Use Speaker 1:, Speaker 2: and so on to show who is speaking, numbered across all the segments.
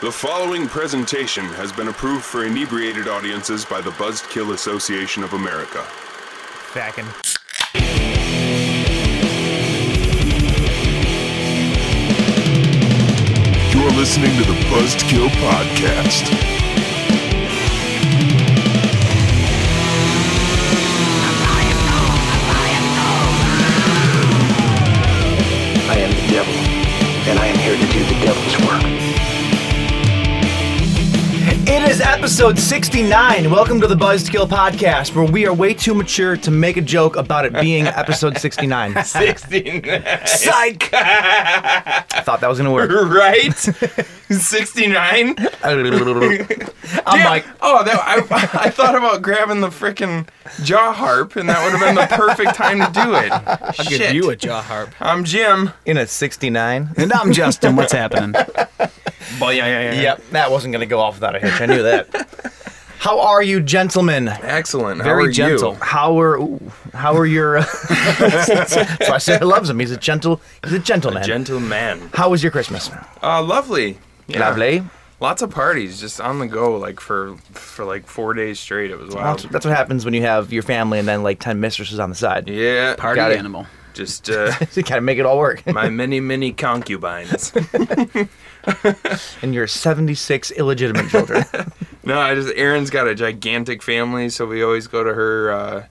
Speaker 1: The following presentation has been approved for inebriated audiences by the Buzzkill Association of America.
Speaker 2: Fackin.
Speaker 1: You're listening to the Buzzkill Podcast.
Speaker 3: I am the devil, and I am here to do the devil's work.
Speaker 4: It is episode 69. Welcome to the Buzzkill podcast, where we are way too mature to make a joke about it being episode 69.
Speaker 2: 69.
Speaker 4: Psych! I thought that was going to work.
Speaker 2: right? 69?
Speaker 4: I'm like,
Speaker 2: Oh, that, I, I thought about grabbing the frickin' jaw harp, and that would have been the perfect time to do it. I'll Shit. give you a jaw harp. I'm Jim.
Speaker 4: in a 69.
Speaker 5: And I'm Justin. What's happening?
Speaker 2: Boy, yeah, yeah, yeah.
Speaker 4: Yep, that wasn't going to go off without a hitch. I knew that. How are you, gentlemen?
Speaker 2: Excellent.
Speaker 5: Very
Speaker 2: How are
Speaker 5: gentle.
Speaker 2: You?
Speaker 4: How are ooh, how are your? That's why Sarah loves him. He's a gentle. He's a gentleman.
Speaker 2: Gentleman.
Speaker 4: how was your Christmas?
Speaker 2: Uh, lovely. Yeah.
Speaker 4: Lovely.
Speaker 2: Lots of parties, just on the go, like for for like four days straight. It was
Speaker 4: That's,
Speaker 2: wild.
Speaker 4: that's what happens when you have your family and then like ten mistresses on the side.
Speaker 2: Yeah.
Speaker 5: Party
Speaker 4: Got it.
Speaker 5: animal.
Speaker 2: Just uh,
Speaker 4: You gotta make it all work.
Speaker 2: my many, many concubines.
Speaker 4: and your 76 illegitimate children.
Speaker 2: No, I just Erin's got a gigantic family, so we always go to her uh,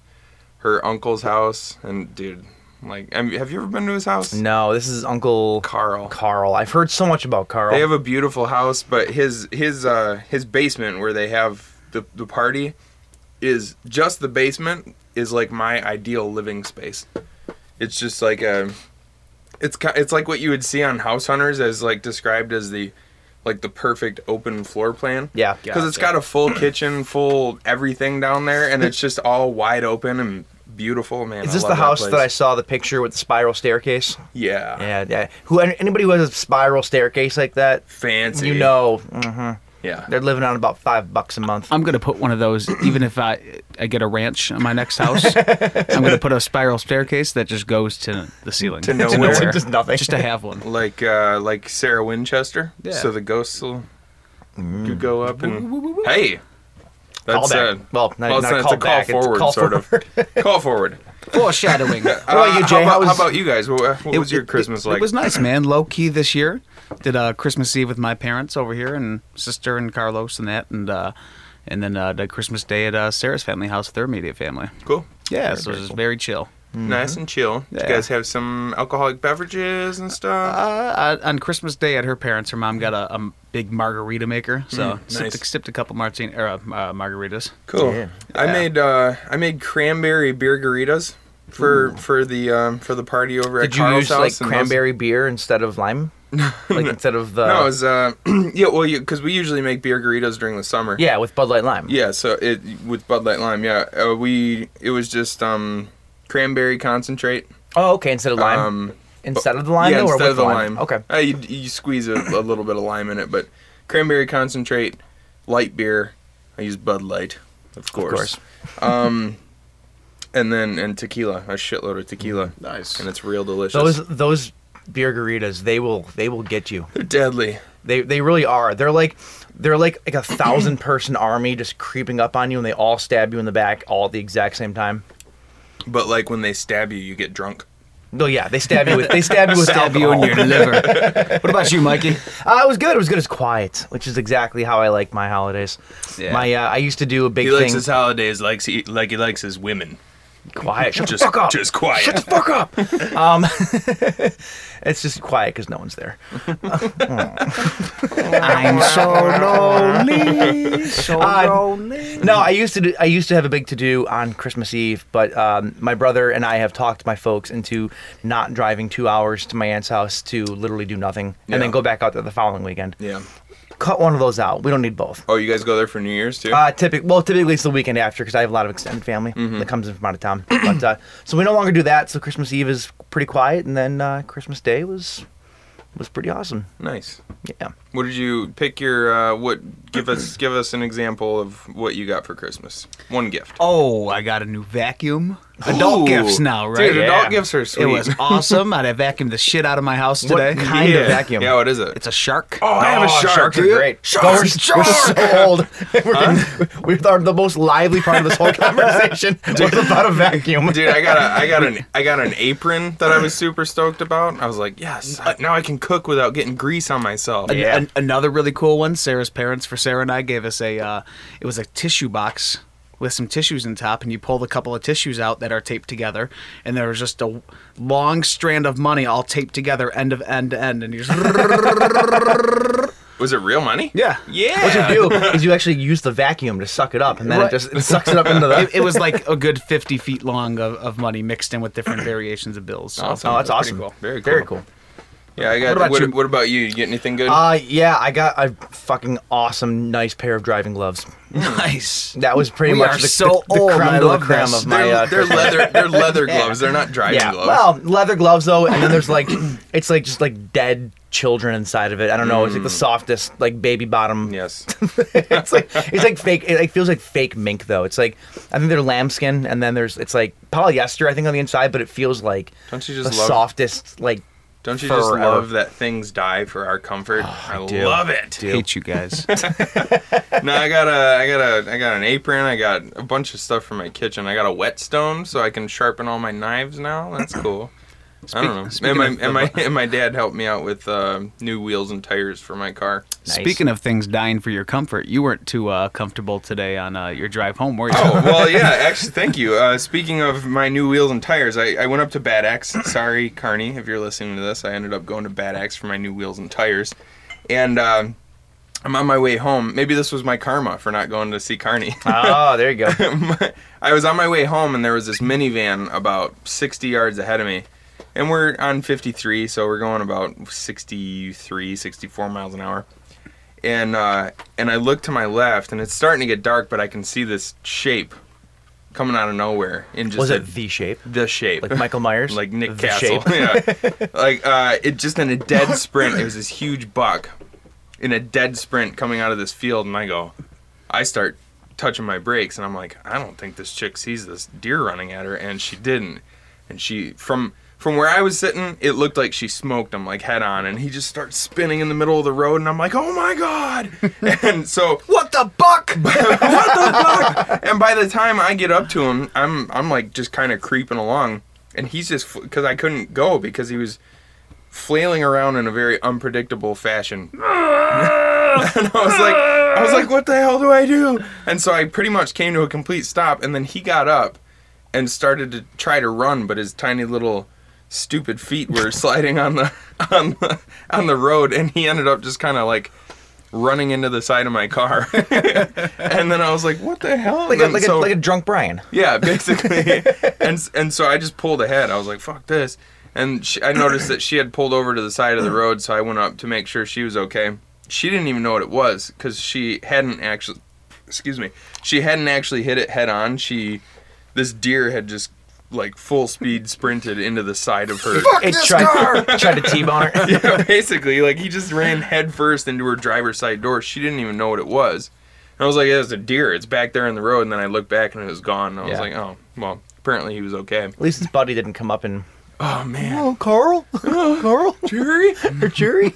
Speaker 2: her uncle's house. And dude, like, I mean, have you ever been to his house?
Speaker 4: no, this is Uncle
Speaker 2: Carl.
Speaker 4: Carl. I've heard so much about Carl.
Speaker 2: They have a beautiful house, but his his uh, his basement where they have the the party is just the basement is like my ideal living space. It's just like a it's ki- it's like what you would see on House Hunters as like described as the like the perfect open floor plan.
Speaker 4: Yeah.
Speaker 2: because it's got a full kitchen, full everything down there, and it's just all wide open and beautiful. Man,
Speaker 4: is this the house that, I saw the picture with the spiral staircase?
Speaker 2: Yeah,
Speaker 4: Yeah, yeah. Who anybody who has a spiral staircase like that,
Speaker 2: fancy.
Speaker 4: you know, mhm,
Speaker 2: yeah.
Speaker 4: they're living on about five bucks a month.
Speaker 5: I'm gonna put one of those, even if I I get a ranch on my next house. I'm gonna put a spiral staircase that just goes to the ceiling, to
Speaker 2: nowhere.
Speaker 4: Just nothing.
Speaker 5: just to have one.
Speaker 2: like uh, like Sarah Winchester.
Speaker 5: Yeah.
Speaker 2: So the ghosts will
Speaker 4: Mm.
Speaker 2: could go up and hey, that's
Speaker 4: Callback.
Speaker 2: uh,
Speaker 4: Well, not- not
Speaker 2: it's a
Speaker 4: callback,
Speaker 2: call
Speaker 4: it's
Speaker 2: forward,
Speaker 4: call
Speaker 2: sort of. call forward. Uh,
Speaker 5: Foreshadowing.
Speaker 4: What about you, Jay?
Speaker 2: How about,
Speaker 4: How was-
Speaker 2: how about you guys? What, what was your Christmas
Speaker 5: it,
Speaker 2: like?
Speaker 5: It was nice, man. Low key this year. Did uh, Christmas Eve with my parents over here and sister and Carlos and that and uh, and then uh, the Christmas Day at uh, Sarah's family house, with their immediate family.
Speaker 2: cool.
Speaker 5: Yeah, so it was very chill.
Speaker 4: Mm-hmm.
Speaker 2: Nice and chill. Did you
Speaker 5: Yeah.
Speaker 2: guys have some alcoholic beverages and stuff?
Speaker 5: Uh, on Christmas Day at her parents, her mom got a, a big margarita maker, so
Speaker 2: Mm,
Speaker 5: sipped,
Speaker 2: nice.
Speaker 5: sipped a couple martini or uh, uh, margaritas.
Speaker 2: cool.
Speaker 4: yeah.
Speaker 2: I made uh, I made cranberry beer garitas for for the um, for the party over at
Speaker 4: Did you
Speaker 2: Carl's
Speaker 4: use
Speaker 2: house.
Speaker 4: like
Speaker 2: and those-
Speaker 4: cranberry beer instead of lime? like instead of the
Speaker 2: No, it was uh, yeah. Well, because we usually make beer garitas during the summer.
Speaker 4: yeah with Bud Light lime.
Speaker 2: Yeah, so it with Bud Light Lime. Yeah, uh, we it was just um cranberry concentrate.
Speaker 4: Oh, okay. Instead of lime.
Speaker 2: Um,
Speaker 4: instead of the lime.
Speaker 2: yeah,
Speaker 4: though, or
Speaker 2: instead
Speaker 4: with
Speaker 2: of the lime.
Speaker 4: Okay.
Speaker 2: Uh, you, you squeeze a, a little bit of lime in it, but cranberry concentrate, light beer. I use Bud Light, of course.
Speaker 4: course.
Speaker 2: um, and then and tequila, a shitload of tequila,
Speaker 5: Nice.
Speaker 2: and it's real delicious.
Speaker 4: Those those beer garitas, they will they will get you.
Speaker 2: They're deadly.
Speaker 4: They they really are. They're like they're like like a thousand person army just creeping up on you, and they all stab you in the back all at the exact same time.
Speaker 2: But like when they stab you, you get drunk.
Speaker 4: No, yeah, they stab you with they stab you with
Speaker 5: Stab you in
Speaker 4: alcohol.
Speaker 5: your liver. What about you, Mikey?
Speaker 4: Uh, it was good. It was good. It's quiet, which is exactly how I like my holidays.
Speaker 5: Yeah.
Speaker 4: My uh, I used to do a big
Speaker 2: He likes
Speaker 4: thing.
Speaker 2: his holidays, likes he, like he likes his women.
Speaker 4: quiet. Shut
Speaker 2: Just
Speaker 4: the fuck up.
Speaker 2: just quiet.
Speaker 4: Shut the fuck up. Um, it's just quiet because no one's there.
Speaker 5: I'm so lonely, so
Speaker 4: Uh,
Speaker 5: lonely.
Speaker 4: No, I used to do, I used to have a big to do on Christmas Eve, but um, my brother and I have talked my folks into not driving two hours to my aunt's house to literally do nothing and
Speaker 2: Yeah.
Speaker 4: then go back out there the following weekend.
Speaker 2: yeah.
Speaker 4: Cut one of those out. We don't need both.
Speaker 2: Oh, you guys go there for New Year's too?
Speaker 4: Uh, typic- well, typically it's the weekend after because I have a lot of extended family that comes in from out of town. But uh, so we no longer do that. So Christmas Eve is pretty quiet, and then uh, Christmas Day was was pretty awesome.
Speaker 2: nice.
Speaker 4: Yeah.
Speaker 2: What did you pick your? Uh, what give us give us an example of what you got for Christmas? One gift.
Speaker 5: Oh, I got a new vacuum. Adult
Speaker 2: Ooh.
Speaker 5: gifts now, right?
Speaker 2: Dude, adult gifts are sweet.
Speaker 5: It was awesome. I vacuumed the shit out of my house today.
Speaker 4: What kind
Speaker 2: yeah.
Speaker 4: of vacuum?
Speaker 2: Yeah, what is it?
Speaker 5: It's a shark.
Speaker 2: oh, I have a
Speaker 4: Oh,
Speaker 2: shark.
Speaker 4: sharks are
Speaker 2: dude.
Speaker 4: great.
Speaker 2: Shark,
Speaker 4: We're-
Speaker 2: shark.
Speaker 4: We're so old. We're, we thought the most lively part of this whole conversation was about a vacuum.
Speaker 2: Dude, I got a, I got an, I got an apron that I was super stoked about. I was like, yes, I- now I can cook without getting grease on myself.
Speaker 5: An- an- another really cool one. Sarah's parents for Sarah and I gave us a. Uh, it was a tissue box with some tissues in top, and you pulled a couple of tissues out that are taped together, and there was just a long strand of money all taped together, end of end to end, and you just
Speaker 2: Was it real money?
Speaker 5: yeah.
Speaker 2: Yeah.
Speaker 4: What you do is you actually use the vacuum to suck it up, and then
Speaker 5: Right.
Speaker 4: it just it sucks it up into the. Oh,
Speaker 5: It, it was like a good fifty feet long of, of money mixed in with different variations of bills. So.
Speaker 2: Awesome.
Speaker 4: oh, that's
Speaker 2: Pretty
Speaker 4: awesome.
Speaker 2: cool. Very cool.
Speaker 4: Very cool.
Speaker 2: Yeah, I got.
Speaker 5: What about
Speaker 2: what,
Speaker 5: you?
Speaker 2: what about you? You get anything good?
Speaker 4: Uh, yeah, I got a fucking awesome, nice pair of driving gloves.
Speaker 5: Nice.
Speaker 4: That was pretty
Speaker 5: We
Speaker 4: much
Speaker 5: are
Speaker 4: the,
Speaker 5: so
Speaker 4: the, the
Speaker 5: old.
Speaker 4: creme
Speaker 5: I
Speaker 4: de la
Speaker 5: love
Speaker 4: creme
Speaker 5: this.
Speaker 4: of my.
Speaker 2: they're,
Speaker 4: uh,
Speaker 2: they're leather. They're leather gloves. They're not driving
Speaker 4: yeah,
Speaker 2: gloves.
Speaker 4: well, leather gloves though, and then there's like, it's like just like dead children inside of it. I don't know. It's like the softest, like baby bottom.
Speaker 2: yes.
Speaker 4: it's like it's like fake. It like feels like fake mink though. It's like I think they're lambskin, and then there's it's like polyester. I think on the inside, but it feels like
Speaker 2: Don't you just
Speaker 4: the
Speaker 2: love-
Speaker 4: softest like.
Speaker 2: Don't you just
Speaker 4: Forever.
Speaker 2: love that things die for our comfort? I,
Speaker 4: do.
Speaker 2: love it.
Speaker 5: Hate you guys.
Speaker 2: No, I got a, I got a, I got an apron. I got a bunch of stuff for my kitchen. I got a whetstone so I can sharpen all my knives now. That's cool. I don't know.
Speaker 5: speaking
Speaker 2: And my,
Speaker 5: of-
Speaker 2: and my and my dad helped me out with uh, new wheels and tires for my car.
Speaker 5: Speaking of things dying for your comfort, you weren't too uh, comfortable today on uh, your drive home, were you?
Speaker 2: Oh well, yeah. Actually, thank you. Uh, speaking of my new wheels and tires, I, I went up to Bad Axe. Sorry, Carney, if you're listening to this, I ended up going to Bad Axe for my new wheels and tires, and um, I'm on my way home. Maybe this was my karma for not going to see Carney.
Speaker 4: Oh, there you go.
Speaker 2: my- I was on my way home and there was this minivan about 60 yards ahead of me. And we're on 53, so we're going about 63, 64 miles an hour. And uh, and I look to my left and it's starting to get dark, but I can see this shape coming out of nowhere in just
Speaker 4: Was
Speaker 2: a-
Speaker 4: it V shape?
Speaker 2: the shape
Speaker 4: Like Michael Myers?
Speaker 2: like Nick
Speaker 4: The
Speaker 2: Castle. yeah. Like uh, it just in a dead sprint. It was this huge buck in a dead sprint coming out of this field, and I go, I start touching my brakes, and I'm like, I don't think this chick sees this deer running at her, and she didn't. And she from from where I was sitting, it looked like she smoked him like head on, and he just starts spinning in the middle of the road, and I'm like, oh my god! and so
Speaker 5: What the buck?
Speaker 2: and by the time I get up to him, I'm I'm like just kind of creeping along, and he's just because I couldn't go because he was flailing around in a very unpredictable fashion. and I was like, I was like, what the hell do I do? And so I pretty much came to a complete stop, and then he got up and started to try to run, but his tiny little stupid feet were sliding on the on the on the road, and he ended up just kind of like running into the side of my car. and then I was like, "What the hell?"
Speaker 4: Like
Speaker 2: And
Speaker 4: a,
Speaker 2: then
Speaker 4: like,
Speaker 2: so-
Speaker 4: a, like a drunk Brian.
Speaker 2: yeah, basically. and s- and so I just pulled ahead. I was like, "Fuck this." And she, I noticed that she had pulled over to the side of the road, so I went up to make sure she was okay. She didn't even know what it was cuz she hadn't actually excuse me. She hadn't actually hit it head on. She this deer had just like full speed sprinted into the side of her.
Speaker 4: it tried, tried to T-bone her.
Speaker 2: yeah, basically, like he just ran headfirst into her driver's side door. She didn't even know what it was. And I was like, yeah, "It's a deer. It's back there in the road." And then I looked back and it was gone. And I was
Speaker 4: Yeah.
Speaker 2: like, "Oh, well." Apparently, he was okay.
Speaker 4: At least his buddy didn't come up and.
Speaker 2: Oh man,
Speaker 4: Oh, Carl, Carl, jury, or jury.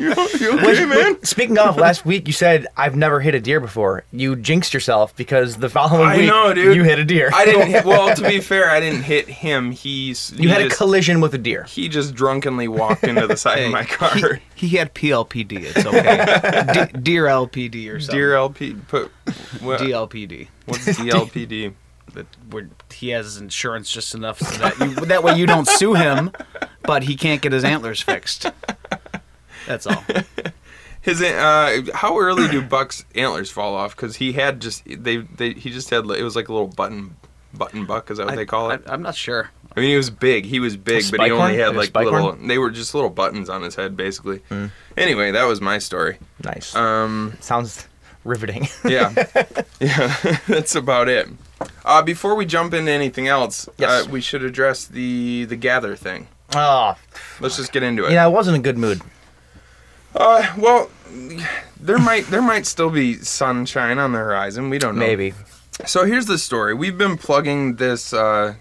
Speaker 2: okay, man?
Speaker 4: Speaking of, last week you said I've never hit a deer before. You jinxed yourself because the following
Speaker 2: I
Speaker 4: week
Speaker 2: know, dude.
Speaker 4: you hit a deer.
Speaker 2: I didn't. Hit, well, to be fair, I didn't hit him. He's
Speaker 4: you
Speaker 2: he
Speaker 4: had a
Speaker 2: just,
Speaker 4: collision with a deer.
Speaker 2: he just drunkenly walked into the side of my car.
Speaker 5: He, he had PLPD. It's okay. D- dear LPD or something.
Speaker 2: Deer LP put what,
Speaker 5: DLPD.
Speaker 2: what's DLPD?
Speaker 5: But we're, he has his insurance just enough so that you, that way you don't sue him, but he can't get his antlers fixed. That's all.
Speaker 2: His uh, how early do Buck's antlers fall off? Because he had just they they he just had it was like a little button button buck. Is that what they call it?
Speaker 5: I, am not sure.
Speaker 2: I mean, he was big. He was big, but he
Speaker 4: spike
Speaker 2: only
Speaker 4: horn?
Speaker 2: had
Speaker 4: Like a
Speaker 2: like
Speaker 4: spike
Speaker 2: little.
Speaker 4: horn? Mm.
Speaker 2: They were just little buttons on his head, basically. Anyway, that was my story.
Speaker 4: Nice.
Speaker 2: Um,
Speaker 4: Sounds riveting.
Speaker 2: yeah, yeah, that's about it. Uh, before we jump into anything else,
Speaker 4: Yes.
Speaker 2: uh, we should address the the gather thing.
Speaker 4: oh,
Speaker 2: Let's just get into it. Oh,
Speaker 4: you know, I was in a good mood.
Speaker 2: Uh, well, there might there might still be sunshine on the horizon. We don't know.
Speaker 4: Maybe.
Speaker 2: So here's the story. We've been plugging this uh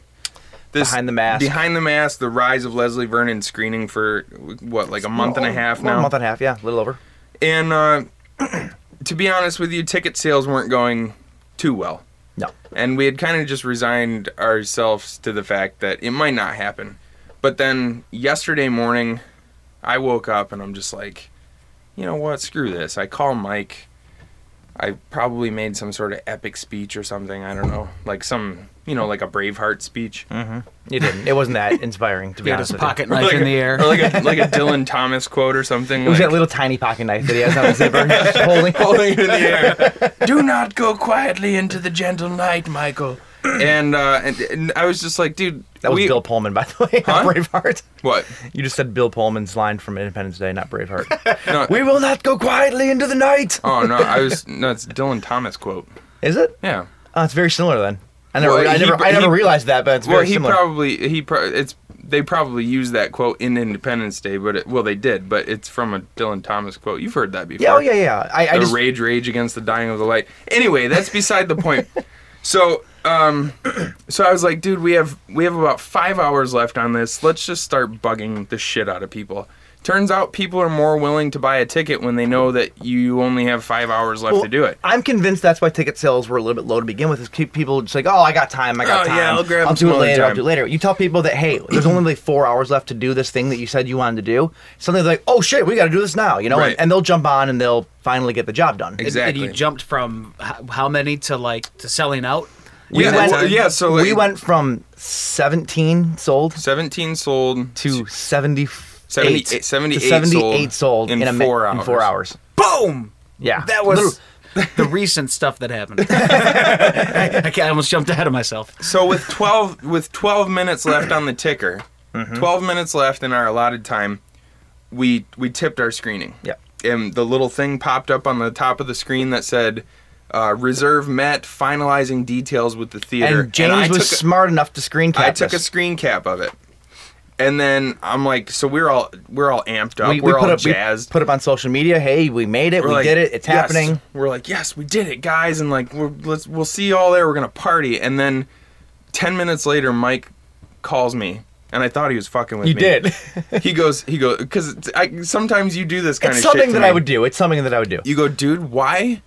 Speaker 2: this
Speaker 4: Behind the Mask.
Speaker 2: Behind the Mask, the rise of Leslie Vernon screening for what, like a month and a half
Speaker 4: Well,
Speaker 2: now.
Speaker 4: A month and a half, yeah, a little over.
Speaker 2: and uh to be honest with you, ticket sales weren't going too well.
Speaker 4: No.
Speaker 2: And we had kind of just resigned ourselves to the fact that it might not happen. But then yesterday morning, I woke up and I'm just like, you know what? Screw this. I call Mike. I probably made some sort of epic speech or something. I don't know. Like some, you know, like a Braveheart speech.
Speaker 4: You didn't. It wasn't that inspiring, to be
Speaker 5: He had
Speaker 4: honest
Speaker 5: his
Speaker 4: with
Speaker 5: pocket
Speaker 4: you.
Speaker 5: knife
Speaker 2: like
Speaker 5: Mm-hmm. in
Speaker 2: a,
Speaker 5: the air.
Speaker 2: Or like a, like a Dylan Thomas quote or something.
Speaker 4: It was
Speaker 2: like,
Speaker 4: that little tiny pocket knife that he has on his zipper, just holding.
Speaker 2: holding it in the air. Do not go quietly into the gentle night, Michael. And, uh, and, and I was just like, dude.
Speaker 4: That was
Speaker 2: we-
Speaker 4: Bill Pullman, by the way, not
Speaker 2: Huh?
Speaker 4: Braveheart.
Speaker 2: What?
Speaker 4: You just said Bill Pullman's line from Independence Day, not Braveheart.
Speaker 2: No,
Speaker 4: we will not go quietly into the night.
Speaker 2: Oh no, I was no. It's Dylan Thomas quote.
Speaker 4: Is it?
Speaker 2: Yeah.
Speaker 4: Oh, it's very similar then. I never,
Speaker 2: Well,
Speaker 4: I
Speaker 2: he-
Speaker 4: never, I
Speaker 2: he-
Speaker 4: never realized that, but it's
Speaker 2: Well,
Speaker 4: very
Speaker 2: he
Speaker 4: similar.
Speaker 2: probably he pro- it's they probably used that quote in Independence Day, but it, well they did, but it's from a Dylan Thomas quote. You've heard that before.
Speaker 4: yeah, oh yeah, yeah. I, I
Speaker 2: the
Speaker 4: just
Speaker 2: rage, rage against the dying of the light. Anyway, that's beside the point. So, um, so I was like, dude, we have we have about five hours left on this. Let's just start bugging the shit out of people. Turns out people are more willing to buy a ticket when they know that you only have five hours left to do it.
Speaker 4: I'm convinced that's why ticket sales were a little bit low to begin with. Is keep people just like, oh, I got time, I got
Speaker 2: Oh,
Speaker 4: time.
Speaker 2: yeah, I'll grab them
Speaker 4: do
Speaker 2: some
Speaker 4: it
Speaker 2: other
Speaker 4: later. I'll
Speaker 2: time."
Speaker 4: do it later. You tell people that, hey, there's only like four hours left to do this thing that you said you wanted to do. Suddenly they're like, oh shit, we got to do this now, you know?
Speaker 2: Right.
Speaker 4: And, and they'll jump on and they'll finally get the job done.
Speaker 2: Exactly.
Speaker 5: And you jumped from h- how many to like to selling out?
Speaker 2: We
Speaker 4: We
Speaker 2: yeah,
Speaker 4: went-
Speaker 2: well, yeah, so
Speaker 4: we
Speaker 2: like-
Speaker 4: went from 17 sold
Speaker 2: 17 sold
Speaker 4: to 78,
Speaker 2: 78
Speaker 4: to
Speaker 2: 78
Speaker 4: 78
Speaker 2: sold
Speaker 4: sold
Speaker 2: in
Speaker 4: in, a mi-
Speaker 2: four
Speaker 4: in four
Speaker 2: hours.
Speaker 4: hours.
Speaker 5: Boom!
Speaker 4: Yeah,
Speaker 5: That was
Speaker 4: Literally-
Speaker 5: the recent stuff that happened. I, I ca- I almost jumped ahead of myself.
Speaker 2: so with 12 with 12 minutes left on the ticker
Speaker 4: Mm-hmm.
Speaker 2: 12 minutes left in our allotted time we we tipped our screening
Speaker 4: Yep.
Speaker 2: and the little thing popped up on the top of the screen that said uh, reserve met finalizing details with the theater
Speaker 4: And James
Speaker 2: I
Speaker 4: was
Speaker 2: took a-
Speaker 4: smart enough to screen cap
Speaker 2: I took a
Speaker 4: this.
Speaker 2: screen cap of it and then i'm like so we're all we're all amped up
Speaker 4: we,
Speaker 2: we,
Speaker 4: we
Speaker 2: are all
Speaker 4: put up we
Speaker 2: jazzed
Speaker 4: put up on social media. Hey, we made it. we
Speaker 2: like,
Speaker 4: did it. It's
Speaker 2: "Yes."
Speaker 4: happening.
Speaker 2: We're like, yes, we did it, guys, and like, we're, let's we'll see you all there. We're gonna party, and then ten minutes later, Mike calls me, and I thought he was fucking with
Speaker 4: You
Speaker 2: me.
Speaker 4: did.
Speaker 2: he goes, he goes, because I sometimes you do this kind
Speaker 4: It's
Speaker 2: of shit
Speaker 4: something
Speaker 2: to
Speaker 4: that
Speaker 2: me.
Speaker 4: I would do. It's something that I would do.
Speaker 2: You go, dude, why,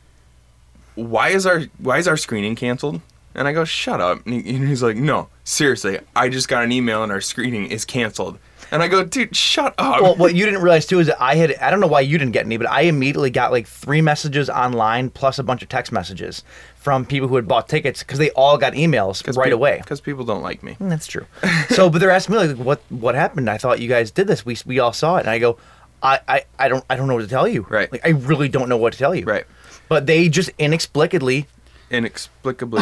Speaker 2: why is our why is our screening canceled? And I go, shut up. And, he, and he's like, no, seriously, I just got an email and our screening is canceled. And I go, dude, shut up.
Speaker 4: well, what you didn't realize too is that I had I don't know why you didn't get any, but I immediately got like three messages online plus a bunch of text messages from people who had bought tickets because they all got emails right away.
Speaker 2: Because people don't like me.
Speaker 4: That's true. so, but they're asking me like, what what happened? I thought you guys did this. We we all saw it, and I go, I I, I don't I don't know what to tell you.
Speaker 2: Right.
Speaker 4: Like I really don't know what to tell you.
Speaker 2: Right.
Speaker 4: But they just inexplicably
Speaker 2: Inexplicably.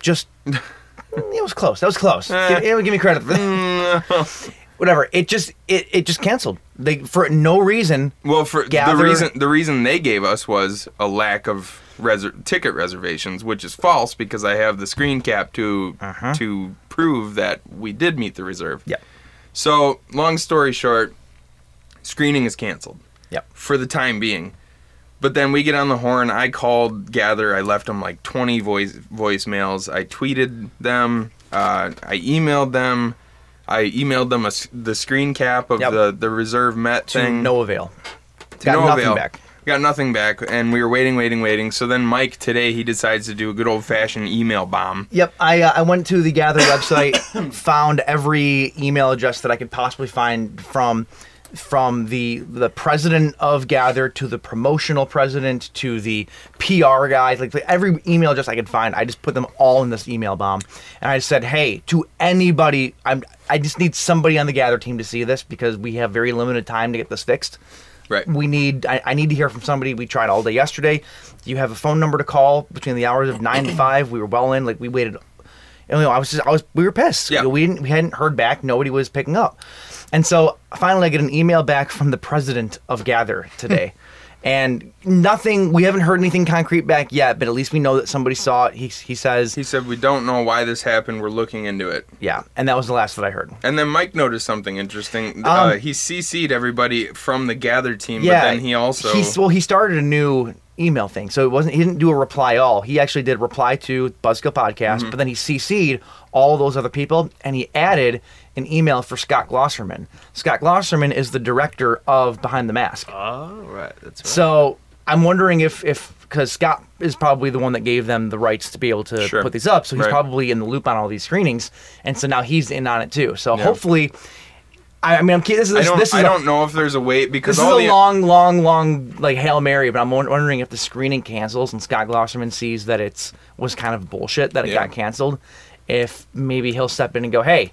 Speaker 4: just mm, it was close. That was close. give, yeah, give me credit. for that. Whatever. It just it, it just canceled. They for no reason.
Speaker 2: Well, for
Speaker 4: gather-
Speaker 2: the reason the reason they gave us was a lack of reser- ticket reservations, which is false because I have the screen cap to to prove that we did meet the reserve.
Speaker 4: Uh-huh. Yeah.
Speaker 2: So, long story short, screening is canceled
Speaker 4: Yep.
Speaker 2: for the time being. But then we get on the horn. I called Gather. I left them like 20 voice voicemails. I tweeted them. Uh, I emailed them. I emailed them a s the screen cap of
Speaker 4: Yep.
Speaker 2: the, the reserve met
Speaker 4: To
Speaker 2: thing
Speaker 4: no avail.
Speaker 2: to
Speaker 4: Got
Speaker 2: no
Speaker 4: nothing
Speaker 2: avail.
Speaker 4: back.
Speaker 2: Got nothing back, and we were waiting, waiting, waiting. So then Mike today he decides to do a good old fashioned email bomb.
Speaker 4: Yep, I uh, I went to the Gather website, found every email address that I could possibly find from from the the president of Gather to the promotional president to the PR guys, like, like every email address I could find. I just put them all in this email bomb, and I said, hey, to anybody, I'm I just need somebody on the Gather team to see this because we have very limited time to get this fixed.
Speaker 2: Right.
Speaker 4: We need. I, I need to hear from somebody. We tried all day yesterday. You have a phone number to call between the hours of nine to five. We were well in. Like we waited. And, you know, I was just. I was. We were pissed.
Speaker 2: Yeah.
Speaker 4: We didn't. We hadn't heard back. Nobody was picking up. And so finally, I get an email back from the president of Gather today, And nothing, we haven't heard anything concrete back yet, but at least we know that somebody saw it. He, he says,
Speaker 2: He said, We don't know why this happened. We're looking into it.
Speaker 4: yeah. And that was the last that I heard.
Speaker 2: And then Mike noticed something interesting. uh, he CC'd everybody from the Gather team,
Speaker 4: Um, Yeah.
Speaker 2: but then he also.
Speaker 4: He's, well, he started a new email thing. So it wasn't, he didn't do a reply all. He actually did reply to Buzzkill Podcast,
Speaker 2: Mm-hmm.
Speaker 4: but then he CC'd all those other people and he added an email for Scott Glosserman. Scott Glosserman is the director of Behind the Mask.
Speaker 5: Oh, right. That's right.
Speaker 4: So I'm wondering if if because Scott is probably the one that gave them the rights to be able to
Speaker 2: Sure.
Speaker 4: put these up, so he's
Speaker 2: Right.
Speaker 4: probably in the loop on all these screenings, and so now he's in on it too. So hopefully, I, I mean, I'm ki- this is
Speaker 2: I
Speaker 4: this,
Speaker 2: don't,
Speaker 4: this is
Speaker 2: I
Speaker 4: a-
Speaker 2: don't know if there's a way because
Speaker 4: this is
Speaker 2: all
Speaker 4: a
Speaker 2: the.
Speaker 4: long, long, long like hail mary, but I'm won- wondering if the screening cancels and Scott Glosserman sees that it's was kind of bullshit that it
Speaker 2: Yeah.
Speaker 4: got canceled. If maybe he'll step in and go, hey,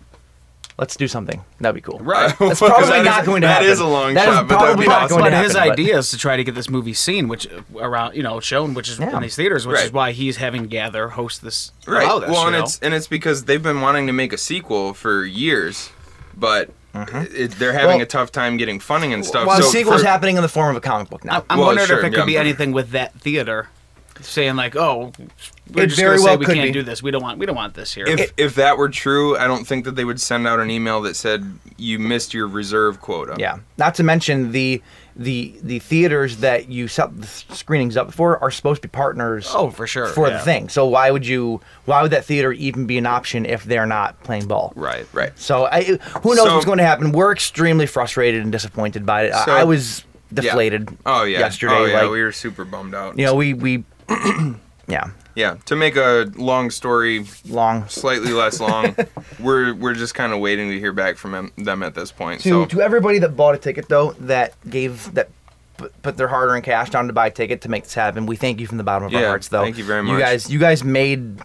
Speaker 4: let's do something. That'd be cool.
Speaker 2: Right.
Speaker 4: That's
Speaker 2: Well, 'cause
Speaker 4: probably
Speaker 2: that
Speaker 4: not
Speaker 2: is-
Speaker 4: going to
Speaker 2: that
Speaker 4: happen.
Speaker 2: is a long
Speaker 4: That is
Speaker 2: shot, but that'd
Speaker 4: probably
Speaker 2: be
Speaker 4: not
Speaker 2: awesome.
Speaker 4: going
Speaker 5: but
Speaker 4: to
Speaker 5: his
Speaker 4: happen, but-
Speaker 5: idea is to try to get this movie seen, which around you know shown, which is
Speaker 4: Yeah.
Speaker 5: in these theaters, which is
Speaker 2: Right.
Speaker 5: why he's having Gather host this.
Speaker 2: Right.
Speaker 5: allow this,
Speaker 2: well,
Speaker 5: you
Speaker 2: and
Speaker 5: know?
Speaker 2: it's and it's because they've been wanting to make a sequel for years, but it, they're
Speaker 4: Mm-hmm.
Speaker 2: having
Speaker 4: Well-
Speaker 2: a tough time getting funding and stuff.
Speaker 4: Well, the
Speaker 2: so
Speaker 4: sequel's
Speaker 2: for- Uh,
Speaker 4: happening in the form of a comic book now.
Speaker 5: I'm
Speaker 2: well,
Speaker 5: wondering
Speaker 2: sure,
Speaker 5: if it could
Speaker 2: yeah.
Speaker 5: be anything with that theater, saying like, oh, we're
Speaker 4: It
Speaker 5: just
Speaker 4: very
Speaker 5: gonna
Speaker 4: well
Speaker 5: say we
Speaker 4: could
Speaker 5: can't
Speaker 4: be.
Speaker 5: do this. We don't want we don't want this here.
Speaker 2: If if that were true, I don't think that they would send out an email that said you missed your reserve quota.
Speaker 4: yeah. Not to mention the the the theaters that you set the screenings up for are supposed to be partners.
Speaker 5: Oh, for sure,
Speaker 4: For
Speaker 5: yeah.
Speaker 4: the thing. So why would you? Why would that theater even be an option if they're not playing ball?
Speaker 2: Right. Right.
Speaker 4: So I, who knows
Speaker 2: So-
Speaker 4: what's going to happen? We're extremely frustrated and disappointed by it. I-
Speaker 2: So-
Speaker 4: I was deflated.
Speaker 2: Oh yeah.
Speaker 4: Yesterday,
Speaker 2: Oh yeah.
Speaker 4: like
Speaker 2: we were super bummed out.
Speaker 4: you know, we we, yeah,
Speaker 2: Yeah. To make a long story
Speaker 4: long.
Speaker 2: slightly less long, we're we're just kind of waiting to hear back from em- them at this point.
Speaker 4: to
Speaker 2: so
Speaker 4: to everybody that bought a ticket though that gave that p- put their hard-earned cash down to buy a ticket to make this happen we thank you from the bottom of our
Speaker 2: Yeah,
Speaker 4: hearts though
Speaker 2: thank you very
Speaker 4: you
Speaker 2: much.
Speaker 4: guys you guys made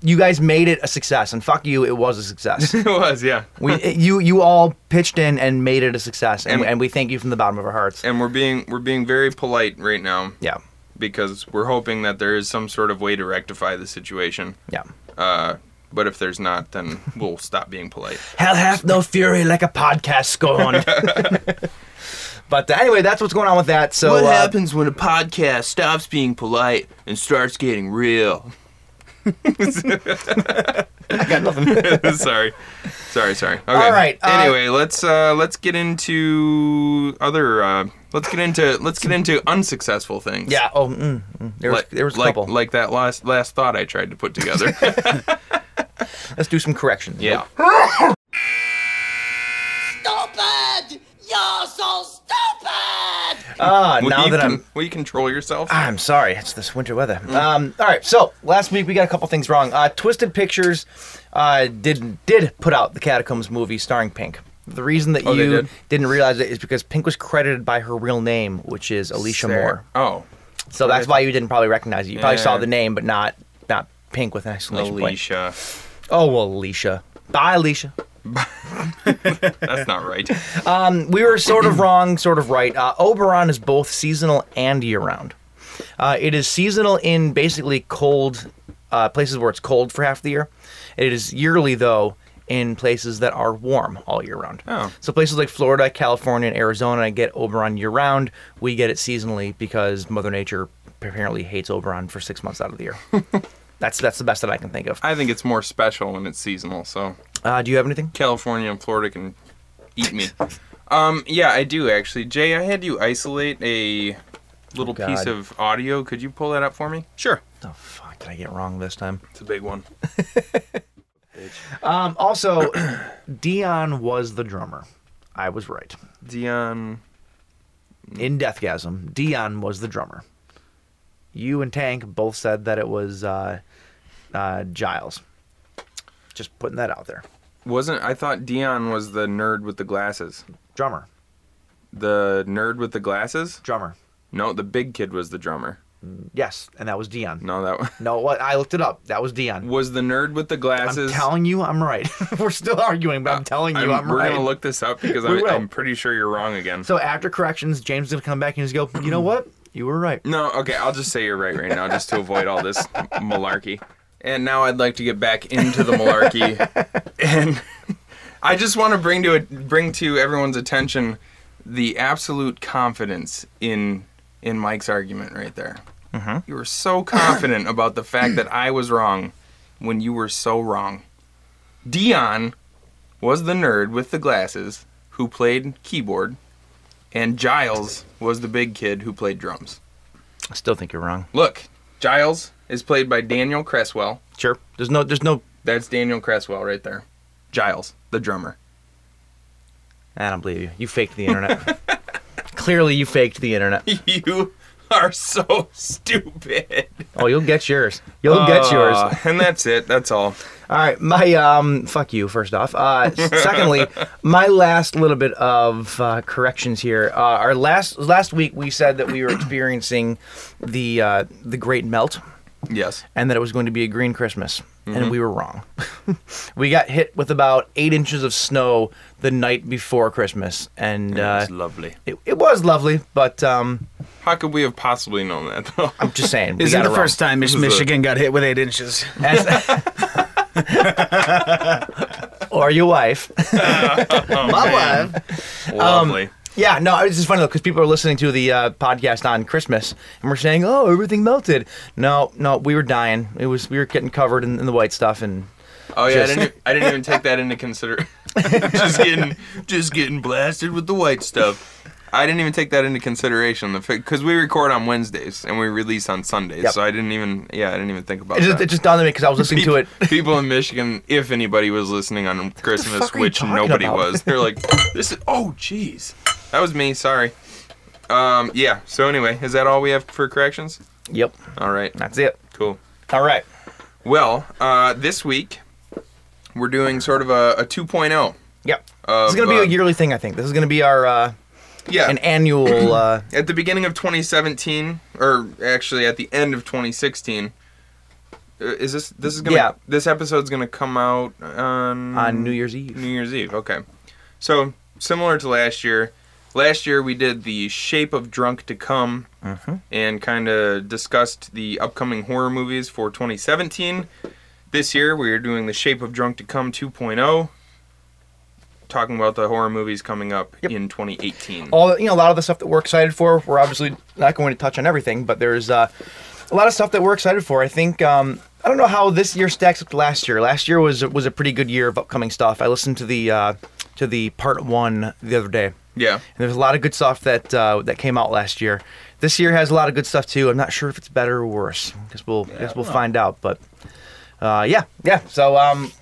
Speaker 4: you guys made it a success and fuck you it was a success
Speaker 2: it was. Yeah.
Speaker 4: we it- you you all pitched in and made it a success and,
Speaker 2: And-
Speaker 4: and we thank you from the bottom of our hearts
Speaker 2: And we're being we're being very polite right now.
Speaker 4: yeah
Speaker 2: because we're hoping that there is some sort of way to rectify the situation.
Speaker 4: yeah
Speaker 2: Uh, but if there's not, then we'll stop being polite.
Speaker 4: hell hath no fury like a podcast scorned but uh, anyway that's what's going on with that so uh,
Speaker 2: when a podcast stops being polite and starts getting real? I got nothing. sorry, sorry, sorry. Okay.
Speaker 4: All right, uh,
Speaker 2: anyway, let's uh, let's get into other. Uh, let's get into let's get into unsuccessful things.
Speaker 4: yeah oh mm, mm, there was,
Speaker 2: Like-
Speaker 4: there was a
Speaker 2: like,
Speaker 4: couple
Speaker 2: like that last last thought I tried to put together.
Speaker 4: let's do some corrections
Speaker 2: yeah.
Speaker 6: stupid! You're so stupid!
Speaker 4: ah
Speaker 2: Will
Speaker 4: now
Speaker 2: you
Speaker 4: that
Speaker 2: con-
Speaker 4: i'm Ah,
Speaker 2: will you control yourself?
Speaker 4: I'm sorry, it's this winter weather. Um, all right, so last week we got a couple things wrong. Uh, Twisted Pictures uh, did did put out the Catacombs movie starring Pink. The reason that
Speaker 2: Oh, they
Speaker 4: you
Speaker 2: did?
Speaker 4: did? not realize it is because Pink was credited by her real name, which is Alicia
Speaker 2: Sarah.
Speaker 4: Moore.
Speaker 2: Oh,
Speaker 4: So that's why you didn't probably recognize it. You probably saw
Speaker 2: Yeah.
Speaker 4: the name, but not not Pink with an exclamation point.
Speaker 2: Alicia.
Speaker 4: Oh well, Alicia. Bye, Alicia.
Speaker 2: That's not right.
Speaker 4: we were sort of wrong, sort of right. Uh, Oberon is both seasonal and year round. Uh, it is seasonal in basically cold uh, places where it's cold for half the year. It is yearly though in places that are warm all year round.
Speaker 2: Oh.
Speaker 4: So places like Florida, California, and Arizona get Oberon year round. We get it seasonally because Mother Nature apparently hates Oberon for six months out of the year. that's that's the best that I can think of.
Speaker 2: I think it's more special when it's seasonal. So
Speaker 4: Uh, do you have anything?
Speaker 2: California and Florida can eat me. um, yeah, I do actually. Jay, I had you isolate a little
Speaker 4: Oh, God.
Speaker 2: piece of audio. Could you pull that up for me?
Speaker 5: sure.
Speaker 4: The fuck did I get wrong this time?
Speaker 2: It's a big one.
Speaker 4: Um, also, Dion was the drummer. I was right.
Speaker 2: Dion.
Speaker 4: In Deathgasm, Dion was the drummer. You and Tank both said that it was uh, uh, Giles. Just putting that out there.
Speaker 2: Wasn't I thought Dion was the nerd with the glasses?
Speaker 4: Drummer,
Speaker 2: The nerd with the glasses?
Speaker 4: drummer.
Speaker 2: No, the big kid was the drummer.
Speaker 4: Yes, and that was Dion.
Speaker 2: No, that wa-
Speaker 4: No, what? I looked it up. That was Dion.
Speaker 2: was the nerd with the
Speaker 4: I'm
Speaker 2: glasses.
Speaker 4: telling you, I'm right. We're still arguing, but I'm telling you, Uh, I'm,
Speaker 2: we're
Speaker 4: right.
Speaker 2: gonna look this up because
Speaker 4: We
Speaker 2: I'm,
Speaker 4: will.
Speaker 2: I'm pretty sure you're wrong again.
Speaker 4: So after corrections, James is gonna come back and just go. You know what? You were right.
Speaker 2: No, okay, I'll just say you're right right now, just to avoid all this malarkey. And now I'd like to get back into the malarkey, and I just want to bring to it, bring to everyone's attention the absolute confidence in in Mike's argument right there. You were so confident about the fact that I was wrong when you were so wrong. Dion was the nerd with the glasses who played keyboard, and Giles was the big kid who played drums.
Speaker 4: I still think you're wrong.
Speaker 2: Look, Giles is played by Daniel Cresswell.
Speaker 4: Sure. There's no. There's no.
Speaker 2: That's Daniel Cresswell right there. Giles, the drummer.
Speaker 4: I don't believe you. You faked the internet. Clearly, you faked the internet.
Speaker 2: You are so stupid.
Speaker 4: Oh, you'll get yours. You'll get yours.
Speaker 2: Uh, and that's it. That's all.
Speaker 4: All right, my um, fuck you. First off, uh, s- secondly, my last little bit of uh, corrections here. Uh, our last last week we said that we were experiencing the uh, the Great Melt
Speaker 2: Yes.
Speaker 4: and that it was going to be a green Christmas, and we were wrong. we got hit with about eight inches of snow the night before Christmas, and uh,
Speaker 2: That's lovely.
Speaker 4: it, it was lovely. But um,
Speaker 2: How could we have possibly known that though?
Speaker 4: I'm just saying, we
Speaker 5: Isn't
Speaker 4: got
Speaker 5: the
Speaker 4: it wrong.
Speaker 5: first time Mich-
Speaker 2: This is a-
Speaker 5: Michigan got hit with eight inches?
Speaker 4: As- or your wife. Oh,
Speaker 5: My wife.
Speaker 4: um,
Speaker 2: Lovely.
Speaker 4: Yeah, no, it's just funny though because people are listening to the uh, podcast on Christmas and we're saying, "Oh, everything melted." No, no, we were dying. It was we were getting covered in, in the white stuff, and
Speaker 2: oh yeah,
Speaker 4: just-
Speaker 2: I didn't. I didn't even take that into consideration. just getting, just getting blasted with the white stuff. I didn't even take that into consideration. The because we record on Wednesdays and we release on Sundays,
Speaker 4: Yep.
Speaker 2: so I didn't even. Yeah, I didn't even think about
Speaker 4: it just,
Speaker 2: that.
Speaker 4: it just dawned on me because I was listening to it.
Speaker 2: People in Michigan, if anybody was listening on Christmas,
Speaker 4: fuck are you
Speaker 2: which
Speaker 4: talking
Speaker 2: nobody
Speaker 4: about?
Speaker 2: was, they're like, "This is oh, jeez, that was me. Sorry." Um, yeah. So anyway, is that all we have for corrections?
Speaker 4: Yep,
Speaker 2: All right.
Speaker 4: that's it.
Speaker 2: Cool.
Speaker 4: All right,
Speaker 2: Well, uh, this week we're doing sort of a, a 2.0.
Speaker 4: yep.
Speaker 2: Of,
Speaker 4: this is gonna be a
Speaker 2: uh,
Speaker 4: yearly thing, I think. This is gonna be our uh,
Speaker 2: Yeah.
Speaker 4: an annual. Uh,
Speaker 2: at the beginning of 2017, or actually at the end of 2016. uh, Is this this is gonna
Speaker 4: Yeah.
Speaker 2: this episode's gonna come out on
Speaker 4: on New Year's Eve.
Speaker 2: New Year's Eve? Okay, so similar to last year. Last year we did the Shape of Drunk to Come and kind of discussed the upcoming horror movies for 2017. This year we are doing the Shape of Drunk to Come 2.0, talking about the horror movies coming up in 2018.
Speaker 4: all the, you know a lot of the stuff that we're excited for we're obviously not going to touch on everything but there's uh, a lot of stuff that we're excited for i think um, i don't know how this year stacks up to last year last year was was a pretty good year of upcoming stuff i listened to the uh, to the part one the other day
Speaker 2: Yeah.
Speaker 4: and there's a lot of good stuff that uh, that came out last year this year has a lot of good stuff too i'm not sure if it's better or worse guess we'll guess we'll find out but uh, yeah yeah so um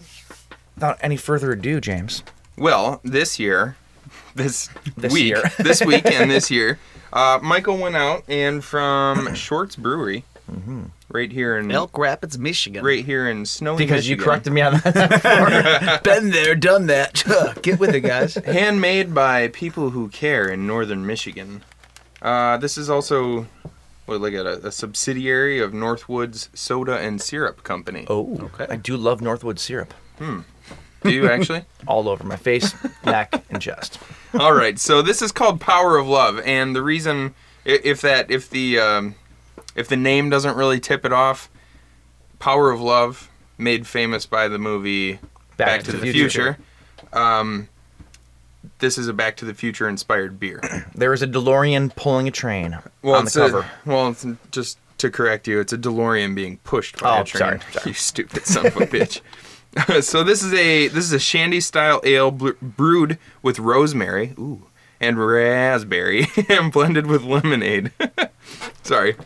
Speaker 4: without any further ado james
Speaker 2: Well, this year, this,
Speaker 4: This
Speaker 2: week,
Speaker 4: year.
Speaker 2: this week, and this year, uh, Michael went out and from Shorts Brewery,
Speaker 4: Mm-hmm.
Speaker 2: right here in
Speaker 5: Elk Rapids, Michigan.
Speaker 2: right here in Snowy,
Speaker 4: because you
Speaker 2: Michigan,
Speaker 4: corrected me on that
Speaker 5: Been there, done that. Get with it, guys.
Speaker 2: handmade by people who care in Northern Michigan. Uh, this is also what, like a, a subsidiary of Northwoods Soda and Syrup Company.
Speaker 4: Oh,
Speaker 5: Okay.
Speaker 4: I do love Northwood syrup
Speaker 2: Do you actually?
Speaker 4: all over my face, neck, and chest.
Speaker 2: All right, so this is called Power of Love, and the reason, i- if that, if the, um, if the name doesn't really tip it off, Power of Love, made famous by the movie Back, to, the, Future. Um, this is a Back to the Future inspired beer.
Speaker 4: There is a DeLorean pulling a train on the
Speaker 2: it's
Speaker 4: cover.
Speaker 2: A, well, it's just to correct you, it's a DeLorean being pushed by
Speaker 4: Oh,
Speaker 2: a train.
Speaker 4: sorry, sorry.
Speaker 2: You stupid son of a bitch. so this is a this is a shandy style ale bl- brewed with rosemary, ooh, and raspberry, and blended with lemonade. sorry.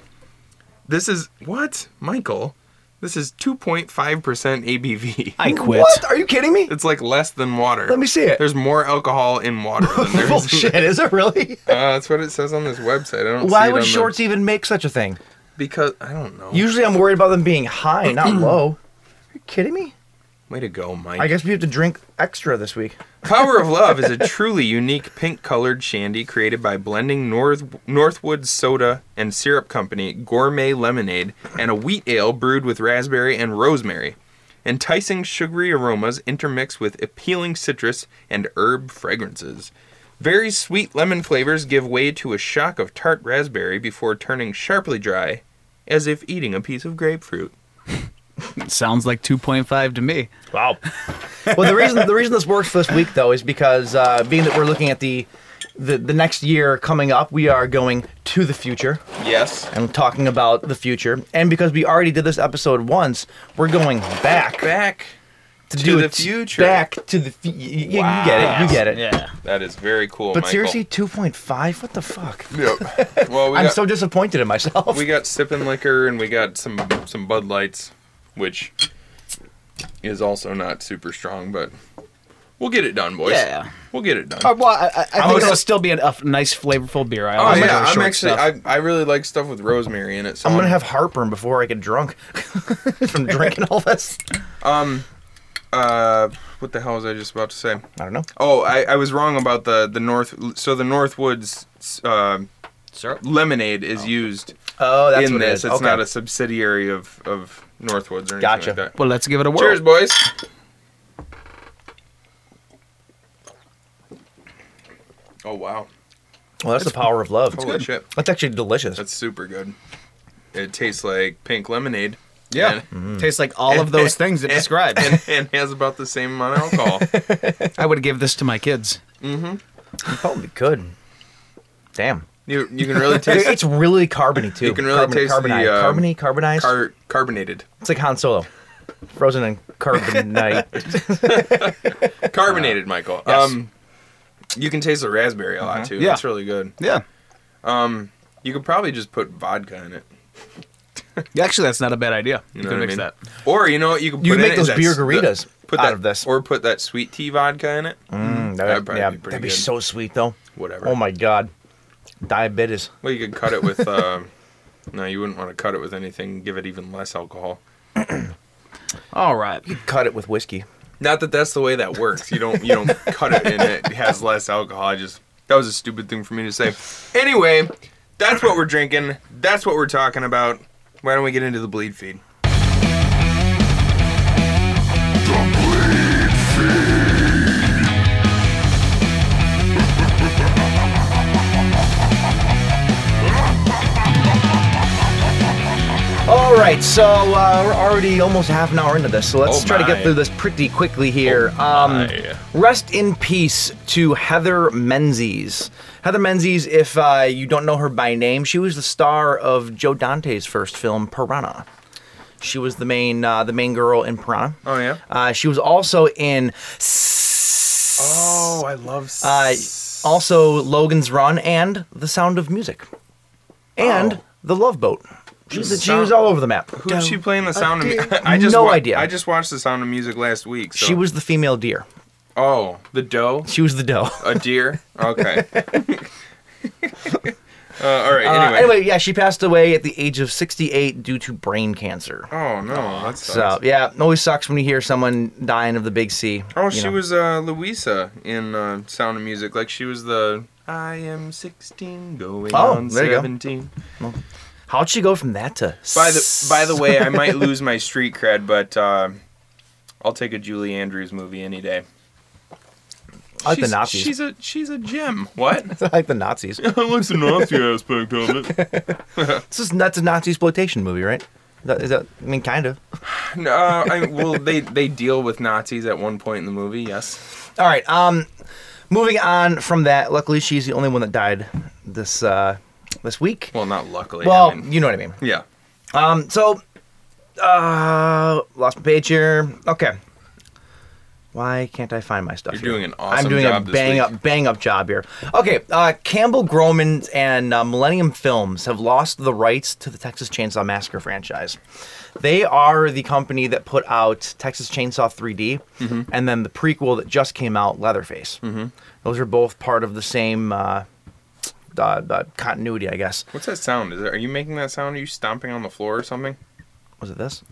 Speaker 2: This is what Michael. This is 2.5% ABV.
Speaker 5: I quit.
Speaker 4: What? Are you kidding me?
Speaker 2: It's like less than water.
Speaker 4: Let me see it.
Speaker 2: There's more alcohol in water than there is.
Speaker 4: Bullshit, is it really?
Speaker 2: Uh, that's what it says on this website. I don't. see
Speaker 4: Why
Speaker 2: it on
Speaker 4: would
Speaker 2: the-
Speaker 4: shorts even make such a thing?
Speaker 2: Because I don't know.
Speaker 4: Usually I'm worried about them being high, not low. Are you kidding me?
Speaker 2: Way to go, Mike.
Speaker 4: I guess we have to drink extra this week.
Speaker 2: Power of Love is a truly unique pink colored shandy created by blending North Northwood Soda and Syrup Company gourmet lemonade and a wheat ale brewed with raspberry and rosemary. Enticing sugary aromas intermixed with appealing citrus and herb fragrances. Very sweet lemon flavors give way to a shock of tart raspberry before turning sharply dry, as if eating a piece of grapefruit.
Speaker 5: Sounds like 2.5 to me.
Speaker 4: Wow. well, the reason the reason this works for this week though is because uh, being that we're looking at the the, the next year coming up, we are going to the future
Speaker 2: Yes.
Speaker 4: and talking about the future. And because we already did this episode once, we're going back
Speaker 2: Back.
Speaker 4: to,
Speaker 2: to
Speaker 4: do
Speaker 2: the
Speaker 4: it
Speaker 2: future.
Speaker 4: Back to the future. You,
Speaker 2: Wow.
Speaker 4: get it. You get it.
Speaker 5: Yeah.
Speaker 2: That is very cool.
Speaker 4: But
Speaker 2: Michael.
Speaker 4: seriously, 2.5? What the fuck?
Speaker 2: Yep. well, we
Speaker 4: I'm
Speaker 2: got,
Speaker 4: so disappointed in myself.
Speaker 2: we got sipping liquor and we got some some Bud Lights, which is also not super strong, but we'll get it done, boys.
Speaker 5: Yeah.
Speaker 2: We'll get it done.
Speaker 4: Oh,
Speaker 5: Uh, well, I, I, I think
Speaker 2: was-
Speaker 5: it'll still be an- a f- nice, flavorful beer. I
Speaker 2: oh
Speaker 5: always enjoy
Speaker 2: yeah, I'm
Speaker 5: short
Speaker 2: actually
Speaker 5: stuff.
Speaker 2: I, I really like stuff with rosemary in it. So
Speaker 4: I'm gonna have heartburn before I get drunk from drinking all this.
Speaker 2: uh what the hell was I just about to say?
Speaker 4: I don't know.
Speaker 2: Oh, I, I was wrong about the the north. So the Northwoods uh, lemonade is used
Speaker 4: Oh, that's
Speaker 2: in
Speaker 4: what it
Speaker 2: this.
Speaker 4: is.
Speaker 2: It's
Speaker 4: Okay.
Speaker 2: not a subsidiary of of Northwoods or anything
Speaker 4: Gotcha.
Speaker 2: like that.
Speaker 5: Well, let's give it a whirl.
Speaker 2: Cheers, boys. Oh wow,
Speaker 4: Well, that's the power of love.
Speaker 2: holy shit,
Speaker 4: That's actually delicious.
Speaker 2: that's super good. It tastes like pink lemonade.
Speaker 5: Yeah. Tastes like all of those things it described.
Speaker 2: and, and has about the same amount of alcohol.
Speaker 5: I would give this to my kids.
Speaker 4: You probably could. Damn.
Speaker 2: you you can really taste
Speaker 4: It's really carbony too.
Speaker 2: You can really taste the,
Speaker 4: carbonized.
Speaker 2: um,
Speaker 4: carbony, carbonized.
Speaker 2: car- carbonated,
Speaker 4: it's like Han Solo, frozen in carbonite.
Speaker 2: carbonated, Michael. Um, you can taste the raspberry a lot too.
Speaker 5: Yeah.
Speaker 2: That's really good.
Speaker 5: Yeah.
Speaker 2: You could probably just put vodka in it.
Speaker 5: Actually, that's not a bad idea. You,
Speaker 2: You know
Speaker 5: can
Speaker 2: what I
Speaker 5: mix
Speaker 2: mean?
Speaker 5: that.
Speaker 2: Or you know what you could
Speaker 4: You
Speaker 2: put
Speaker 4: can
Speaker 2: in
Speaker 4: make
Speaker 2: it is
Speaker 4: those
Speaker 2: that
Speaker 4: beer
Speaker 2: s- the-
Speaker 4: guritas
Speaker 2: put
Speaker 4: out
Speaker 2: that,
Speaker 4: of this.
Speaker 2: or put that sweet tea vodka in it.
Speaker 4: Mm,
Speaker 2: That'd
Speaker 4: that,
Speaker 2: probably
Speaker 4: yeah,
Speaker 2: be pretty
Speaker 4: that'd be
Speaker 2: good.
Speaker 4: so sweet though.
Speaker 2: Whatever.
Speaker 4: Oh my god, diabetes.
Speaker 2: Well, you could cut it with. Uh, no, you wouldn't want to cut it with anything. Give it even less alcohol.
Speaker 5: All right.
Speaker 4: Cut it with whiskey.
Speaker 2: Not that that's the way that works. You don't. You don't cut it and it has less alcohol. I just that was a stupid thing for me to say. Anyway, that's what we're drinking. That's what we're talking about. Why don't we get into the bleed feed?
Speaker 4: All right, so uh, we're already almost half an hour into this, so let's
Speaker 2: Oh
Speaker 4: try to
Speaker 2: my.
Speaker 4: get through this pretty quickly here. um,
Speaker 2: my.
Speaker 4: rest in peace to Heather Menzies. Heather Menzies, if uh, you don't know her by name, she was the star of Joe Dante's first film, Piranha. She was the main uh, the main girl in Piranha.
Speaker 2: Oh yeah.
Speaker 4: Uh, she was also in
Speaker 2: Oh, I love.
Speaker 4: uh, also Logan's Run and The Sound of Music, and
Speaker 2: Oh.
Speaker 4: The Love Boat. She's, she
Speaker 2: Sound-
Speaker 4: was all over the map.
Speaker 2: Who's she playing the sound of music? I
Speaker 4: No idea.
Speaker 2: I just watched the sound of music last week. So.
Speaker 4: She was the female deer.
Speaker 2: Oh, the doe.
Speaker 4: She was the doe.
Speaker 2: A deer. Okay. uh, all right.
Speaker 4: Uh,
Speaker 2: Anyway.
Speaker 4: anyway, yeah, she passed away at the age of 68 due to brain cancer.
Speaker 2: Oh no, that's
Speaker 4: So yeah, it always sucks when you hear someone dying of the big C.
Speaker 2: Oh,
Speaker 4: you
Speaker 2: she
Speaker 4: know.
Speaker 2: was uh, Louisa in uh, Sound of Music. Like she was the I am sixteen, going
Speaker 4: Oh,
Speaker 2: on
Speaker 4: there you go.
Speaker 2: seventeen.
Speaker 4: How'd she go from that to?
Speaker 2: By the by the way, I might lose my street cred, but uh, I'll take a Julie Andrews movie any day.
Speaker 4: I like the
Speaker 2: she's,
Speaker 4: Nazis.
Speaker 2: She's a she's a gem. What?
Speaker 4: I like the Nazis.
Speaker 2: I like the Nazi aspect of it.
Speaker 4: this is that's a Nazi exploitation movie, right? That, is that I mean, kind of.
Speaker 2: No, I, well, they they deal with Nazis at one point in the movie. Yes.
Speaker 4: All right. Um, moving on from that. Luckily, she's the only one that died this uh this week.
Speaker 2: Well, not luckily. I
Speaker 4: Well,
Speaker 2: mean-
Speaker 4: you know what I mean.
Speaker 2: yeah.
Speaker 4: Um, so, uh, lost my page here. Okay. Why can't I find my stuff?
Speaker 2: You're
Speaker 4: here?
Speaker 2: doing an awesome
Speaker 4: I'm doing
Speaker 2: job
Speaker 4: a
Speaker 2: this
Speaker 4: bang
Speaker 2: week.
Speaker 4: up, bang up job here. Okay, uh, Campbell Groman and uh, Millennium Films have lost the rights to the Texas Chainsaw Massacre franchise. They are the company that put out Texas Chainsaw 3D
Speaker 2: Mm-hmm.
Speaker 4: and then the prequel that just came out, Leatherface. Mm-hmm. Those are both part of the same uh, uh, uh, continuity, I guess.
Speaker 2: What's that sound? Is it, are you making that sound? Are you stomping on the floor or something?
Speaker 4: Was it this?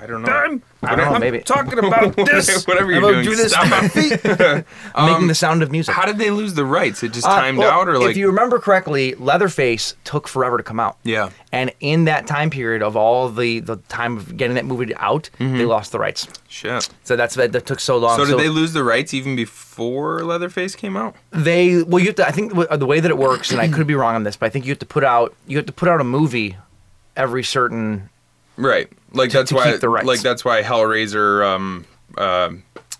Speaker 2: I don't know.
Speaker 4: I don't know. Maybe
Speaker 5: Talking about this.
Speaker 2: Whatever you're
Speaker 5: I'm gonna
Speaker 2: doing,
Speaker 5: do this
Speaker 2: stop.
Speaker 5: to my feet.
Speaker 4: making the sound of music.
Speaker 2: Um, How did they lose the rights? It just
Speaker 4: Uh,
Speaker 2: timed
Speaker 4: well,
Speaker 2: out, or like
Speaker 4: if you remember correctly, Leatherface took forever to come out.
Speaker 2: Yeah.
Speaker 4: And in that time period of all the the time of getting that movie out, they lost the rights.
Speaker 2: shit.
Speaker 4: So that's that, that took Um, so long.
Speaker 2: Mm-hmm. So did they lose the rights even before Leatherface came out?
Speaker 4: they well, you have to. I think w- the way that it works, and I could be wrong on this, but I think you have to put out you have to put out a movie every certain
Speaker 2: Right. Like that's
Speaker 4: to
Speaker 2: why.
Speaker 4: keep the rights.
Speaker 2: Like that's why Hellraiser. Um, uh,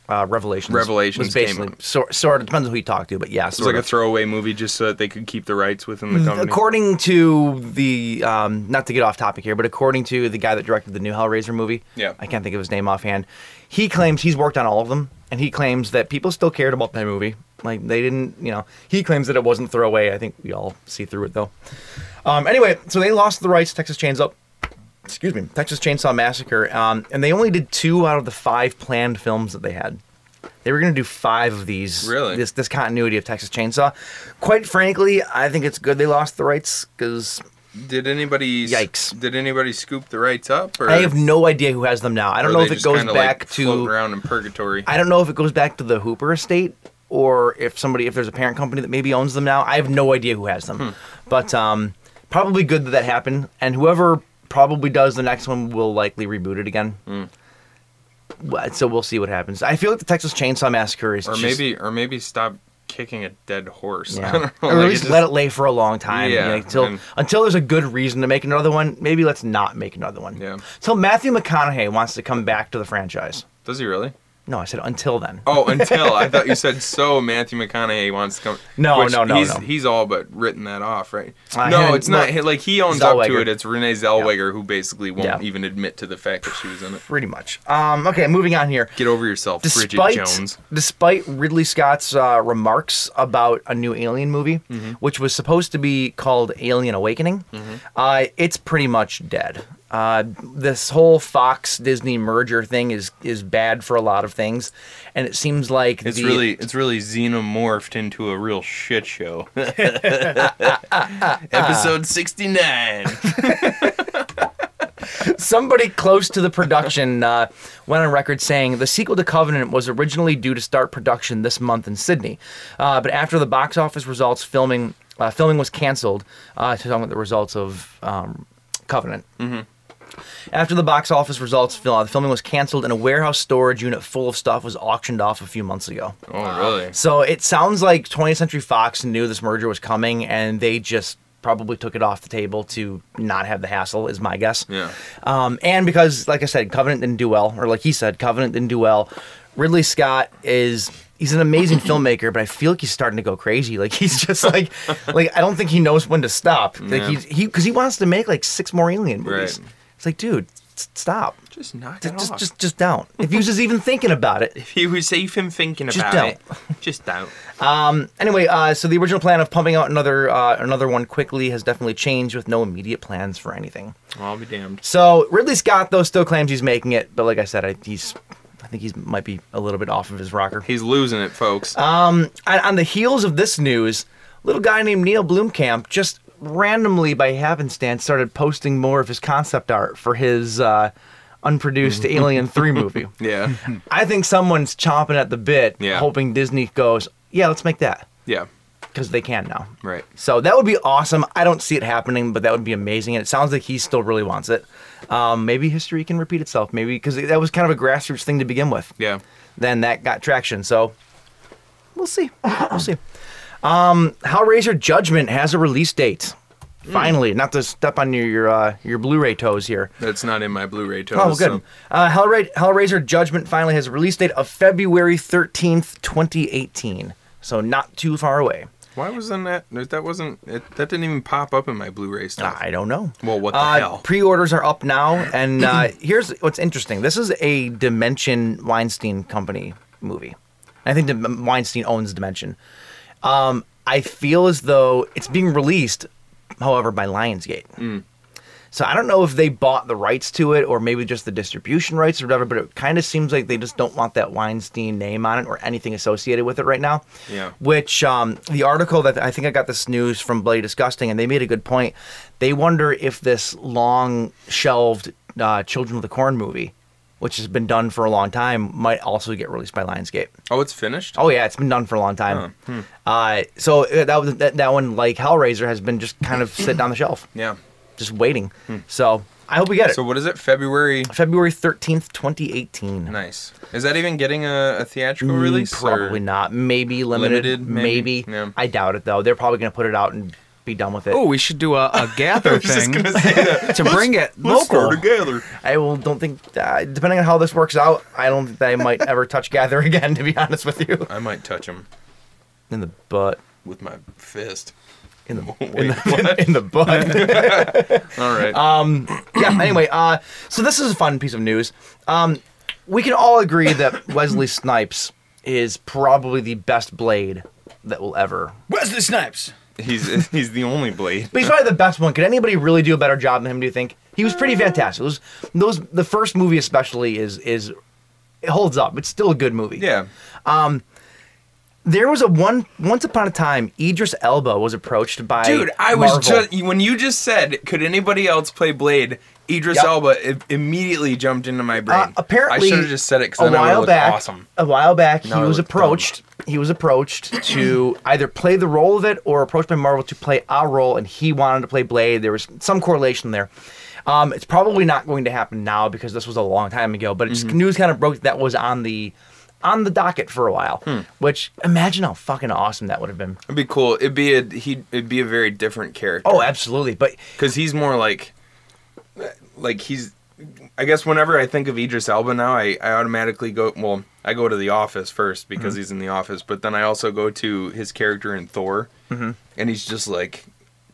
Speaker 4: uh, Revelations.
Speaker 2: Revelations
Speaker 4: was
Speaker 2: came
Speaker 4: basically
Speaker 2: up.
Speaker 4: sort sort of depends on who you talk to, but yeah,
Speaker 2: It's like
Speaker 4: sort
Speaker 2: a
Speaker 4: of. Mm,
Speaker 2: throwaway movie just so that they could keep the rights within the company.
Speaker 4: According to the, um, not to get off topic here, but according to the guy that directed the new Hellraiser movie,
Speaker 2: Yeah.
Speaker 4: I can't think of his name offhand. He claims he's worked on all of them, and he claims that people still cared about that movie. Like they didn't, you know. He claims that it wasn't throwaway. I think we all see through it though. Um, anyway, so they lost the rights to Texas Chainsaw. Excuse me, Texas Chainsaw Massacre, um, and they only did two out of the five planned films that they had. They were going to do five of these.
Speaker 2: Really?
Speaker 4: This this continuity of Texas Chainsaw. Quite frankly, I think it's good they lost the rights because
Speaker 2: Did anybody? s-
Speaker 4: Yikes.
Speaker 2: Did anybody scoop the rights up? Or
Speaker 4: I have no idea who has them now. I don't
Speaker 2: or
Speaker 4: know
Speaker 2: they
Speaker 4: if it
Speaker 2: just
Speaker 4: goes
Speaker 2: kinda,
Speaker 4: back
Speaker 2: like,
Speaker 4: to
Speaker 2: floating around in purgatory.
Speaker 4: I don't know if it goes back to the Hooper estate or if somebody, if there's a parent company that maybe owns them now. I have no idea who has them,
Speaker 2: Hmm.
Speaker 4: but um, probably good that that happened. And whoever probably does the next one will likely reboot it again.
Speaker 2: Hmm.
Speaker 4: Well, So we'll see what happens. I feel like the Texas Chainsaw Massacre is,
Speaker 2: or
Speaker 4: just-
Speaker 2: maybe, or maybe stop kicking a dead horse. I
Speaker 4: yeah.
Speaker 2: don't know,
Speaker 4: or
Speaker 2: like,
Speaker 4: at
Speaker 2: it
Speaker 4: least
Speaker 2: just-
Speaker 4: let it lay for a long time.
Speaker 2: Yeah,
Speaker 4: Yeah, until
Speaker 2: and-
Speaker 4: until there's a good reason to make another one. Maybe let's not make another one.
Speaker 2: Yeah.
Speaker 4: Until Matthew McConaughey wants to come back to the franchise.
Speaker 2: Does he really?
Speaker 4: No, I said until then.
Speaker 2: Oh, until I thought you said so. Matthew McConaughey wants to come.
Speaker 4: No,
Speaker 2: which
Speaker 4: no, no,
Speaker 2: He's
Speaker 4: no.
Speaker 2: he's all but written that off, right?
Speaker 4: I
Speaker 2: no,
Speaker 4: had-
Speaker 2: it's not.
Speaker 4: no,
Speaker 2: he- Like he owns up to
Speaker 4: Zellweger.
Speaker 2: it. It's Renee Zellweger who basically won't
Speaker 4: Yeah.
Speaker 2: even admit to the fact that she was in it.
Speaker 4: Pretty much. Um, okay, moving on here.
Speaker 2: Get over yourself,
Speaker 4: despite
Speaker 2: Bridget Jones.
Speaker 4: despite Ridley Scott's uh, remarks about a new Alien movie,
Speaker 2: Mm-hmm.
Speaker 4: which was supposed to be called Alien Awakening, uh, it's pretty much dead. Uh, this whole Fox Disney merger thing is is bad for a lot of things, and it seems like
Speaker 2: It's
Speaker 4: the,
Speaker 2: really it's really xenomorphed into a real shit show. Episode sixty nine.
Speaker 4: somebody close to the production uh, went on record saying the sequel to Covenant was originally due to start production this month in Sydney, uh, but after the box office results, filming uh, filming was canceled uh, to talk about the results of um, Covenant. After the box office results, fil- uh, the filming was canceled, and a warehouse storage unit full of stuff was auctioned off a few months ago.
Speaker 2: Oh really?
Speaker 4: So it sounds like 20th Century Fox knew this merger was coming, and they just probably took it off the table to not have the hassle, is my guess.
Speaker 2: Yeah.
Speaker 4: Um, and because, like I said, Covenant didn't do well, or like he said, Covenant didn't do well. Ridley Scott is he's an amazing filmmaker, but I feel like he's starting to go crazy. Like he's just like like I don't think he knows when to stop. Like
Speaker 2: Yeah.
Speaker 4: he's he because he wants to make like six more Alien movies.
Speaker 2: Right.
Speaker 4: It's like, dude, s- stop.
Speaker 2: Just knock
Speaker 4: Just
Speaker 2: it
Speaker 4: just
Speaker 2: off.
Speaker 4: just, just don't. If he was just even thinking about it,
Speaker 2: he was even thinking
Speaker 4: Just
Speaker 2: about
Speaker 4: don't.
Speaker 2: it. Just don't.
Speaker 4: Anyway, uh, so the original plan of pumping out another uh, another one quickly has definitely changed with no immediate plans for anything.
Speaker 2: I'll be damned.
Speaker 4: So Ridley Scott though still claims he's making it, but like I said, I, he's I think he's might be a little bit off of his rocker.
Speaker 2: He's losing it, folks.
Speaker 4: Um, On, on the heels of this news, little guy named Neil Blomkamp just randomly by happenstance started posting more of his concept art for his uh, unproduced Alien Three movie.
Speaker 2: yeah.
Speaker 4: I think someone's chomping at the bit,
Speaker 2: Yeah.
Speaker 4: hoping Disney goes, yeah, let's make that
Speaker 2: Yeah.
Speaker 4: because they can now.
Speaker 2: Right.
Speaker 4: So that would be awesome. I don't see it happening, but that would be amazing. And it sounds like he still really wants it. Um, maybe history can repeat itself. Maybe because that was kind of a grassroots thing to begin with.
Speaker 2: Yeah.
Speaker 4: Then that got traction. So we'll see. We'll see. Um, Hellraiser Judgment has a release date. Finally, not to step on your your, uh, your Blu-ray toes here.
Speaker 2: That's not in my Blu-ray total.
Speaker 4: Oh, good. Uh, Hellra- Hellraiser Judgment finally has a release date of February 13th, 2018. So not too far away.
Speaker 2: why wasn't that? That wasn't. It, that didn't even pop up in my Blu-ray stuff.
Speaker 4: I don't know.
Speaker 2: Well, what the
Speaker 4: uh,
Speaker 2: hell?
Speaker 4: Pre-orders are up now, and uh, here's what's interesting. This is a Dimension Weinstein company movie. I think Dim- Weinstein owns Dimension. Um, I feel as though it's being released, however, by Lionsgate. So I don't know if they bought the rights to it or maybe just the distribution rights or whatever, but it kind of seems like they just don't want that Weinstein name on it or anything associated with it right now.
Speaker 2: Yeah.
Speaker 4: Which um, the article that I think I got this news from Bloody Disgusting, and they made a good point. They wonder if this long shelved uh, Children of the Corn movie, which has been done for a long time, might also get released by Lionsgate.
Speaker 2: oh, it's finished.
Speaker 4: Oh yeah, it's been done for a long time. Uh, so uh, that, was- that that one, like Hellraiser, has been just kind of sitting on the shelf,
Speaker 2: Yeah.
Speaker 4: just waiting. So I hope we get it.
Speaker 2: So what is it? February.
Speaker 4: February thirteenth, twenty eighteen.
Speaker 2: Nice. Is that even getting a, a theatrical release? or-
Speaker 4: Mm, Probably not. Maybe limited.
Speaker 2: Limited, maybe?
Speaker 4: maybe.
Speaker 2: Yeah.
Speaker 4: I doubt it though. They're probably going to put it out in be done with it.
Speaker 5: Oh, we should do a, a gather thing to bring it local.
Speaker 2: Let's start together.
Speaker 4: I will don't think uh, depending on how this works out, I don't think that I might ever touch Gather again. To be honest with you,
Speaker 2: I might touch him
Speaker 4: in the butt,
Speaker 2: with my fist.
Speaker 4: in the
Speaker 2: Wait, what?
Speaker 4: in the butt.
Speaker 2: All right.
Speaker 4: Um, yeah. Anyway, uh, so this is a fun piece of news. Um, we can all agree that Wesley Snipes is probably the best Blade that will ever.
Speaker 7: Wesley Snipes.
Speaker 2: he's he's the only blade.
Speaker 4: But he's probably the best one. Could anybody really do a better job than him? Do you think? He was pretty fantastic. It was, those the first movie especially is is it holds up. It's still a good movie.
Speaker 2: Yeah.
Speaker 4: There was a one once upon a time Idris Elba was approached by
Speaker 2: Dude, I was
Speaker 4: Marvel.
Speaker 2: just when you just said, could anybody else play Blade? Idris
Speaker 4: Yep.
Speaker 2: Elba i- immediately jumped into my brain.
Speaker 4: Uh, apparently
Speaker 2: I should have just said
Speaker 4: a
Speaker 2: it because then I
Speaker 4: while
Speaker 2: would
Speaker 4: back.
Speaker 2: awesome.
Speaker 4: A while back,
Speaker 2: Now I
Speaker 4: he was
Speaker 2: look
Speaker 4: approached. He was approached to either play the role of it or approached by Marvel to play a role, and he wanted to play Blade. There was some correlation there. Um, it's probably not going to happen now because this was a long time ago. But it's,
Speaker 2: Mm-hmm.
Speaker 4: news kind of broke that that was on the on the docket for a while.
Speaker 2: Hmm.
Speaker 4: Which imagine how fucking awesome that would have been.
Speaker 2: It'd be cool. It'd be a he. It'd be a very different character.
Speaker 4: Oh, absolutely. But
Speaker 2: because he's more like, like he's. I guess whenever I think of Idris Elba now, I, I automatically go. Well, I go to The Office first because
Speaker 4: Mm-hmm.
Speaker 2: he's in The Office, but then I also go to his character in Thor, and he's just like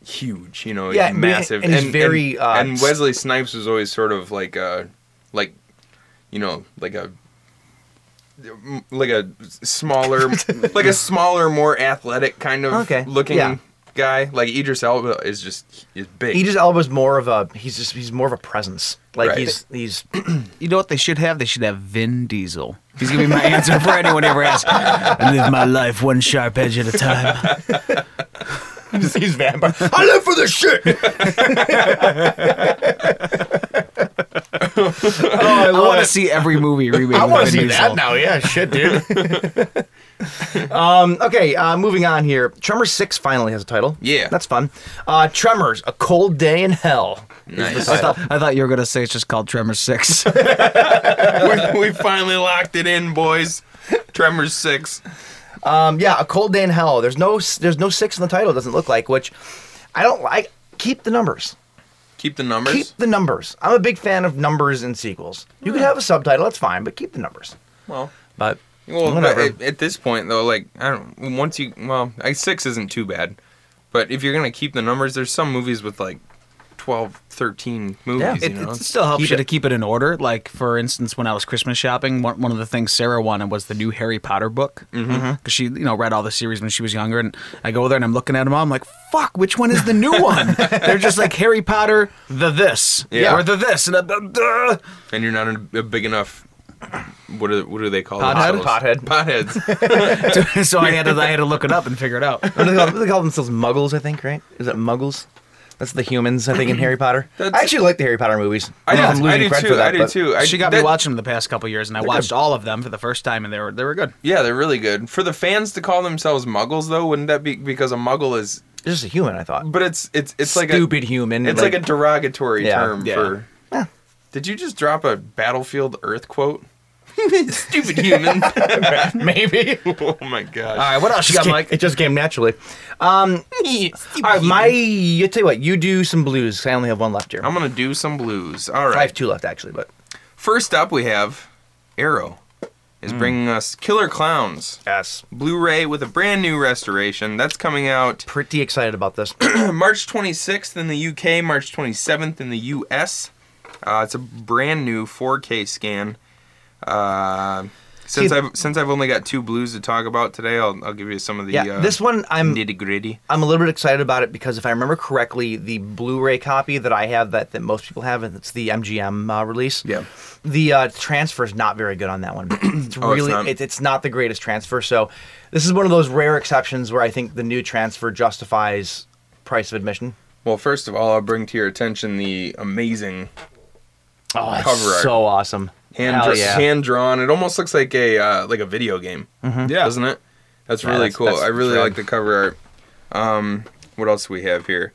Speaker 2: huge, you know,
Speaker 4: Mm-hmm. Yeah,
Speaker 2: he's
Speaker 4: but he-
Speaker 2: massive,
Speaker 4: and he's very,
Speaker 2: and,
Speaker 4: uh,
Speaker 2: and Wesley Snipes was always sort of like a, like, you know, like a like a smaller, like a smaller, more athletic kind of
Speaker 4: Okay,
Speaker 2: looking
Speaker 4: yeah.
Speaker 2: guy. Like Idris Elba is just is big.
Speaker 4: Idris Elba's more of a he's just he's more of a presence. Like
Speaker 2: Right.
Speaker 4: he's he's
Speaker 5: You know what they should have? They should have Vin Diesel. He's gonna be my answer for anyone who ever asks. I live my life one sharp edge at a time.
Speaker 4: he's vampire.
Speaker 2: I live for this shit. Oh,
Speaker 5: I want to see every movie remade. with
Speaker 4: wanna
Speaker 5: Vin Diesel.
Speaker 4: now. Yeah, shit, dude. um, okay, uh, moving on here. Tremors 6 finally has a title.
Speaker 2: Yeah.
Speaker 4: That's fun. Uh, Tremors, A Cold Day in Hell.
Speaker 2: Nice.
Speaker 5: I thought, I thought you were gonna say it's just called Tremors Six.
Speaker 2: we, we finally locked it in, boys. Tremors six.
Speaker 4: Um, yeah, A Cold Day in Hell. There's no there's no 6 in the title, it doesn't look like, which I don't like. Keep the numbers.
Speaker 2: Keep the numbers.
Speaker 4: Keep the numbers. I'm a big fan of numbers in sequels. You could have a subtitle, that's fine, but keep the numbers.
Speaker 2: well,
Speaker 4: Hmm. But
Speaker 2: well. But
Speaker 4: whatever.
Speaker 2: at, at this point, though, like I don't. Once you, well, I, six isn't too bad. But if you're gonna keep the numbers, there's some movies with like 12, 13 movies.
Speaker 5: It,
Speaker 2: you know?
Speaker 5: it still helps
Speaker 4: Keep
Speaker 5: you
Speaker 4: it-
Speaker 5: to keep it in order. Like for instance, when I was Christmas shopping, one, one of the things Sarah wanted was the new Harry Potter book because she, you know, read all the series when she was younger. And I go there and I'm looking at them all. I'm like, "Fuck, which one is the new one?" They're just like Harry Potter, the this,
Speaker 2: Yeah.
Speaker 5: or the this, and a, duh, duh.
Speaker 2: and you're not a, a big enough. What do what do they call
Speaker 4: Pothead?
Speaker 2: themselves? Potheads.
Speaker 5: so I had to I had to look it up and figure it out.
Speaker 4: What do they, call, what do they call themselves? Muggles, I think, right? Is it Muggles? That's the humans, I think, in Harry Potter.
Speaker 2: That's-
Speaker 4: I actually like the Harry Potter movies.
Speaker 2: I, do,
Speaker 4: don't know if I'm
Speaker 2: I
Speaker 4: losing
Speaker 2: do
Speaker 4: cred
Speaker 2: too.
Speaker 4: for that,
Speaker 2: I do
Speaker 4: but-
Speaker 2: too. I,
Speaker 5: She got me
Speaker 2: that-
Speaker 5: watching them the past couple years, and I watched all of them for the first time, and they were they were good.
Speaker 2: Yeah, they're really good. For the fans to call themselves muggles, though, wouldn't that be because a muggle is?
Speaker 4: It's just a human, I thought.
Speaker 2: But it's it's it's like
Speaker 4: Stupid
Speaker 2: a,
Speaker 4: human.
Speaker 2: It's like, a derogatory
Speaker 4: Yeah.
Speaker 2: term
Speaker 5: Yeah.
Speaker 2: for. Did you just drop a Battlefield Earth quote? Stupid human.
Speaker 4: maybe.
Speaker 2: oh my gosh.
Speaker 5: All right, what else you got, Mike?
Speaker 4: It just came naturally. Um, all right, my. You tell you what. You do some blues. 'cause I only have one left here.
Speaker 2: I'm gonna do some blues. All
Speaker 4: I have
Speaker 2: right.
Speaker 4: two left actually, but
Speaker 2: First up, we have Arrow. Is bringing us Killer Clowns
Speaker 4: yes,
Speaker 2: Blu-ray with a brand new restoration that's coming out
Speaker 4: pretty excited about this.
Speaker 2: March 26th in the UK, March 27th in the US. Uh, it's a brand new 4K scan. Uh, since
Speaker 4: See-
Speaker 2: I've since I've only got two blues to talk about today, I'll, I'll give you some of the
Speaker 4: yeah,
Speaker 2: uh,
Speaker 4: this one I'm
Speaker 2: nitty gritty.
Speaker 4: I'm a little bit excited about it because if I remember correctly, the Blu-ray copy that I have that that most people have, and it's the MGM uh, release.
Speaker 2: Yeah.
Speaker 4: The uh, transfer is not very good on that one. It's
Speaker 2: Oh, it's
Speaker 4: really
Speaker 2: not?
Speaker 4: it- it's not the greatest transfer. So this is one of those rare exceptions where I think the new transfer justifies price of admission.
Speaker 2: Well, first of all, I'll bring to your attention the amazing
Speaker 4: Oh, that's
Speaker 2: Cover art.
Speaker 4: so awesome.
Speaker 2: hand
Speaker 4: Hell
Speaker 2: dra-
Speaker 4: yeah.
Speaker 2: hand drawn. It almost looks like a uh, like a video game. Yeah, doesn't it? That's really
Speaker 4: that's-
Speaker 2: cool.
Speaker 4: that's
Speaker 2: I really
Speaker 4: rad.
Speaker 2: like the cover art. Um, what else do we have here?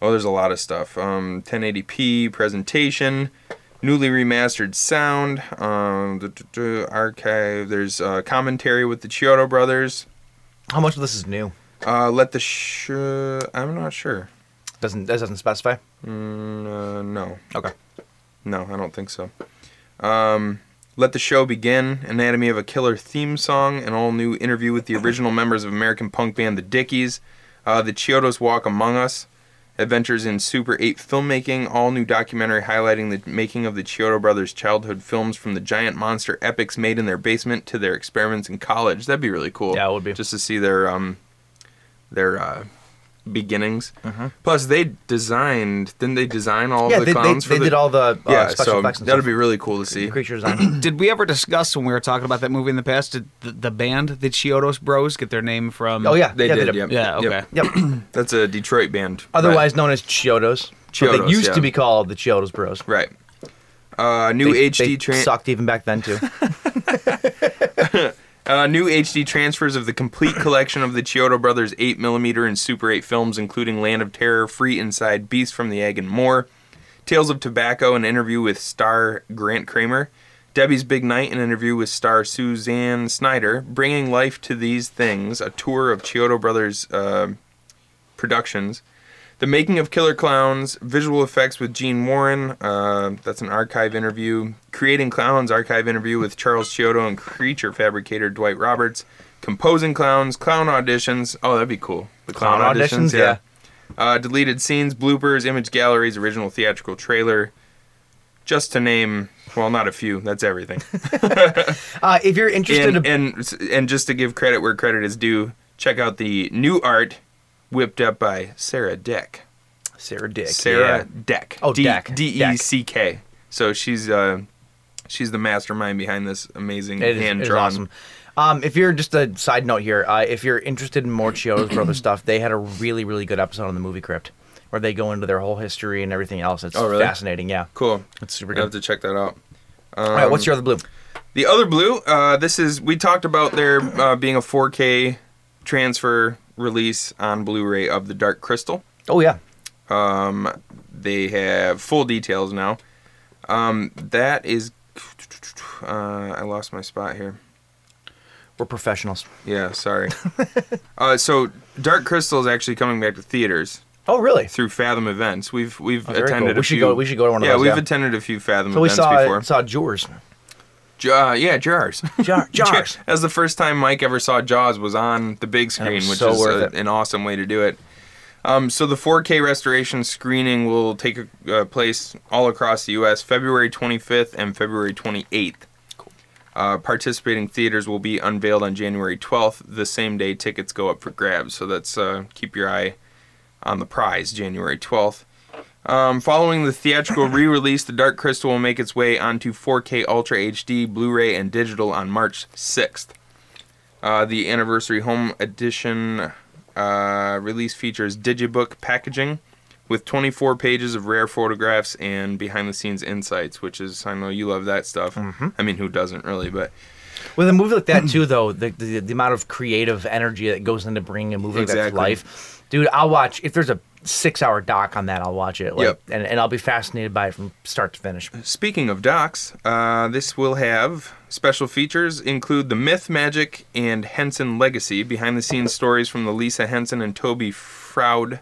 Speaker 2: Oh, there's a lot of stuff. Um, 1080p presentation, newly remastered sound, um, duh, duh, duh, archive. There's uh, commentary with the Chiodo brothers.
Speaker 4: How much of this is new?
Speaker 2: Uh, let the sh. I'm not sure.
Speaker 4: Doesn't that doesn't specify?
Speaker 2: Uh, no,
Speaker 4: Okay.
Speaker 2: no, I don't think so. Um, let the show begin. Anatomy of a Killer theme song. An all new interview with the original members of American punk band The Dickies. Uh, the Chiodos Walk Among Us. Adventures in Super 8 filmmaking. All new documentary highlighting the making of the Chiodo brothers' childhood films, from the giant monster epics made in their basement to their experiments in college. That'd be really cool.
Speaker 4: Yeah, it would be.
Speaker 2: Just to see their um, their uh, beginnings. Plus, they designed. Didn't they design all
Speaker 4: Mm-hmm. yeah,
Speaker 2: of the
Speaker 4: they, they,
Speaker 2: clowns for
Speaker 4: they
Speaker 2: the?
Speaker 4: did all the uh,
Speaker 2: yeah,
Speaker 4: special
Speaker 2: so
Speaker 4: effects and
Speaker 2: that'd
Speaker 4: stuff.
Speaker 2: be really cool to see.
Speaker 4: creatures on.
Speaker 5: Did we ever discuss when we were talking about that movie in the past? Did the, the band, the Chiodos Bros, get their name from?
Speaker 4: oh yeah,
Speaker 2: They
Speaker 4: yeah,
Speaker 2: did.
Speaker 4: Yep.
Speaker 2: yep.
Speaker 5: Yeah,
Speaker 2: yep.
Speaker 5: okay.
Speaker 2: That's a Detroit band.
Speaker 4: Otherwise known as Chiodos. But
Speaker 2: Chiodos,
Speaker 4: they used
Speaker 2: yeah.
Speaker 4: to be called the Chiodos Bros.
Speaker 2: right? right. Uh, new
Speaker 4: They- they
Speaker 2: HD tra-
Speaker 4: sucked even back then too.
Speaker 2: Uh, new HD transfers of the complete collection of the Chiodo Brothers 8mm and Super 8 films, including Land of Terror, Free Inside, Beast from the Egg, and more. Tales of Tobacco, an interview with star Grant Kramer. Debbie's Big Night, an interview with star Suzanne Snyder. Bringing Life to These Things, a tour of Chiodo Brothers uh, productions. The Making of Killer Clowns, visual effects with Gene Warren. Uh, that's an archive interview. Creating Clowns, archive interview with Charles Chiodo and creature fabricator Dwight Roberts. Composing Clowns, clown auditions. Oh, that'd be cool. The
Speaker 4: Clown auditions, yeah.
Speaker 2: Uh, deleted scenes, bloopers, image galleries, original theatrical trailer. Just to name, well, not a few. That's everything.
Speaker 4: Uh, if you're interested,
Speaker 2: and, and and just to give credit where credit is due, check out the new art whipped up by Sarah Deck.
Speaker 4: Sarah Dick.
Speaker 2: Sarah
Speaker 4: yeah.
Speaker 2: Deck.
Speaker 4: Oh,
Speaker 2: D-
Speaker 4: Deck.
Speaker 2: D E C K. So she's uh, she's the mastermind behind this amazing
Speaker 4: It is,
Speaker 2: hand
Speaker 4: it is
Speaker 2: drawn.
Speaker 4: awesome. Um, if you're just a side note here, uh, if you're interested in more Chiodos Brothers stuff, they had a really, really good episode on the movie crypt where they go into their whole history and everything else. It's
Speaker 2: Oh, really?
Speaker 4: fascinating. Yeah.
Speaker 2: Cool.
Speaker 4: That's super
Speaker 2: I have to check that out.
Speaker 4: All right. What's
Speaker 2: Um,
Speaker 4: your other blue?
Speaker 2: The other blue. Uh, this is we talked about there uh, being a 4K transfer release on Blu-ray of The Dark Crystal.
Speaker 4: Oh yeah.
Speaker 2: Um, they have full details now. Um, that is. Uh, I lost my spot here.
Speaker 4: We're professionals.
Speaker 2: Yeah, sorry. uh, so Dark Crystal is actually coming back to theaters
Speaker 4: Oh really?
Speaker 2: through Fathom events. We've we've
Speaker 4: Oh, very
Speaker 2: attended.
Speaker 4: cool. We
Speaker 2: a
Speaker 4: should
Speaker 2: few,
Speaker 4: go- we should go to one of
Speaker 2: yeah,
Speaker 4: those,
Speaker 2: we've
Speaker 4: yeah.
Speaker 2: attended a few Fathom
Speaker 4: So we
Speaker 2: events
Speaker 4: saw
Speaker 2: before.
Speaker 4: saw Jewers.
Speaker 2: J- uh, yeah, Jars.
Speaker 4: Jar- Jars.
Speaker 2: That's the first time Mike ever saw Jaws was on the big
Speaker 4: And it was
Speaker 2: screen, which
Speaker 4: so
Speaker 2: is
Speaker 4: worth
Speaker 2: a-
Speaker 4: it.
Speaker 2: an awesome way to do it. Um, so the 4K restoration screening will take uh, place all across the U.S. February 25th and February 28th. Uh, participating theaters will be unveiled on January 12th. The same day, tickets go up for grabs. So that's uh, keep your eye on the prize January 12th. Um, following the theatrical re release, The Dark Crystal will make its way onto 4K Ultra HD, Blu ray, and digital on March 6th. Uh, the Anniversary Home Edition uh, release features Digibook packaging with 24 pages of rare photographs and behind the scenes insights, which is, I know you love that stuff. I mean, who doesn't really? But
Speaker 4: With a movie like that too, though, the, the the amount of creative energy that goes into bringing a movie like that to
Speaker 2: Exactly.
Speaker 4: life, dude. I'll watch if there's a six hour doc on that. I'll watch it. Like,
Speaker 2: Yep.
Speaker 4: And and I'll be fascinated by it from start to finish.
Speaker 2: Speaking of docs, uh, this will have special features include the Myth, Magic, and Henson Legacy, behind-the-scenes stories from the Lisa Henson and Toby Froud.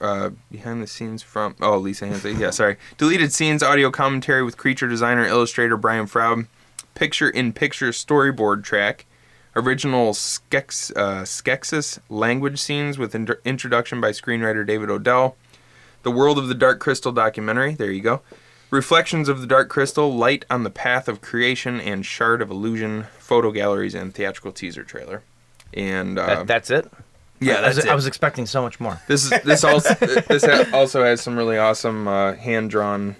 Speaker 2: Uh, behind the scenes from oh Lisa Henson, yeah, sorry. Deleted scenes, audio commentary with creature designer illustrator Brian Froud, picture-in-picture storyboard track, original Skex, uh, Skexis language scenes with inter- introduction by screenwriter David Odell. The World of the Dark Crystal documentary. There you go. Reflections of the Dark Crystal, Light on the Path of Creation, and Shard of Illusion, photo galleries, and theatrical teaser trailer. And uh,
Speaker 4: That, that's it.
Speaker 2: yeah,
Speaker 4: I
Speaker 2: that's
Speaker 4: was,
Speaker 2: it.
Speaker 4: I was expecting so much more.
Speaker 2: this is this also this ha- also has some really awesome uh, hand drawn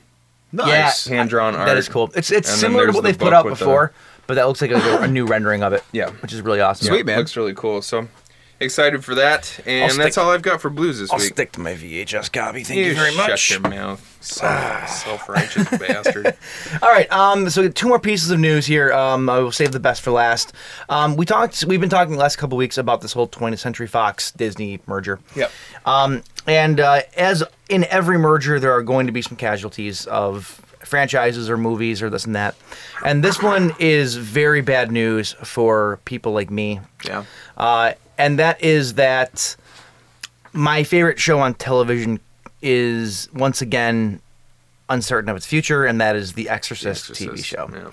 Speaker 5: Nice.
Speaker 2: hand drawn art.
Speaker 4: That is cool. It's it's
Speaker 2: And then
Speaker 4: similar to
Speaker 2: there's
Speaker 4: what
Speaker 2: the
Speaker 4: they've put
Speaker 2: book
Speaker 4: out
Speaker 2: with the-
Speaker 4: before, but that looks like a, a new rendering of it.
Speaker 2: Yeah.
Speaker 4: which is really awesome.
Speaker 5: Sweet, man.
Speaker 2: Looks really cool. So excited for that, and
Speaker 4: I'll
Speaker 2: that's
Speaker 4: stick-
Speaker 2: all I've got for blues this
Speaker 4: I'll
Speaker 2: week.
Speaker 4: stick to my VHS copy. Thank you, very
Speaker 2: shut
Speaker 4: much.
Speaker 2: your mouth,
Speaker 5: Ah.
Speaker 2: self righteous bastard.
Speaker 4: All right. Um, so two more pieces of news here. Um, I will save the best for last. Um, we talked. We've been talking the last couple weeks about this whole 20th Century Fox Disney merger.
Speaker 2: Yep.
Speaker 4: Um, and uh, as in every merger, there are going to be some casualties of franchises or movies or this and that. And this one is very bad news for people like me.
Speaker 2: Yeah.
Speaker 4: Uh, and that is that my favorite show on television is once again uncertain of its future, and that is The Exorcist, TV
Speaker 2: Exorcist,
Speaker 4: show.
Speaker 2: yeah.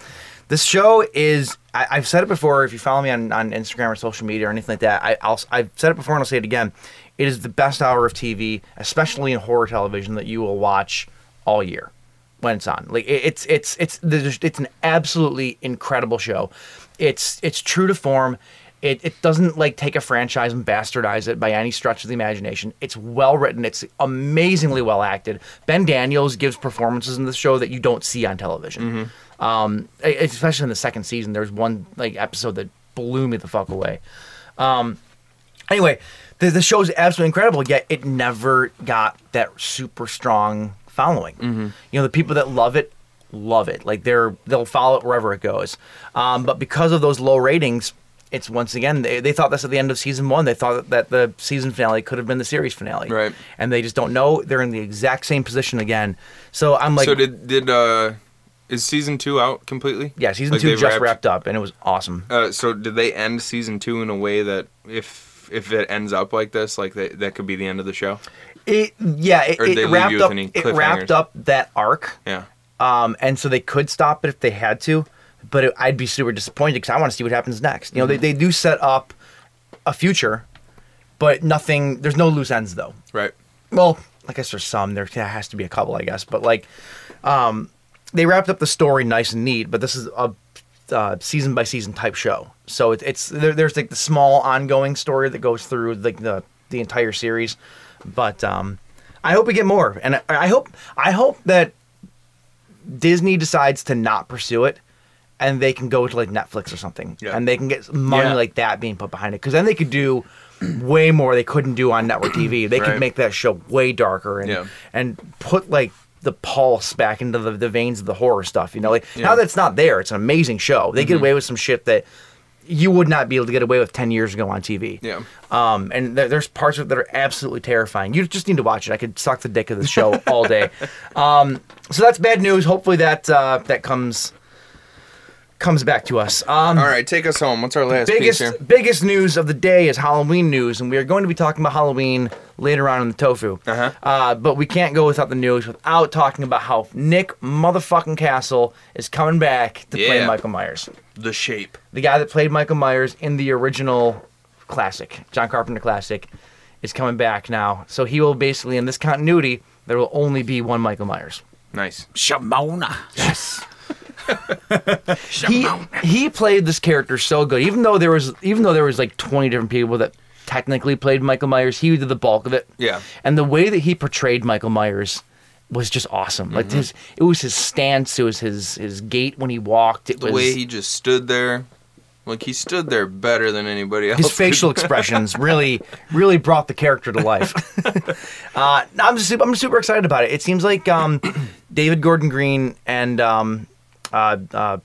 Speaker 4: This show is, I, I've said it before, if you follow me on, on Instagram or social media or anything like that, I, I'll, I've said it before and I'll say it again. It is the best hour of TV, especially in horror television, that you will watch all year when it's on. Like it, it's it's it's there's- it's an absolutely incredible show. It's it's true to form. It, it doesn't like take a franchise and bastardize it by any stretch of the imagination. It's well written. It's amazingly well acted. Ben Daniels gives performances in the show that you don't see on television. Um, e- especially in the second season, there's one like episode that blew me the fuck away. Um, Anyway, the, the show's absolutely incredible, yet it never got that super strong following.
Speaker 2: Mm-hmm.
Speaker 4: You know, the people that love it love it. Like they're they'll follow it wherever it goes. Um, but because of those low ratings, it's once again they, they thought this at the end of season one. They thought that the season finale could have been the series finale,
Speaker 2: Right.
Speaker 4: And they just don't know. They're in the exact same position again. So I'm like,
Speaker 2: so did did uh is season two out completely?
Speaker 4: yeah, season
Speaker 2: Like,
Speaker 4: two
Speaker 2: they've
Speaker 4: just wrapped up, and it was awesome.
Speaker 2: Uh, so did they end season two in a way that if if it ends up like this, like that that could be the end of the show?
Speaker 4: It yeah, it,
Speaker 2: Or did they
Speaker 4: it
Speaker 2: leave
Speaker 4: wrapped
Speaker 2: you with
Speaker 4: up.
Speaker 2: any
Speaker 4: It wrapped
Speaker 2: cliffhangers?
Speaker 4: up that arc.
Speaker 2: Yeah.
Speaker 4: Um, and so they could stop it if they had to, but it, I'd be super disappointed because I want to see what happens next. You know,
Speaker 2: Mm-hmm.
Speaker 4: they, they do set up a future, but nothing, there's no loose ends though.
Speaker 2: Right.
Speaker 4: Well, I guess there's some, there has to be a couple, I guess, but like, um, they wrapped up the story nice and neat, but this is a uh, season by season type show. So it, it's, there, there's like the small ongoing story that goes through like the, the entire series, but, um, I hope we get more, and I, I hope I hope that Disney decides to not pursue it and they can go to like Netflix or something
Speaker 2: Yeah.
Speaker 4: and they can get money
Speaker 5: Yeah.
Speaker 4: like that being put behind it because then they could do way more they couldn't do on network TV. They could
Speaker 2: Right.
Speaker 4: make that show way darker and
Speaker 2: Yeah.
Speaker 4: and put like the pulse back into the, the veins of the horror stuff, you know. Like now that it's not there, it's an amazing show. They
Speaker 2: Mm-hmm.
Speaker 4: get away with some shit that you would not be able to get away with 10 years ago on TV.
Speaker 2: Yeah.
Speaker 4: Um, and there, there's parts of it that are absolutely terrifying. You just need to watch it. I could suck the dick of the show all day. Um, so that's bad news. Hopefully that uh, that comes comes back to us. Um,
Speaker 2: All right, take us home. What's our last piece
Speaker 4: biggest
Speaker 2: here?
Speaker 4: biggest news of the day is Halloween news, and we are going to be talking about Halloween later on in the tofu.
Speaker 2: Uh-huh.
Speaker 4: Uh, but we can't go without the news without talking about how Nick motherfucking Castle is coming back to play
Speaker 2: Yeah.
Speaker 4: Michael Myers
Speaker 2: The shape.
Speaker 4: the guy that played Michael Myers in the original classic, John Carpenter classic, is coming back now. So he will basically, in this continuity, there will only be one Michael Myers.
Speaker 2: Nice.
Speaker 5: Shamona.
Speaker 4: He he played this character so good. Even though there was even though there was like twenty different people that technically played Michael Myers, he did the bulk of it.
Speaker 2: Yeah.
Speaker 4: And the way that he portrayed Michael Myers was just awesome.
Speaker 2: Mm-hmm.
Speaker 4: Like his it was his stance, it was his his gait when he walked. It
Speaker 2: The
Speaker 4: was
Speaker 2: way he just stood there, like he stood there better than anybody else.
Speaker 4: his
Speaker 2: could.
Speaker 4: facial expressions really really brought the character to life. uh, no, I'm just super, I'm super excited about it. It seems like um, David Gordon Green and um, uh, uh,
Speaker 2: Danny McBride.
Speaker 4: Mm,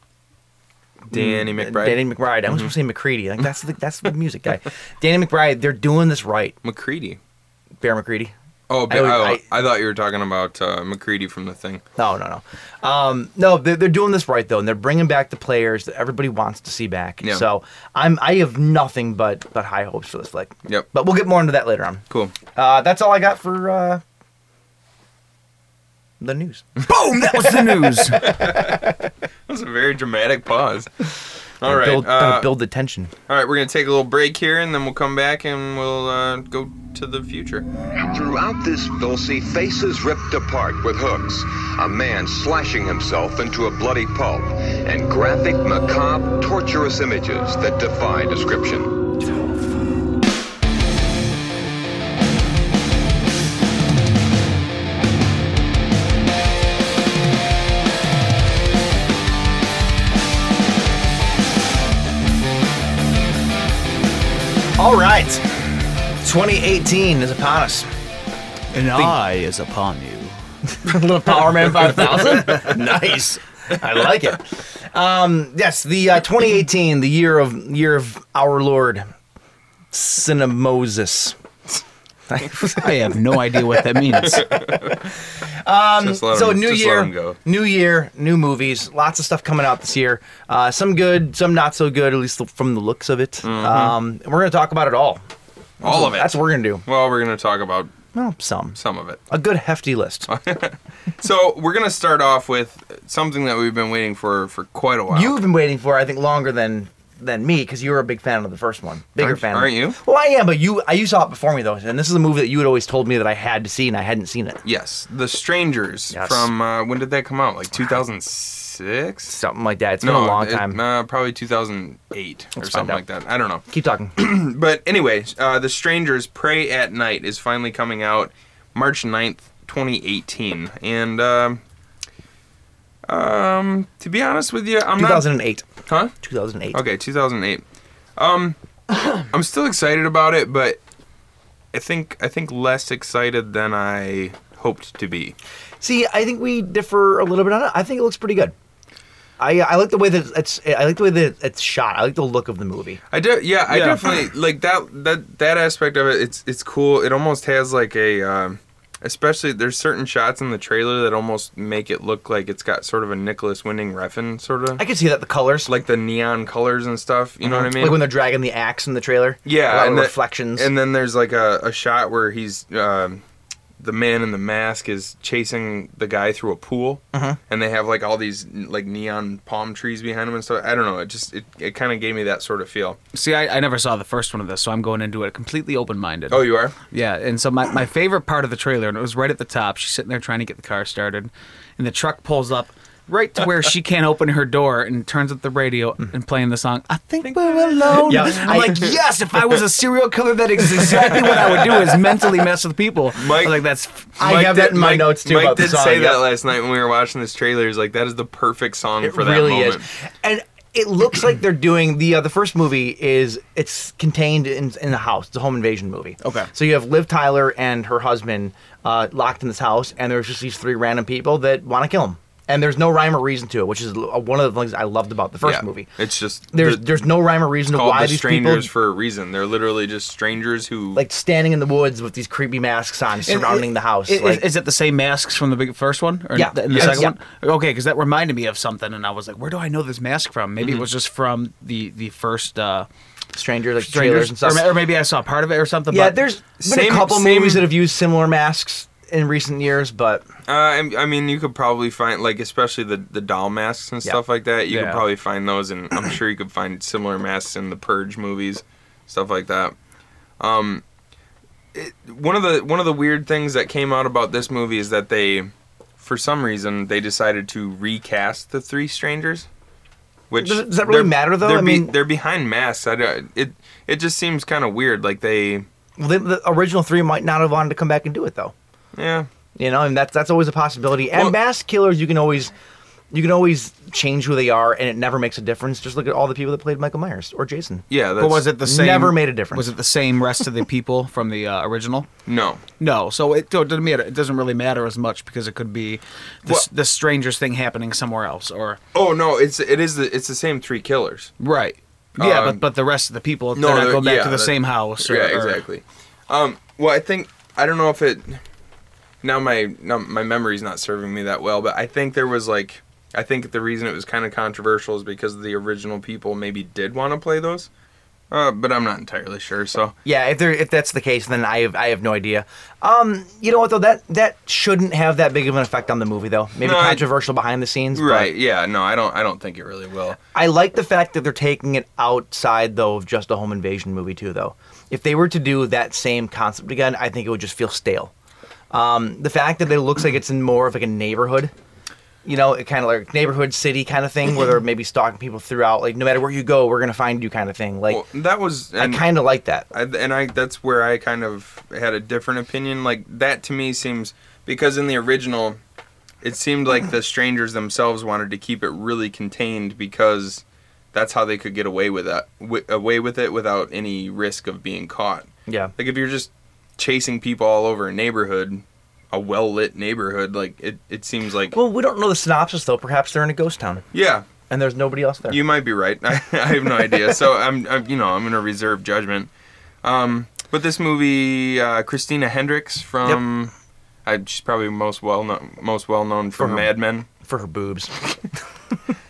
Speaker 2: Mm-hmm.
Speaker 4: Danny McBride. I was supposed to say McCready. Like that's the that's the music guy. Danny McBride. They're doing this right.
Speaker 2: McCready.
Speaker 4: Bear McCready.
Speaker 2: Oh,
Speaker 4: I
Speaker 2: I,
Speaker 4: would-
Speaker 2: oh,
Speaker 4: I-
Speaker 2: I, thought you were talking about uh, McCready from the thing.
Speaker 4: No, no, no. Um, no, they're, they're doing this right though, and they're bringing back the players that everybody wants to see back.
Speaker 2: Yeah.
Speaker 4: So I'm I have nothing but but high hopes for this flick.
Speaker 2: Yep.
Speaker 4: But we'll get more into that later on.
Speaker 2: Cool.
Speaker 4: Uh, that's all I got for uh, the news.
Speaker 5: Boom! That was the news.
Speaker 2: That was a very dramatic pause. All right.
Speaker 4: Build,
Speaker 2: uh,
Speaker 4: gotta build the tension.
Speaker 2: All right, we're gonna take a little break here, and then we'll come back and we'll uh, go to the future.
Speaker 7: Throughout this, they'll see faces ripped apart with hooks, a man slashing himself into a bloody pulp, and graphic, macabre, torturous images that defy description.
Speaker 4: All right. 2018 is upon us.
Speaker 5: An eye is upon you.
Speaker 4: a little Power Man 5000. nice. I like it. Um, yes, the uh, 2018, the year of year of our Lord Cinemosis.
Speaker 5: I have no idea what that means.
Speaker 2: just let
Speaker 4: so
Speaker 2: him-
Speaker 4: new
Speaker 2: just
Speaker 4: year,
Speaker 2: Let him go.
Speaker 4: new year, new movies. Lots of stuff coming out this year. Uh, some good, some not so good. At least from the looks of it. Um, and we're gonna talk about it all.
Speaker 2: All of Mm-hmm. it.
Speaker 4: That's what we're gonna do.
Speaker 2: well, we're gonna talk about
Speaker 4: Well, some,
Speaker 2: some of it.
Speaker 4: a good hefty list.
Speaker 2: So we're gonna start off with something that we've been waiting for for quite a while.
Speaker 4: You've been waiting for, I think, longer than than me because you were a big fan of the first one, bigger
Speaker 2: Aren't-
Speaker 4: fan. of-
Speaker 2: aren't you?
Speaker 4: Well, I am, but you, I you saw it before me though, and this is a movie that you had always told me that I had to see, and I hadn't seen it.
Speaker 2: Yes, The Strangers
Speaker 4: Yes.
Speaker 2: from uh, when did that come out? Like 2006.
Speaker 4: Something like that. It's been a long
Speaker 2: it-
Speaker 4: time.
Speaker 2: uh, probably 2008 or
Speaker 4: Let's find
Speaker 2: something
Speaker 4: out.
Speaker 2: like that. I don't know.
Speaker 4: Keep talking.
Speaker 2: But anyway, uh, The Strangers Pray at Night is finally coming out March 9th, 2018. And um, um, to be honest with you, I'm not
Speaker 4: 2008.
Speaker 2: Huh?
Speaker 4: 2008.
Speaker 2: Okay, 2008. Um, I'm still excited about it, but I think I think less excited than I hoped to be.
Speaker 4: See, I think we differ a little bit on it. I think it looks pretty good. I I like the way that it's I like the way that it's shot. I like the look of the movie.
Speaker 2: I do, yeah, I
Speaker 5: Yeah.
Speaker 2: definitely like that that that aspect of it. It's it's cool. It almost has like a, um, especially there's certain shots in the trailer that almost make it look like it's got sort of a Nicholas Winding Refn sort of
Speaker 4: I can see that the colors,
Speaker 2: like the neon colors and stuff. You know what I mean?
Speaker 4: like when they're dragging the axe in the trailer.
Speaker 2: Yeah,
Speaker 4: a lot of
Speaker 2: the-
Speaker 4: reflections.
Speaker 2: and then there's like a, a shot where he's um, the man in the mask is chasing the guy through a pool,
Speaker 4: Uh-huh.
Speaker 2: and they have like all these n- like neon palm trees behind him and stuff. I don't know. It just it, it kind of gave me that sort of feel.
Speaker 5: See, I, I never saw the first one of this, so I'm going into it completely open minded.
Speaker 2: Oh, you are.
Speaker 5: Yeah, and so my, my favorite part of the trailer, and it was right at the top, she's sitting there trying to get the car started, and the truck pulls up right to where she can't open her door and turns up the radio and playing the song, I Mm. think we're alone.
Speaker 4: Yeah,
Speaker 5: I'm
Speaker 4: I-
Speaker 5: like, yes, if I was a serial killer, that is exactly what I would do is mentally mess with people. I
Speaker 2: Mike-
Speaker 5: was like, that's
Speaker 4: I
Speaker 2: Mike
Speaker 4: have
Speaker 2: did-
Speaker 4: that in my
Speaker 2: Mike-
Speaker 4: notes too.
Speaker 2: Mike
Speaker 4: about the
Speaker 2: did
Speaker 4: song,
Speaker 2: say
Speaker 4: yep.
Speaker 2: that last night when we were watching this trailer. He's like, that is the perfect song
Speaker 4: It
Speaker 2: for that
Speaker 4: really
Speaker 2: moment.
Speaker 4: is. And it looks like they're doing the uh, the first movie is it's contained in in the house. It's a home invasion movie.
Speaker 5: Okay.
Speaker 4: So you have Liv Tyler and her husband uh, locked in this house, and there's just these three random people that want to kill them. And there's no rhyme or reason to it, which is l- uh, one of the things I loved about the first
Speaker 2: Yeah.
Speaker 4: movie.
Speaker 2: It's just
Speaker 4: There's
Speaker 2: the-
Speaker 4: there's no rhyme or reason to
Speaker 2: called
Speaker 4: why
Speaker 2: the
Speaker 4: these
Speaker 2: strangers
Speaker 4: people
Speaker 2: for a reason. They're literally just strangers who
Speaker 4: like standing in the woods with these creepy masks on, surrounding the house.
Speaker 5: Is,
Speaker 4: like,
Speaker 5: is it the same masks from the big first one? Or
Speaker 4: Yeah.
Speaker 5: The, and the
Speaker 4: Yes.
Speaker 5: second
Speaker 4: Yeah.
Speaker 5: one? Okay, because that reminded me of something, and I was like, where do I know this mask from? Maybe
Speaker 4: Mm-hmm.
Speaker 5: it was just from the, the first uh,
Speaker 4: strangers, like trailers
Speaker 5: Strangers.
Speaker 4: and
Speaker 5: Or,
Speaker 4: stuff.
Speaker 5: ma- or maybe I saw part of it or something.
Speaker 4: yeah,
Speaker 5: but
Speaker 4: there's been
Speaker 2: Same-
Speaker 4: a couple
Speaker 2: same-
Speaker 4: movies that have used similar masks in recent years, but
Speaker 2: Uh, I, I mean, you could probably find like especially the the doll masks and
Speaker 4: Yeah.
Speaker 2: stuff like that. You
Speaker 5: Yeah.
Speaker 2: could probably find those, and I'm sure you could find similar masks in the Purge movies, stuff like that. Um, it, one of the one of the weird things that came out about this movie is that they, for some reason, they decided to recast the three strangers. Which
Speaker 4: Does- does that really
Speaker 2: they're-
Speaker 4: matter, though?
Speaker 2: They're
Speaker 4: I mean-
Speaker 2: they're behind masks. I, don't- it it just seems kind of weird. Like they,
Speaker 4: Well, the, the original three might not have wanted to come back and do it though.
Speaker 2: yeah.
Speaker 4: You know, and that's that's always a possibility. And
Speaker 2: Well-
Speaker 4: mask killers, you can always you can always change who they are, and it never makes a difference. Just look at all the people that played Michael Myers or Jason.
Speaker 2: Yeah, that's,
Speaker 5: But was it the same?
Speaker 4: Never made a difference.
Speaker 5: Was it the same rest of the people from the uh, original?
Speaker 2: No,
Speaker 5: No, so it do- doesn't matter. It doesn't really matter as much because it could be the,
Speaker 2: Well-
Speaker 5: s the strangers thing happening somewhere else, or
Speaker 2: oh no, it's it is the it's the same three killers.
Speaker 5: right? Yeah,
Speaker 2: Um,
Speaker 5: but but the rest of the people
Speaker 2: no,
Speaker 5: they're not
Speaker 2: they're-
Speaker 5: going back
Speaker 2: yeah,
Speaker 5: to the
Speaker 2: that-
Speaker 5: same house. Or,
Speaker 2: yeah,
Speaker 5: or-
Speaker 2: exactly. Um, well, I think I don't know if it. Now my now my memory's not serving me that well, but I think there was like I think the reason it was kind of controversial is because the original people maybe did want to play those, uh, but I'm not entirely sure. So
Speaker 4: Yeah, if there if that's the case, then I have I have no idea. Um, you know what though that that shouldn't have that big of an effect on the movie though. Maybe
Speaker 2: No, I-
Speaker 4: controversial behind the scenes, but
Speaker 2: right, yeah, no, I don't I don't think it really will.
Speaker 4: I like the fact that they're taking it outside though of just a home invasion movie too though. If they were to do that same concept again, I think it would just feel stale. Um, the fact that it looks like it's in more of like a neighborhood, you know, it kind of like neighborhood city kind of thing where they're maybe stalking people throughout, like no matter where you go, we're gonna find you kind of thing. Like
Speaker 2: Well, that was
Speaker 4: I
Speaker 2: and-
Speaker 4: kind of like that.
Speaker 2: I, and I that's where I kind of had a different opinion. Like that to me seems because in the original, it seemed like the strangers themselves wanted to keep it really contained because that's how they could get away with that wi away with it without any risk of being caught.
Speaker 4: Yeah.
Speaker 2: Like if you're just chasing people all over a neighborhood, a well lit neighborhood, like it it seems like
Speaker 4: Well, we don't know the synopsis though. Perhaps they're in a ghost town
Speaker 2: yeah.
Speaker 4: and there's nobody else there.
Speaker 2: You might be right. I, I have no idea. So I'm, I'm, you know, I'm gonna reserve judgment. Um, But this movie, uh, Christina Hendricks from, I, she's probably most well known, most well known from
Speaker 4: her-
Speaker 2: Mad Men.
Speaker 4: for her boobs.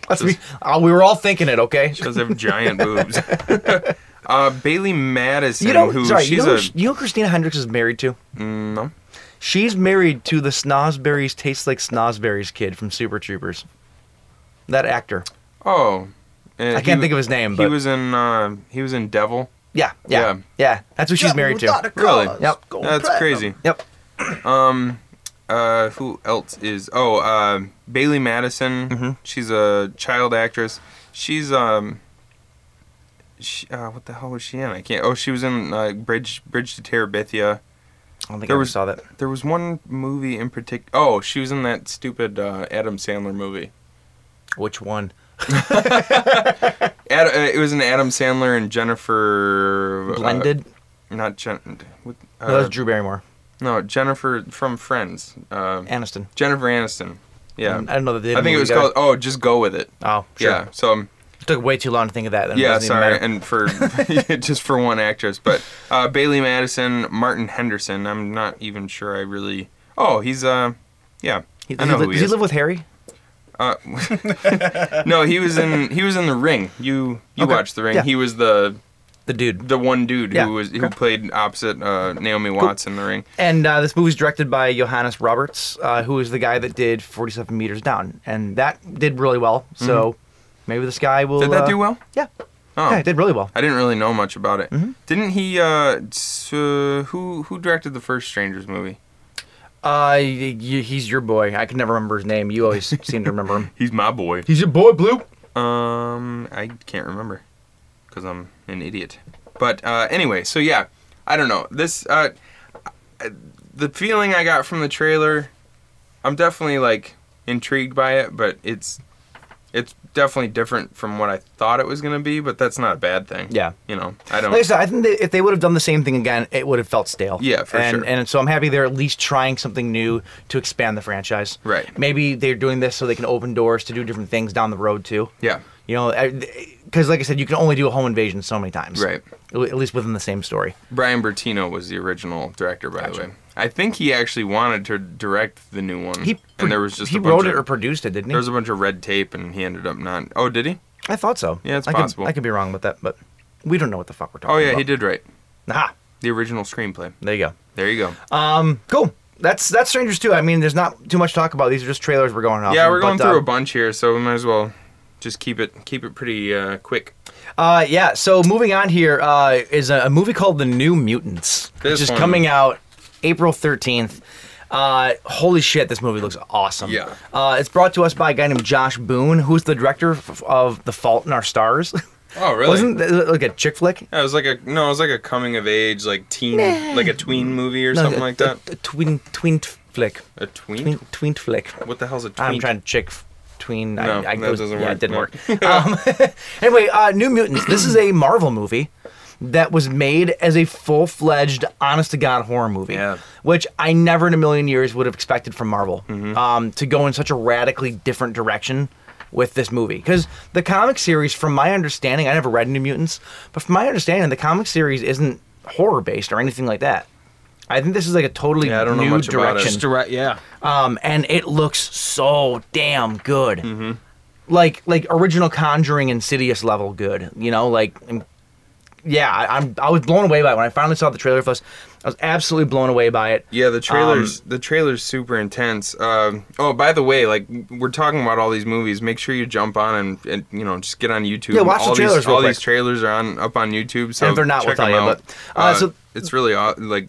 Speaker 4: Let's be, uh, we were all thinking it, okay?
Speaker 2: She does have giant boobs. uh, Bailey Madison,
Speaker 4: You know,
Speaker 2: who
Speaker 4: sorry, you
Speaker 2: she's
Speaker 4: know,
Speaker 2: a Mm,
Speaker 4: who- you know who Christina Hendricks is married to? No. She's married to the Snosberries Taste Like Snosberries kid from Super Troopers. That actor.
Speaker 2: oh,
Speaker 4: I can't think of his name,
Speaker 2: He
Speaker 4: but-
Speaker 2: was in uh, he was in Devil.
Speaker 4: Yeah, yeah,
Speaker 2: Yeah.
Speaker 4: yeah. That's who she's married to.
Speaker 2: Really?
Speaker 4: Yep.
Speaker 2: That's crazy.
Speaker 4: Yep.
Speaker 2: Uh, who else is? Oh, uh, Bailey Madison.
Speaker 4: Mm-hmm.
Speaker 2: She's a child actress. She's um. She, uh, what the hell was she in? I can't. Oh, she was in uh, Bridge Bridge to Terabithia.
Speaker 4: I don't think
Speaker 2: There
Speaker 4: I ever
Speaker 2: was-
Speaker 4: saw that.
Speaker 2: There was one movie in particular. Oh, she was in that stupid uh, Adam Sandler movie.
Speaker 4: Which one?
Speaker 2: Ad, uh, it was an Adam Sandler and Jennifer uh,
Speaker 4: Blended?
Speaker 2: not Jen. With, uh,
Speaker 4: no, that was Drew Barrymore.
Speaker 2: no, Jennifer from Friends. Uh,
Speaker 4: Aniston.
Speaker 2: Jennifer Aniston. Yeah.
Speaker 4: I don't know that they did
Speaker 2: I think
Speaker 4: a
Speaker 2: it was
Speaker 4: movie
Speaker 2: called. Oh, just go with it.
Speaker 4: Oh, sure.
Speaker 2: Yeah. So. um,
Speaker 4: It took way too long to think of that. and it
Speaker 2: Yeah,
Speaker 4: doesn't even
Speaker 2: sorry,
Speaker 4: matter.
Speaker 2: and for just for one actress, but uh, Bailey Madison, Martin Henderson. I'm not even sure I really. Oh, he's uh, yeah,
Speaker 4: He-
Speaker 2: I
Speaker 4: does he
Speaker 2: know
Speaker 4: li-
Speaker 2: who
Speaker 4: does
Speaker 2: he
Speaker 4: he
Speaker 2: is.
Speaker 4: live with Harry?
Speaker 2: no, he was in he was in The Ring. You you
Speaker 4: Okay,
Speaker 2: watched The Ring.
Speaker 4: yeah.
Speaker 2: He was the
Speaker 4: The dude.
Speaker 2: the one dude
Speaker 4: Yeah,
Speaker 2: who was who played opposite uh, Naomi Watts in The Ring.
Speaker 4: And uh, this movie's directed by Johannes Roberts, uh, who is the guy that did 47 Meters Down. And that did really well. So maybe this guy will.
Speaker 2: Mm-hmm. Did that
Speaker 4: uh,
Speaker 2: do well?
Speaker 4: Yeah.
Speaker 2: Oh.
Speaker 4: Yeah, it did really well.
Speaker 2: I didn't really know much about it.
Speaker 4: Mm-hmm.
Speaker 2: Didn't he? Uh, s- uh, who who directed the first Strangers movie?
Speaker 4: Uh, y- y- he's your boy. I can never remember his name. You always seem to remember him.
Speaker 2: He's my boy.
Speaker 4: He's your boy, Blue.
Speaker 2: Um, I can't remember because I'm an idiot. But uh, anyway, so yeah, I don't know. This uh, I- the feeling I got from the trailer, I'm definitely like intrigued by it, but it's it's definitely different from what I thought it was gonna be. But that's not a bad thing.
Speaker 4: Yeah.
Speaker 2: you know, I don't.
Speaker 4: Like I said, I think that if they would have done the same thing again, it would have felt stale.
Speaker 2: Yeah, for
Speaker 4: and,
Speaker 2: sure.
Speaker 4: And so I'm happy they're at least trying something new to expand the franchise.
Speaker 2: Right.
Speaker 4: Maybe they're doing this so they can open doors to do different things down the road too.
Speaker 2: yeah,
Speaker 4: You know, because like I said, you can only do a home invasion so many times.
Speaker 2: Right.
Speaker 4: At at least within the same story.
Speaker 2: Brian Bertino was the original director, by the way. I think he actually wanted to direct the new one.
Speaker 4: He pro-
Speaker 2: and there was just
Speaker 4: he
Speaker 2: a bunch
Speaker 4: wrote it
Speaker 2: of,
Speaker 4: or produced it, didn't he?
Speaker 2: there was a bunch of red tape, and he ended up not. Oh, did he?
Speaker 4: I thought so.
Speaker 2: Yeah, it's
Speaker 4: I could,
Speaker 2: possible.
Speaker 4: I could be wrong about that, but we don't know what the fuck we're talking
Speaker 2: Oh
Speaker 4: about.
Speaker 2: yeah, he did write
Speaker 4: Aha,
Speaker 2: the original screenplay.
Speaker 4: there you go.
Speaker 2: There you go.
Speaker 4: Cool. That's that's strangers too. I mean, there's not too much to talk about. These are just trailers we're going off.
Speaker 2: yeah,
Speaker 4: of,
Speaker 2: we're going
Speaker 4: but,
Speaker 2: through
Speaker 4: um,
Speaker 2: a bunch here, so we might as well just keep it keep it pretty uh, quick.
Speaker 4: Uh, yeah. So moving on here uh, is a, a movie called The New Mutants,
Speaker 2: This
Speaker 4: which is
Speaker 2: one.
Speaker 4: coming out April thirteenth. Uh, holy shit, this movie looks awesome.
Speaker 2: Yeah.
Speaker 4: Uh, it's brought to us by a guy named Josh Boone, who's the director f- of The Fault in Our Stars.
Speaker 2: Oh really?
Speaker 4: Wasn't that like a chick flick?
Speaker 2: Yeah, it was like a no, it was like a coming of age, like teen, like a tween movie or something
Speaker 4: a-
Speaker 2: like that.
Speaker 4: A, a twin twin flick.
Speaker 2: A tween?
Speaker 4: Twin, twin flick.
Speaker 2: What the hell's a tween?
Speaker 4: I'm trying to chick f- tween.
Speaker 2: No,
Speaker 4: I, I, it
Speaker 2: that
Speaker 4: was-
Speaker 2: doesn't
Speaker 4: yeah,
Speaker 2: work.
Speaker 4: it didn't
Speaker 2: No.
Speaker 4: work. um, anyway, uh, New Mutants. This is a Marvel movie that was made as a full-fledged, honest-to-god horror movie,
Speaker 2: Yeah.
Speaker 4: which I never in a million years would have expected from Marvel
Speaker 2: Mm-hmm.
Speaker 4: um, to go in such a radically different direction with this movie. Because the comic series, from my understanding, I never read New Mutants, but from my understanding, the comic series isn't horror-based or anything like that. I think this is like a totally
Speaker 2: Yeah, I don't know
Speaker 4: new
Speaker 2: much about it.
Speaker 4: direction.
Speaker 5: Just direct, yeah.
Speaker 4: Um, and it looks so damn good.
Speaker 2: Mm-hmm.
Speaker 4: Like like original Conjuring Insidious level good. You know, like and- yeah, I, I'm I was blown away by it when I finally saw the trailer for this. I was absolutely blown away by it.
Speaker 2: Yeah, the
Speaker 4: Um,
Speaker 2: trailers the trailers super intense. Um, oh, by the way, like we're talking about all these movies. Make sure you jump on and, and you know just get on YouTube.
Speaker 4: Yeah, watch the
Speaker 2: all
Speaker 4: trailers
Speaker 2: These,
Speaker 4: real
Speaker 2: all
Speaker 4: quick.
Speaker 2: these trailers are on up on YouTube. So
Speaker 4: And if they're not, we'll
Speaker 2: check
Speaker 4: tell
Speaker 2: them
Speaker 4: you,
Speaker 2: out.
Speaker 4: but, uh, so-
Speaker 2: it's really aw- like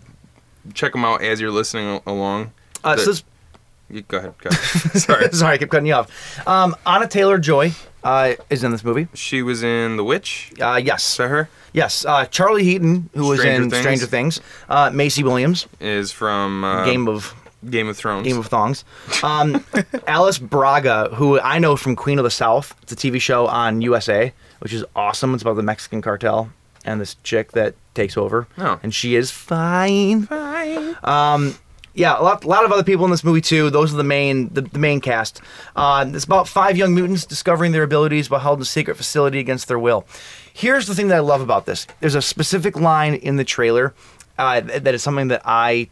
Speaker 2: check them out as you're listening al- along.
Speaker 4: Uh, so
Speaker 2: The-
Speaker 4: this,
Speaker 2: you- go ahead. Go ahead. Sorry,
Speaker 4: sorry, I kept cutting you off. Um, Anna Taylor Joy uh, is in this movie.
Speaker 2: she was in The Witch. Is
Speaker 4: Uh, yes,
Speaker 2: that her?
Speaker 4: yes. Uh, Charlie Heaton, who was
Speaker 2: Stranger
Speaker 4: in
Speaker 2: Things.
Speaker 4: Stranger Things. Uh, Macy Williams,
Speaker 2: Is from uh,
Speaker 4: Game of
Speaker 2: Game of Thrones.
Speaker 4: Game of Thongs. Um, Alice Braga, who I know from Queen of the South. It's a TV show on USA, which is awesome. It's about the Mexican cartel and this chick that takes over.
Speaker 2: Oh.
Speaker 4: And she is fine. Fine. Um, yeah, a lot, lot of other people in this movie too. Those are the main, the, the main cast. Uh, it's about five young mutants discovering their abilities while held in a secret facility against their will. Here's the thing that I love about this. There's a specific line in the trailer uh, th- that is something that I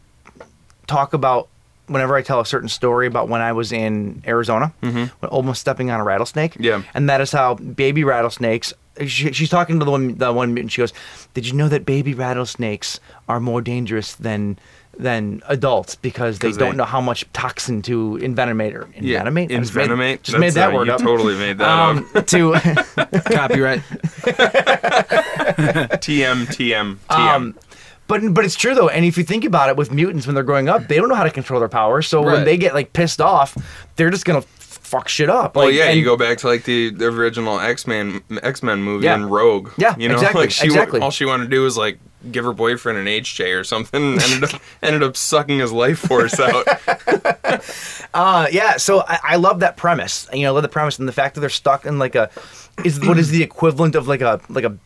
Speaker 4: talk about whenever I tell a certain story about when I was in Arizona, when almost stepping on a rattlesnake.
Speaker 2: Mm-hmm. Yeah.
Speaker 4: And that is how baby rattlesnakes. She, she's talking to the one, the one, and she goes, "Did you know that baby rattlesnakes are more dangerous than than adults because they
Speaker 2: 'Cause they-
Speaker 4: don't know how much toxin to envenomate or
Speaker 2: Yeah,
Speaker 4: envenomate? I just made-
Speaker 2: envenomate.
Speaker 4: Just made
Speaker 2: That's,
Speaker 4: that
Speaker 2: uh,
Speaker 4: word
Speaker 2: you
Speaker 4: up.
Speaker 2: Totally made that
Speaker 4: Um,
Speaker 2: up.
Speaker 4: to
Speaker 5: Copyright.
Speaker 2: TM TM TM.
Speaker 4: Um, but but it's true though, and if you think about it, with mutants when they're growing up, they don't know how to control their power. So when
Speaker 2: Right.
Speaker 4: they get like pissed off, they're just gonna f- fuck shit up.
Speaker 2: well,
Speaker 4: Like,
Speaker 2: yeah,
Speaker 4: and-
Speaker 2: you go back to like the, the original X Men X Men movie
Speaker 4: Yeah.
Speaker 2: and Rogue.
Speaker 4: Yeah,
Speaker 2: you know,
Speaker 4: exactly,
Speaker 2: like she
Speaker 4: exactly.
Speaker 2: all she wanted to do was like give her boyfriend an HJ or something, and ended up ended up sucking his life force out.
Speaker 4: Uh, yeah, so I, I love that premise. You know, I love the premise and the fact that they're stuck in like a is what is the equivalent of like a like a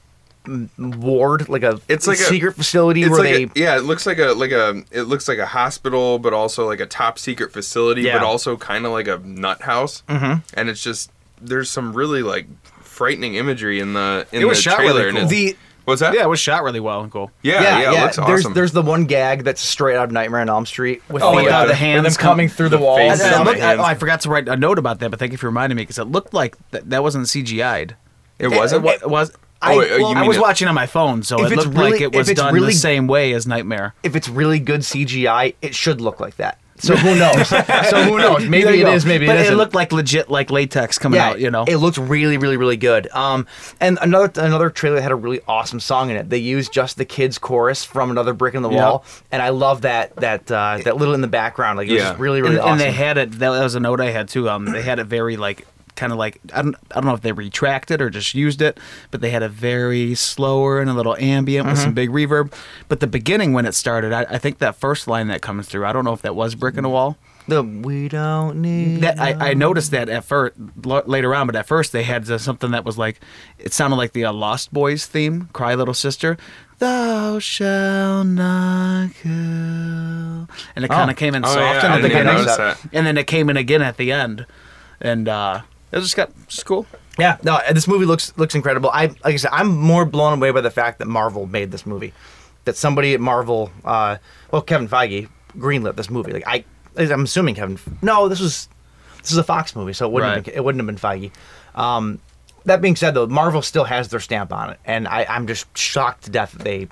Speaker 4: mm, ward, like a
Speaker 2: It's like a-
Speaker 4: secret facility
Speaker 2: It's
Speaker 4: where
Speaker 2: like
Speaker 4: they.
Speaker 2: a- e- yeah, it looks like a like a it looks like a hospital, but also like a top secret facility,
Speaker 4: Yeah.
Speaker 2: but also kind of like a nut house. Mm-hmm. And it's just there's some really like frightening imagery in the in
Speaker 5: It was
Speaker 2: the
Speaker 5: shot
Speaker 2: trailer.
Speaker 5: really
Speaker 2: and
Speaker 5: cool.
Speaker 2: it's-
Speaker 4: The-
Speaker 2: what's that?
Speaker 5: Yeah, it was shot really well and cool.
Speaker 2: yeah, yeah, it looks
Speaker 4: there's
Speaker 2: awesome.
Speaker 4: there's the one gag that's straight out of Nightmare on Elm Street with
Speaker 5: Oh,
Speaker 4: the,
Speaker 5: yeah,
Speaker 4: uh,
Speaker 5: the
Speaker 4: with
Speaker 5: hands
Speaker 4: them
Speaker 5: come-
Speaker 4: coming through the,
Speaker 2: the
Speaker 4: wall.
Speaker 5: I,
Speaker 2: faces
Speaker 4: and
Speaker 5: I
Speaker 4: stuff.
Speaker 2: on
Speaker 5: look-
Speaker 2: it.
Speaker 5: I- oh, I forgot to write a note about that, but thank you for reminding me because it looked like th- that wasn't CGI'd.
Speaker 2: it wasn't.
Speaker 5: It, was.
Speaker 2: Oh,
Speaker 5: I,
Speaker 4: uh,
Speaker 2: wait, oh, you
Speaker 5: well, I
Speaker 2: mean
Speaker 5: was
Speaker 2: it-
Speaker 5: watching on my phone, so
Speaker 4: If
Speaker 5: it
Speaker 4: it's
Speaker 5: looked like
Speaker 4: really-
Speaker 5: it was
Speaker 4: if it's
Speaker 5: done
Speaker 4: really-
Speaker 5: the same way as Nightmare.
Speaker 4: if it's really good CGI, it should look like that. So who knows? so who knows?
Speaker 5: There
Speaker 4: Maybe
Speaker 5: you
Speaker 4: it
Speaker 5: go.
Speaker 4: is. Maybe
Speaker 5: but
Speaker 4: it isn't.
Speaker 5: looked like legit, like latex coming out. You know,
Speaker 4: it looked really, really, really good. Um, and another another trailer had a really awesome song in it. They used just the kids chorus from another brick in the
Speaker 5: Yeah.
Speaker 4: wall, and I love that that uh, that little in the background. Like it was
Speaker 2: Yeah.
Speaker 4: just really, really
Speaker 5: and,
Speaker 4: awesome.
Speaker 5: and they had it. That was a note I had too. Um, they had it very like kind of like I don't I don't know if they retracted or just used it, but they had a very slower and a little ambient with
Speaker 4: Mm-hmm.
Speaker 5: some big reverb. But the beginning when it started, I, I think that first line that comes through. I don't know if that was brick in a wall.
Speaker 4: the we don't need
Speaker 5: That I, I noticed that at first later on, but at first they had the- something that was like it sounded like the uh, Lost Boys theme, "Cry Little Sister." Thou shall not kill, and it kind of came in
Speaker 2: Oh,
Speaker 5: soft.
Speaker 2: yeah, I
Speaker 5: and
Speaker 2: didn't even
Speaker 4: beginning.
Speaker 2: notice that.
Speaker 5: and then it came in again at the end, and uh, it just got just cool.
Speaker 4: Yeah, no, and this movie looks looks incredible. I like I said, I'm more blown away by the fact that Marvel made this movie, that somebody at Marvel, uh, well, Kevin Feige greenlit this movie. Like I, I'm assuming Kevin. No, this was this is a Fox movie, so it wouldn't have
Speaker 5: Right.
Speaker 4: been, it wouldn't have been Feige. Um, that being said, though, Marvel still has their stamp on it, and I, I'm just shocked to death that they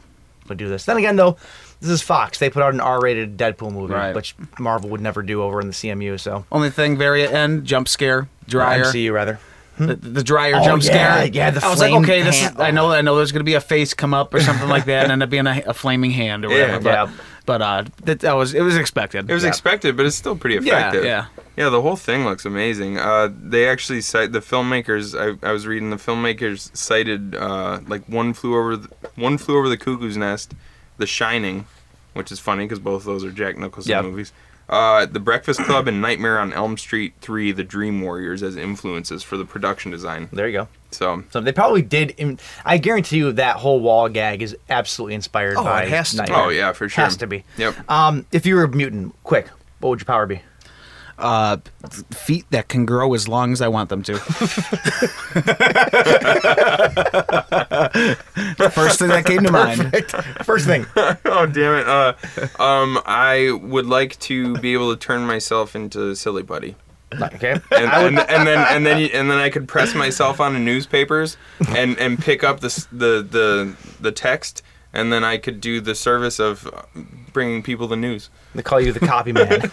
Speaker 4: would do this. Then again, though, this is Fox. They put out an R-rated Deadpool movie,
Speaker 5: Right.
Speaker 4: which Marvel would never do over in the CMU. So
Speaker 5: Only thing, very end jump scare, dryer,
Speaker 4: MCU rather.
Speaker 5: the, the dryer
Speaker 4: Oh,
Speaker 5: jump
Speaker 4: yeah,
Speaker 5: scare.
Speaker 4: yeah, the
Speaker 5: I was like,
Speaker 4: flamed
Speaker 5: okay, this is,
Speaker 4: hand.
Speaker 5: I know, I know, there's gonna be a face come up or something like that, and end up being a, a flaming hand or whatever.
Speaker 2: Yeah.
Speaker 5: but,
Speaker 4: Yeah.
Speaker 5: but uh, that, that was it was expected.
Speaker 2: It was
Speaker 4: Yeah.
Speaker 2: expected, but it's still pretty
Speaker 5: Yeah,
Speaker 2: effective.
Speaker 5: yeah.
Speaker 2: Yeah, the whole thing looks amazing. Uh, they actually cite the filmmakers. I, I was reading the filmmakers cited uh, like one flew over the, one flew over the cuckoo's nest, The Shining, which is funny because both of those are Jack Nicholson
Speaker 4: Yeah.
Speaker 2: movies. Uh, the Breakfast Club and Nightmare on Elm Street 3: The Dream Warriors as influences for the production design.
Speaker 4: There you go.
Speaker 2: So
Speaker 4: So they probably did. In, I guarantee you that whole wall gag is absolutely inspired
Speaker 5: Oh,
Speaker 4: by
Speaker 5: it has to be.
Speaker 4: Nightmare.
Speaker 2: Oh, yeah, for sure.
Speaker 4: Has to be.
Speaker 2: Yep.
Speaker 4: Um, if you were a mutant, quick, what would your power be?
Speaker 5: uh, feet that can grow as long as I want them to. First thing that came to mind.
Speaker 4: First thing.
Speaker 2: oh damn it. Uh, um, I would like to be able to turn myself into Silly Buddy.
Speaker 4: okay.
Speaker 2: and, and, and then and then you- and then I could press myself on the newspapers and and pick up the s- the the the text and then I could do the service of uh, bringing people the news.
Speaker 4: They call you the copy man.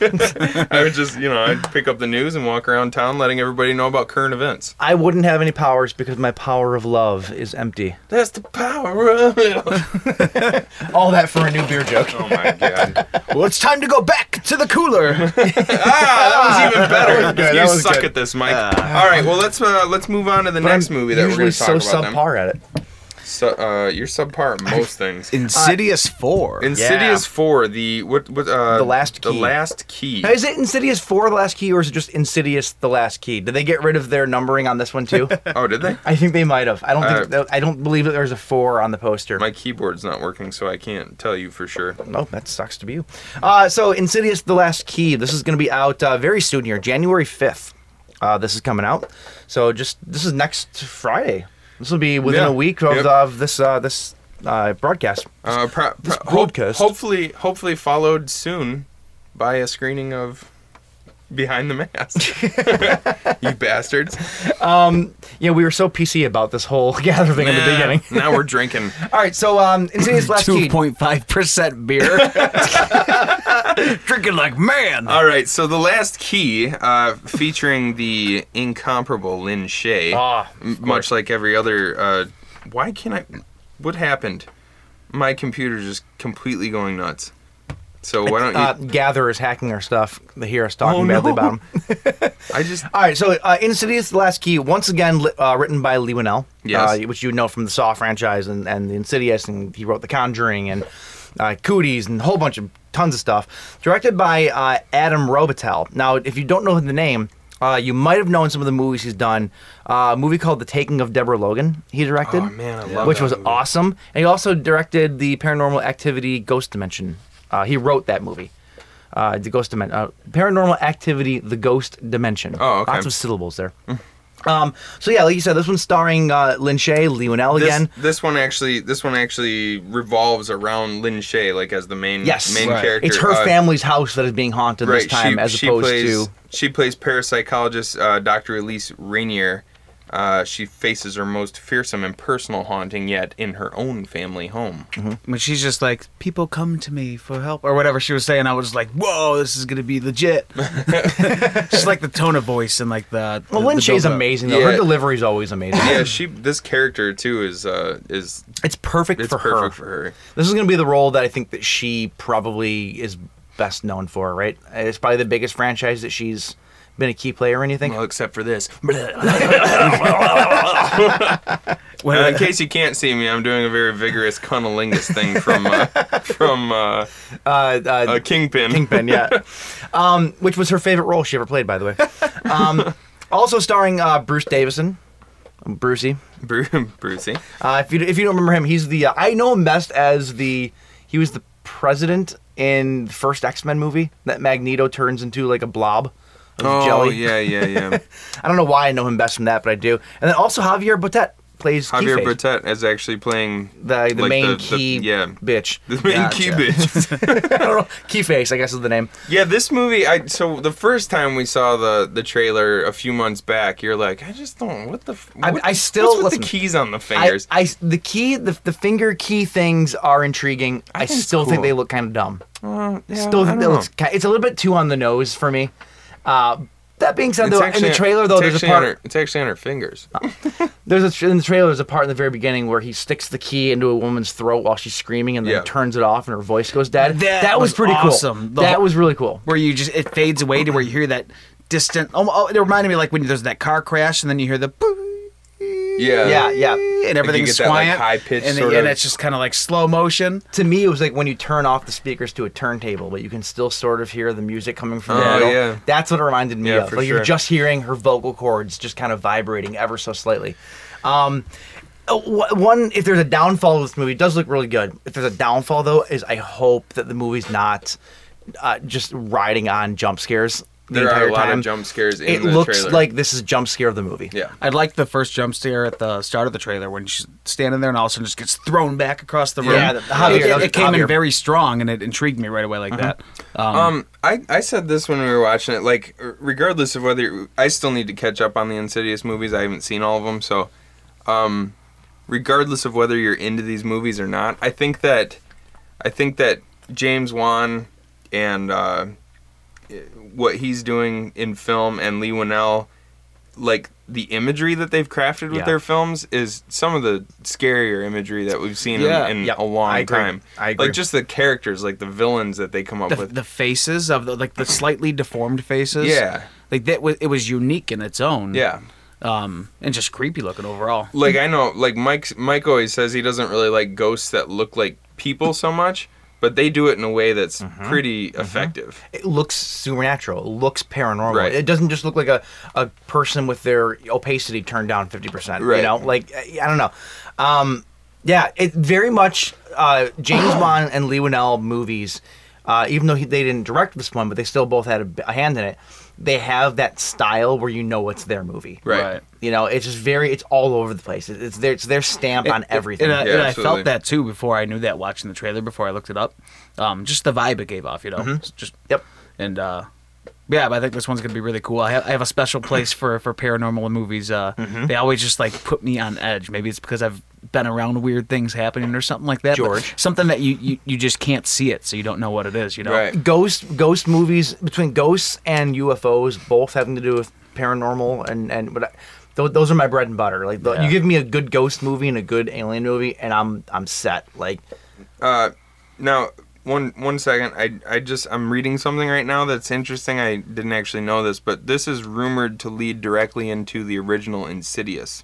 Speaker 2: I would just you know I'd pick up the news and walk around town letting everybody know about current events.
Speaker 4: I wouldn't have any powers because my power of love is empty.
Speaker 2: That's the power of
Speaker 4: All that for a new beer joke.
Speaker 2: Oh my god.
Speaker 5: Well, it's time to go back to the cooler.
Speaker 2: Ah, that was even better. you
Speaker 4: that was
Speaker 2: suck
Speaker 4: good. Ah.
Speaker 2: at this, Mike. All right, well let's uh, let's move on to the next movie that
Speaker 4: usually
Speaker 2: we're going to talk
Speaker 4: so
Speaker 2: about. then.
Speaker 4: subpar at it.
Speaker 2: So, uh, you're subpar at most things.
Speaker 5: Insidious Four.
Speaker 2: Insidious Four, the what? what uh,
Speaker 4: The Last
Speaker 2: The
Speaker 4: Key.
Speaker 2: last key.
Speaker 4: Now, is it Insidious Four the last key, or is it just Insidious the last key? Did they get rid of their numbering on this one too?
Speaker 2: Oh, did they?
Speaker 4: I think they might have. I don't think.
Speaker 2: Uh,
Speaker 4: I don't believe that there's a four on the poster.
Speaker 2: My keyboard's not working, so I can't tell you for sure.
Speaker 4: Oh, that sucks to be you. Uh, so, Insidious: The Last Key. This is going to be out uh, very soon here, January fifth. Uh, this is coming out. So, just this is next Friday. This will be within
Speaker 2: Yeah.
Speaker 4: a week of,
Speaker 2: Yep.
Speaker 4: of this uh, this uh, broadcast.
Speaker 2: Uh, pro-
Speaker 4: This
Speaker 2: pro- hope-
Speaker 4: broadcast.
Speaker 2: hopefully, hopefully followed soon by a screening of Behind the Mask. you bastards!
Speaker 4: Yeah, we were so PC about this whole gather thing in the
Speaker 2: Nah,
Speaker 4: beginning.
Speaker 2: now we're drinking.
Speaker 4: All right, so um, Insidious Last Key.
Speaker 5: Two point five percent beer. Drinking like man.
Speaker 2: All right, so the last key, uh, featuring the incomparable Lin Shay,
Speaker 4: Ah,
Speaker 2: m- much like every other. Uh, why can't I? What happened? My computer's just completely going nuts. So why don't you?
Speaker 4: uh, gather is hacking our stuff. They hear us
Speaker 2: Oh,
Speaker 4: talking badly about 'em.
Speaker 2: I just
Speaker 4: All right, so uh, Insidious: The Last Key, once again li- uh, written by Lee Winnell,
Speaker 2: Yes.
Speaker 4: uh, which you know from the Saw franchise and, and the Insidious, and he wrote The Conjuring and uh, Cooties and a whole bunch of tons of stuff. Directed by uh, Adam Robitel. Now, if you don't know the name, uh, you might have known some of the movies he's done. Uh, a movie called The Taking of Deborah Logan, he directed,
Speaker 2: Oh, man, I love
Speaker 4: which
Speaker 2: that
Speaker 4: was
Speaker 2: movie.
Speaker 4: awesome, and he also directed the Paranormal Activity Ghost Dimension. Uh, he wrote that movie. Uh, the ghost dimension, uh, paranormal activity, the ghost dimension.
Speaker 2: Oh, okay. Hmm.
Speaker 4: Lots of syllables there. um, so yeah, like you said, this one's starring uh, Lin Shay, Lee Winnell
Speaker 2: this,
Speaker 4: again.
Speaker 2: This one actually, this one actually revolves around Lin Shay, like as the main
Speaker 4: Yes,
Speaker 2: main character.
Speaker 4: It's her
Speaker 2: Uh,
Speaker 4: family's house that is being haunted this time, as opposed
Speaker 2: plays,
Speaker 4: to
Speaker 2: she plays parapsychologist uh, Dr. Elise Rainier. Uh, she faces her most fearsome and personal haunting yet in her own family home.
Speaker 4: Mm-hmm.
Speaker 5: When she's just like, people come to me for help or whatever she was saying, I was like, whoa, this is gonna be legit. just like the tone of voice and like the.
Speaker 4: well,
Speaker 5: the-
Speaker 4: Lin
Speaker 5: the
Speaker 4: Shay's
Speaker 5: buildup.
Speaker 4: amazing though. Her
Speaker 2: Yeah.
Speaker 4: delivery's always amazing.
Speaker 2: Yeah, she. This character too is uh, is
Speaker 4: It's perfect
Speaker 2: it's
Speaker 4: for
Speaker 2: perfect
Speaker 4: her.
Speaker 2: for her.
Speaker 4: This is going to be the role that I think that she probably is best known for. Right? It's probably the biggest franchise that she's been a key player. in, you think?
Speaker 2: Well, except for this.
Speaker 5: When-
Speaker 2: Uh, in case you can't see me, I'm doing a very vigorous cunnilingus thing from uh, from uh,
Speaker 4: Uh, uh,
Speaker 2: uh, Kingpin.
Speaker 4: Kingpin, yeah. um, which was her favorite role she ever played, by the way. Um, also starring uh, Bruce Davison, Brucey.
Speaker 2: Bru- Brucey.
Speaker 4: Uh, if you if you don't remember him, he's the uh, I know him best as the he was the president in the first X Men movie that Magneto turns into like a blob of
Speaker 2: Oh
Speaker 4: jelly.
Speaker 2: yeah, yeah, yeah.
Speaker 4: I don't know why I know him best from that, but I do. And then also Javier Botet plays
Speaker 2: Javier
Speaker 4: Keyface,
Speaker 2: Bertet is actually playing
Speaker 4: the, the
Speaker 2: like,
Speaker 4: main
Speaker 2: the- the-
Speaker 4: key
Speaker 2: yeah.
Speaker 4: bitch.
Speaker 2: The main key
Speaker 4: Gotcha.
Speaker 2: bitch.
Speaker 4: I don't know. Keyface, I guess is the name.
Speaker 2: yeah, this movie. I so the first time we saw the the trailer a few months back, you're like, I just don't. What the? f-
Speaker 4: I-
Speaker 2: what-
Speaker 4: I still-
Speaker 2: what's with
Speaker 4: listen,
Speaker 2: the keys on the
Speaker 4: I,
Speaker 2: fingers.
Speaker 4: I the key the, the finger key things are intriguing. I,
Speaker 2: think it's
Speaker 4: still think
Speaker 2: cool.
Speaker 4: they look kind of dumb.
Speaker 2: Uh, yeah,
Speaker 4: still
Speaker 2: I
Speaker 4: think
Speaker 2: don't
Speaker 4: that
Speaker 2: know.
Speaker 4: looks ki it's a little bit too on the nose for me. Uh, that being said,
Speaker 2: It's
Speaker 4: though, in
Speaker 2: actually-
Speaker 4: the trailer though,
Speaker 2: it's
Speaker 4: there's a
Speaker 2: actually on
Speaker 4: part. Uh,
Speaker 2: her- it's actually on her fingers.
Speaker 4: There's a tr- in the trailer. There's a part in the very beginning where he sticks the key into a woman's throat while she's screaming, and then
Speaker 2: Yeah.
Speaker 4: turns it off, and her voice goes dead.
Speaker 5: That
Speaker 4: was,
Speaker 5: was
Speaker 4: pretty
Speaker 5: awesome.
Speaker 4: cool.
Speaker 5: The
Speaker 4: that
Speaker 5: whole-
Speaker 4: was really cool.
Speaker 5: where you just it fades away to where you hear that distant. Oh, oh, it reminded me like when there's that car crash and then you hear the boop,
Speaker 2: Yeah.
Speaker 4: Yeah, yeah.
Speaker 5: and everything's
Speaker 2: get that, like,
Speaker 5: quiet,
Speaker 2: high-pitched
Speaker 5: and,
Speaker 2: sort
Speaker 5: and
Speaker 2: of-
Speaker 5: it's just kind of like slow motion.
Speaker 4: To me, it was like when you turn off the speakers to a turntable, but you can still sort of hear the music coming from the
Speaker 2: Oh,
Speaker 4: middle.
Speaker 2: yeah.
Speaker 4: That's what it reminded me
Speaker 2: Yeah,
Speaker 4: of.
Speaker 2: for
Speaker 4: Like you're
Speaker 2: sure.
Speaker 4: just hearing her vocal cords just kind of vibrating ever so slightly. Um, uh, wh- one, if there's a downfall of this movie, it does look really good. If there's a downfall though, is I hope that the movie's not uh, just riding on jump scares the
Speaker 2: There
Speaker 4: entire
Speaker 2: are a lot
Speaker 4: time.
Speaker 2: of jump scares in
Speaker 4: it
Speaker 2: the
Speaker 4: looks
Speaker 2: trailer.
Speaker 4: like this is jump scare of the movie.
Speaker 2: yeah.
Speaker 5: I liked the first jump scare at the start of the trailer when she's standing there and all of a sudden just gets thrown back across the room.
Speaker 4: Yeah, the- Javier,
Speaker 5: it, it-
Speaker 4: that was
Speaker 5: it came
Speaker 4: Javier. Uh-huh.
Speaker 5: in very strong and it intrigued me right away like that. Um,
Speaker 2: Um, I, I said this when we were watching it. Like, r- regardless of whether I still need to catch up on the Insidious movies, I haven't seen all of them. So, um, regardless of whether you're into these movies or not, I think that I think that James Wan and uh, what he's doing in film and Lee Winnell, like the imagery that they've crafted with
Speaker 5: Yeah.
Speaker 2: their films, is some of the scarier imagery that we've seen
Speaker 5: Yeah.
Speaker 2: in, in
Speaker 4: Yep.
Speaker 2: a long
Speaker 4: I agree.
Speaker 2: time.
Speaker 4: I agree.
Speaker 2: Like just the characters, like the villains that they come up
Speaker 5: the,
Speaker 2: with.
Speaker 5: the faces of the like the slightly deformed faces.
Speaker 2: Yeah.
Speaker 5: like that was it was unique in its own.
Speaker 2: Yeah.
Speaker 5: um, and just creepy looking overall.
Speaker 2: Mm-hmm. Like I know like Mike's Mike always says he doesn't really like ghosts that look like people so much, but they do it in a way that's
Speaker 4: Mm-hmm.
Speaker 2: pretty effective.
Speaker 4: it looks supernatural. It looks paranormal.
Speaker 2: Right.
Speaker 4: It doesn't just look like a, a person with their opacity turned down 50%. You
Speaker 2: Right.
Speaker 4: know, like, I I don't know. Um, yeah, it very much uh, James Bond and Lee Winnell movies, uh, even though he, they didn't direct this one, but they still both had a, b- a hand in it. they have that style where you know it's their movie.
Speaker 2: Right.
Speaker 5: Right.
Speaker 4: You know, it's just very, it's all over the place. It- It's their, it's their stamp on everything.
Speaker 5: And, I,
Speaker 2: Yeah,
Speaker 5: and I
Speaker 2: absolutely.
Speaker 5: felt that too before I knew that watching the trailer before I looked it up. Um, just the vibe it gave off, you know.
Speaker 2: Mm-hmm.
Speaker 5: Just
Speaker 4: Yep.
Speaker 5: And uh, yeah, but I think this one's gonna be really cool. I have, I have a special place for for paranormal movies. Uh, They always just like put me on edge. Maybe it's because I've been around weird things happening or something like that. but
Speaker 4: George.
Speaker 5: something that you, you you just can't see it, so you don't know what it is. You know.
Speaker 2: Right.
Speaker 4: ghost ghost movies between ghosts and UFOs, both having to do with paranormal and and but I, tho- those are my bread and butter. Like the,
Speaker 5: Yeah.
Speaker 4: you give me a good ghost movie and a good alien movie, and I'm I'm set. Like
Speaker 2: Now, one one second. I I just I'm reading something right now that's interesting. I didn't actually know this, but this is rumored to lead directly into the original Insidious,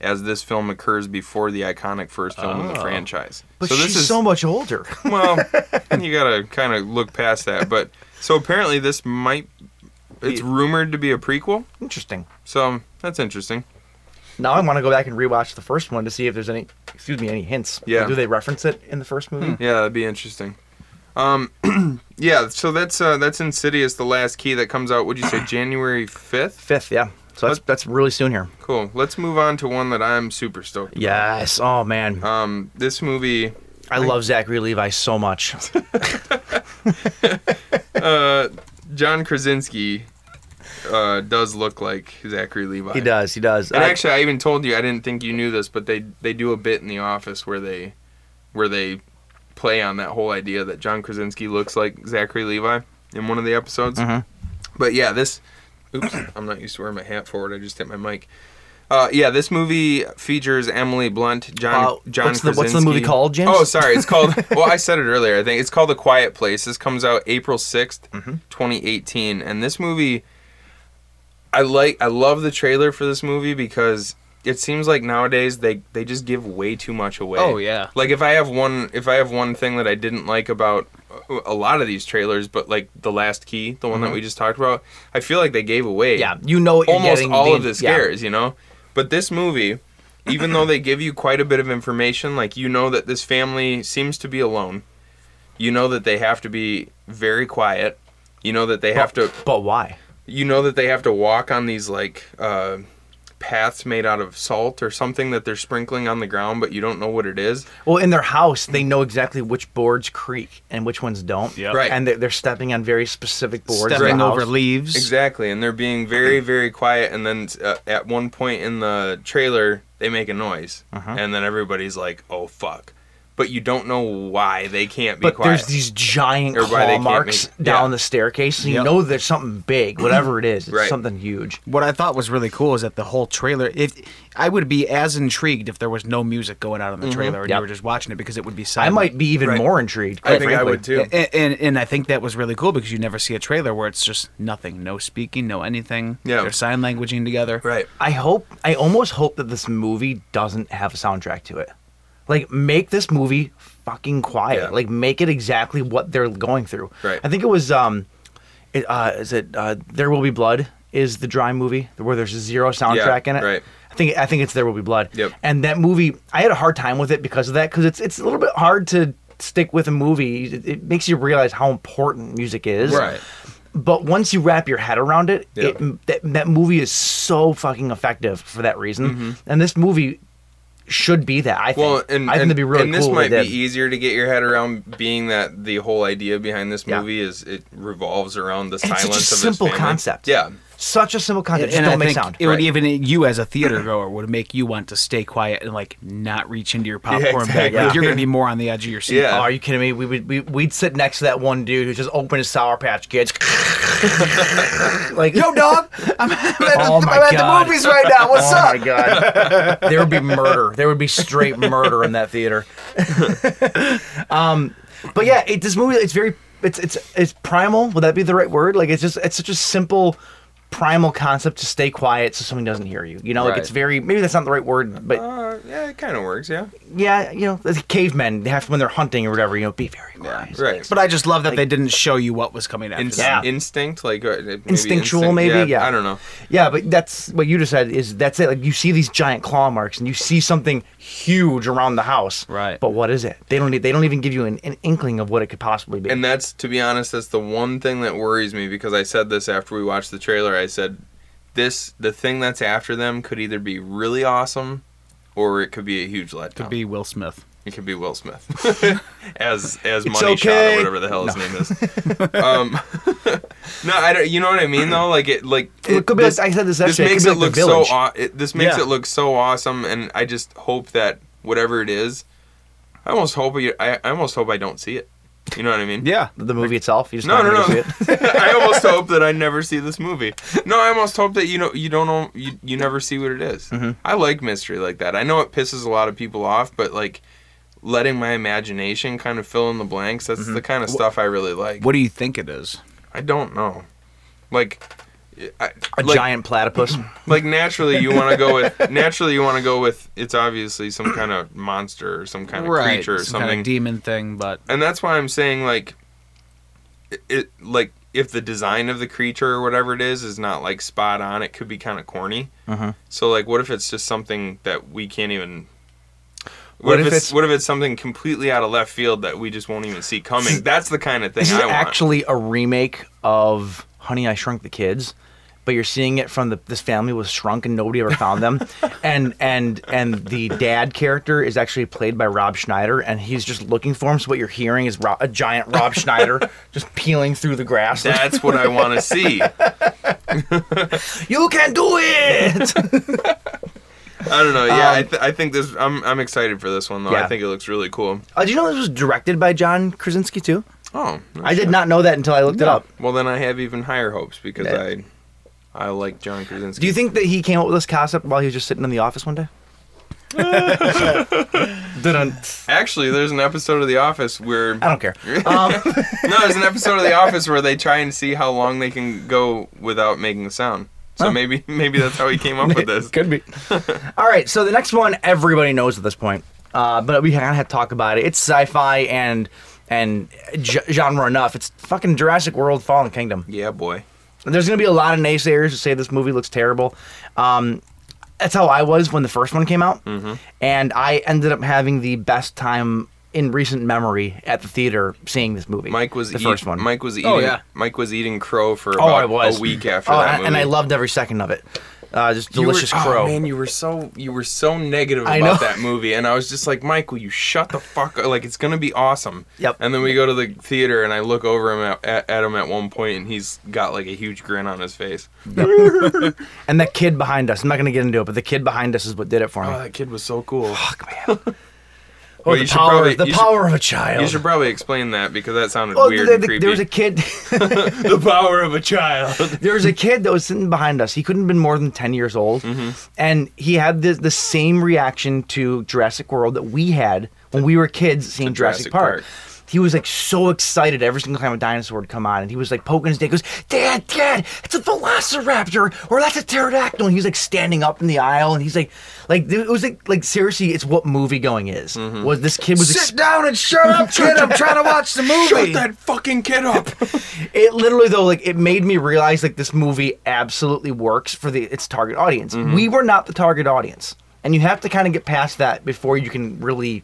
Speaker 2: as this film occurs before the iconic first film in the franchise.
Speaker 4: Oh. but
Speaker 2: so this
Speaker 4: she's
Speaker 2: is
Speaker 4: so much older.
Speaker 2: well, you gotta kind of look past that. But so apparently this might. It's rumored to be a prequel,
Speaker 4: Interesting.
Speaker 2: so that's interesting.
Speaker 4: Now I want to go back and rewatch the first one to see if there's any excuse me any hints. Like,
Speaker 2: Yeah. Hmm.
Speaker 4: do they reference it in the first movie?
Speaker 2: Yeah, that'd be interesting. Um, yeah, so that's uh, that's Insidious, the last key that comes out. Would you say January fifth?
Speaker 4: Fifth, yeah. So that's
Speaker 2: What?
Speaker 4: that's really soon here.
Speaker 2: Cool. Let's move on to one that I'm super stoked.
Speaker 4: Yes. Oh man,
Speaker 2: Um, this movie,
Speaker 4: I love Zachary Levi so much.
Speaker 2: John Krasinski, uh, does look like Zachary Levi.
Speaker 4: He does. He does.
Speaker 2: And
Speaker 4: I-
Speaker 2: actually, I even told you I didn't think you knew this, but they they do a bit in The Office where they where they play on that whole idea that John Krasinski looks like Zachary Levi in one of the episodes.
Speaker 4: Mm-hmm.
Speaker 2: But yeah, this. Oops, I'm not used to wearing my hat forward. I just hit my mic. Uh, yeah, this movie features Emily Blunt, John
Speaker 4: Uh,
Speaker 2: John.
Speaker 4: what's the- what's the
Speaker 2: Krasinski-
Speaker 4: movie called, James?
Speaker 2: Oh, sorry, it's called. well, I said it earlier. I think it's called The Quiet Place. This comes out April 6th
Speaker 4: Mm-hmm.
Speaker 2: 2018, and this movie. I like. I love the trailer for this movie because it seems like nowadays they they just give way too much away.
Speaker 5: Oh, yeah.
Speaker 2: Like if I have one if I have one thing that I didn't like about uh, a lot of these trailers, but like the Last Key, the one that we just talked about, I feel like they gave away.
Speaker 4: Mm-hmm. yeah, you know what you're
Speaker 2: almost
Speaker 4: getting
Speaker 2: all of
Speaker 4: the-
Speaker 2: the
Speaker 4: yeah.
Speaker 2: scares, you know. But this movie, even though they give you quite a bit of information, like you know that this family seems to be alone. You know that they have to be very quiet. You know that they have to
Speaker 4: But why?
Speaker 2: you know that they have to walk on these like uh, paths made out of salt or something that they're sprinkling on the ground, but you don't know what it is.
Speaker 4: Well, in their house, they know exactly which boards creak and which ones don't.
Speaker 5: Yep.
Speaker 2: Right.
Speaker 4: And they're, they're stepping on very specific boards. in
Speaker 5: Stepping
Speaker 4: the
Speaker 5: over
Speaker 4: house.
Speaker 5: leaves.
Speaker 2: Exactly, and they're being very, very quiet. And then uh, at one point in the trailer, they make a noise,
Speaker 4: Uh-huh.
Speaker 2: and then everybody's like, "Oh fuck!" But you don't know why they can't be
Speaker 4: But
Speaker 2: quiet.
Speaker 4: there's these giant
Speaker 2: Or why they
Speaker 4: claw
Speaker 2: can't
Speaker 4: marks
Speaker 2: make-
Speaker 4: down
Speaker 2: yeah.
Speaker 4: the staircase, and you
Speaker 5: Yep.
Speaker 4: know there's something big, whatever it is. It's
Speaker 2: Right.
Speaker 4: something huge.
Speaker 5: What I thought was really cool is that the whole trailer. If I would be as intrigued if there was no music going on in the trailer and
Speaker 4: Yep.
Speaker 5: you were just watching it because it would be
Speaker 4: I
Speaker 5: silent.
Speaker 4: might be even
Speaker 2: Right.
Speaker 4: more intrigued.
Speaker 2: I
Speaker 4: quite
Speaker 2: think I
Speaker 4: frankly.
Speaker 2: would too.
Speaker 5: And, and and I think that was really cool because you never see a trailer where it's just nothing, no speaking, no anything.
Speaker 2: Yeah.
Speaker 5: they're sign languaging together.
Speaker 2: right.
Speaker 4: I hope, I almost hope that this movie doesn't have a soundtrack to it. Like, make this movie fucking quiet.
Speaker 2: Yeah.
Speaker 4: Like, make it exactly what they're going through.
Speaker 2: Right.
Speaker 4: I think it was, um, it, uh, is it, uh, There Will Be Blood is the dry movie where there's zero soundtrack in it.
Speaker 2: right.
Speaker 4: I think, I think it's There Will Be Blood.
Speaker 2: Yep.
Speaker 4: And that movie, I had a hard time with it because of that, because it's, it's a little bit hard to stick with a movie. It, it makes you realize how important music is
Speaker 2: Right.
Speaker 4: but once you wrap your head around it,
Speaker 2: Yep.
Speaker 4: it that, that movie is so fucking effective for that reason. And this movie should be that. I think.
Speaker 2: Mm-hmm. Well, and,
Speaker 4: I think
Speaker 2: and,
Speaker 4: it'd be really
Speaker 2: and
Speaker 4: cool.
Speaker 2: this
Speaker 4: if
Speaker 2: might
Speaker 4: they
Speaker 2: be
Speaker 4: did.
Speaker 2: easier to get your head around, being that the whole idea behind this
Speaker 4: Yeah.
Speaker 2: movie is it revolves around the
Speaker 4: And it's
Speaker 2: silence
Speaker 4: such a
Speaker 2: of
Speaker 4: simple
Speaker 2: his family.
Speaker 4: concept.
Speaker 2: Yeah,
Speaker 4: Such a simple concept. Just
Speaker 5: and
Speaker 4: don't
Speaker 5: I
Speaker 4: make
Speaker 5: think
Speaker 4: sound.
Speaker 5: it would
Speaker 2: Right.
Speaker 5: even you as a theater goer would make you want to stay quiet and like not reach into your popcorn bag.
Speaker 2: exactly.
Speaker 5: Like, you're gonna be more on the edge of your seat.
Speaker 2: Yeah.
Speaker 4: Oh, are you kidding me? We would we, we'd sit next to that one dude who just opened his Sour Patch Kids. like, yo, dog, I'm,
Speaker 5: Oh my
Speaker 4: I'm at
Speaker 5: God.
Speaker 4: the movies right now. What's up? Oh my god, there would be murder. There would be straight murder in that theater. um, but yeah, it, this movie it's very it's it's it's primal. Would that be the right word? Like, it's just it's such a simple primal concept to stay quiet so someone doesn't hear you. You know, like
Speaker 2: Right.
Speaker 4: it's very maybe that's not the right word, but
Speaker 2: Uh, yeah, it kind of works. Yeah.
Speaker 4: yeah, you know, as cavemen they have to when they're hunting or whatever. You know, be very quiet.
Speaker 2: Right.
Speaker 5: But I just love that they didn't show you what was coming after
Speaker 2: Inst-
Speaker 5: that.
Speaker 4: Yeah.
Speaker 2: instinct, like uh, maybe
Speaker 4: Instinctual,
Speaker 2: instinct-
Speaker 4: maybe. Yeah,
Speaker 2: I don't know.
Speaker 4: Yeah, but that's what you just said. Is that's it? Like you see these giant claw marks, and you see something huge around the house.
Speaker 5: Right.
Speaker 4: But what is it? They don't. e- They don't even give you an, an inkling of what it could possibly be.
Speaker 2: And that's, to be honest, that's the one thing that worries me because I said this after we watched the trailer. I said, this, the thing that's after them could either be really awesome or it could be a huge letdown.
Speaker 5: Could be Will Smith.
Speaker 2: It could be Will Smith as
Speaker 4: It's
Speaker 2: as Money Shot
Speaker 4: okay.
Speaker 2: or whatever the hell his name is. um, no, I don't. You know what I mean though. Like it, like
Speaker 4: It could be
Speaker 2: this-
Speaker 4: like- I said this
Speaker 2: This
Speaker 4: yesterday, it
Speaker 2: makes
Speaker 4: could
Speaker 2: it,
Speaker 4: be like
Speaker 2: look
Speaker 4: The
Speaker 2: so.
Speaker 4: Village.
Speaker 2: Aw- it, this makes
Speaker 5: Yeah.
Speaker 2: it look so awesome, and I just hope that whatever it is, I almost hope you, I, I almost hope I don't see it. You know what I mean?
Speaker 5: Yeah.
Speaker 4: the movie itself. You just
Speaker 2: No,
Speaker 4: not
Speaker 2: no,
Speaker 4: gonna
Speaker 2: no.
Speaker 4: see it.
Speaker 2: I almost hope that I never see this movie. No, I almost hope that you know you don't know you, you never see what it is.
Speaker 4: Mm-hmm.
Speaker 2: I like mystery like that. I know it pisses a lot of people off, but like letting my imagination kind of fill in the blanks, that's
Speaker 4: Mm-hmm.
Speaker 2: the kind of stuff I really like.
Speaker 5: What do you think it is?
Speaker 2: I don't know. Like I,
Speaker 4: A
Speaker 2: like,
Speaker 4: giant platypus.
Speaker 2: like naturally you want to go with naturally you want to go with it's obviously some kind of monster or some kind of creature or
Speaker 5: Some
Speaker 2: something
Speaker 5: kind of demon thing, but
Speaker 2: and that's why I'm saying like it- it like if the design of the creature or whatever it is is not like spot on, it could be kind of corny.
Speaker 4: Mm-hmm.
Speaker 2: So like, what if it's just something that we can't even. What, if, it's, what if it's something completely out of left field that we just won't even see coming? That's the kind of thing
Speaker 4: This is
Speaker 2: I want.
Speaker 4: actually a remake of Honey, I Shrunk the Kids, but you're seeing it from the this family was shrunk and nobody ever found them, and and and the dad character is actually played by Rob Schneider, and he's just looking for him. So what you're hearing is Ro- a giant Rob Schneider just peeling through the grass.
Speaker 2: That's what I want to see. I
Speaker 4: you can do it.
Speaker 2: don't know. Yeah, I,
Speaker 4: Um,
Speaker 2: th- I think this. I'm I'm excited for this one though. I
Speaker 4: Yeah.
Speaker 2: think it looks really cool.
Speaker 4: uh, did you know this was directed by John Krasinski too?
Speaker 2: Oh, no
Speaker 4: I
Speaker 2: shit.
Speaker 4: did not know that until I looked it up.
Speaker 2: Well, then I have even higher hopes because
Speaker 4: Yeah.
Speaker 2: I I like John Krasinski.
Speaker 4: Do you think that he came up with this concept while he was just sitting in the office one day? Didn't.
Speaker 2: Actually, there's an episode of The Office where
Speaker 4: I don't care. Um,
Speaker 2: no, there's an episode of The Office where they try and see how long they can go without making a sound. So maybe maybe that's how he came up with this.
Speaker 4: Could be. All right, so the next one everybody knows at this point, uh, but we kind of have to talk about it. It's sci-fi and and g- genre enough. It's fucking Jurassic World: Fallen Kingdom.
Speaker 2: Yeah, boy.
Speaker 4: There's gonna be a lot of naysayers who say this movie looks terrible. Um, that's how I was when the first one came out,
Speaker 2: Mm-hmm.
Speaker 4: and I ended up having the best time in recent memory at the theater seeing this movie.
Speaker 2: Mike was
Speaker 4: the
Speaker 2: eat-
Speaker 4: first one.
Speaker 2: Mike was eating.
Speaker 5: Oh, yeah.
Speaker 2: Mike was eating crow for
Speaker 4: oh,
Speaker 2: about
Speaker 4: I was
Speaker 2: a week after
Speaker 4: Oh,
Speaker 2: that
Speaker 4: and-
Speaker 2: movie.
Speaker 4: and I loved every second of it. Uh, just
Speaker 2: You were-
Speaker 4: delicious crow.
Speaker 2: Oh, man, you were so you were so negative
Speaker 4: I know.
Speaker 2: about that movie, and I was just like, Mike, will you shut the fuck up? Like it's gonna be awesome.
Speaker 4: Yep.
Speaker 2: And then we go to the theater, and I look over him at, at, at him at one point, and he's got like a huge grin on his face.
Speaker 4: And that kid behind us, I'm not going to get into it, but the kid behind us is what did it for me.
Speaker 2: Oh, that kid was so cool.
Speaker 4: Fuck, man. Oh,
Speaker 2: Well,
Speaker 4: the
Speaker 2: you should
Speaker 4: power,
Speaker 2: probably-
Speaker 4: the
Speaker 2: you should-
Speaker 4: power of a child.
Speaker 2: You should probably explain that because that sounded
Speaker 4: oh,
Speaker 2: weird
Speaker 4: there,
Speaker 2: and
Speaker 4: the-
Speaker 2: creepy.
Speaker 4: there was a kid.
Speaker 2: the power of a child.
Speaker 4: there was a kid that was sitting behind us. He couldn't have been more than ten years old, and he had the the same reaction to Jurassic World that we had when we were kids seeing Jurassic,
Speaker 2: Jurassic
Speaker 4: Park.
Speaker 2: Park.
Speaker 4: He was like so excited every single time a dinosaur would come on, and he was like poking his dick. He goes, "Dad, Dad, it's a Velociraptor, or that's a pterodactyl." And he's like standing up in the aisle, and he's like, like it was like, like seriously, it's what movie going is. Was this kid was ex-
Speaker 5: Sit down and shut up, kid. I'm trying to watch the movie.
Speaker 2: Shut that fucking kid up.
Speaker 4: It literally though, like it made me realize like this movie absolutely works for the its target audience.
Speaker 2: Mm-hmm.
Speaker 4: We were not the target audience, and you have to kind of get past that before you can really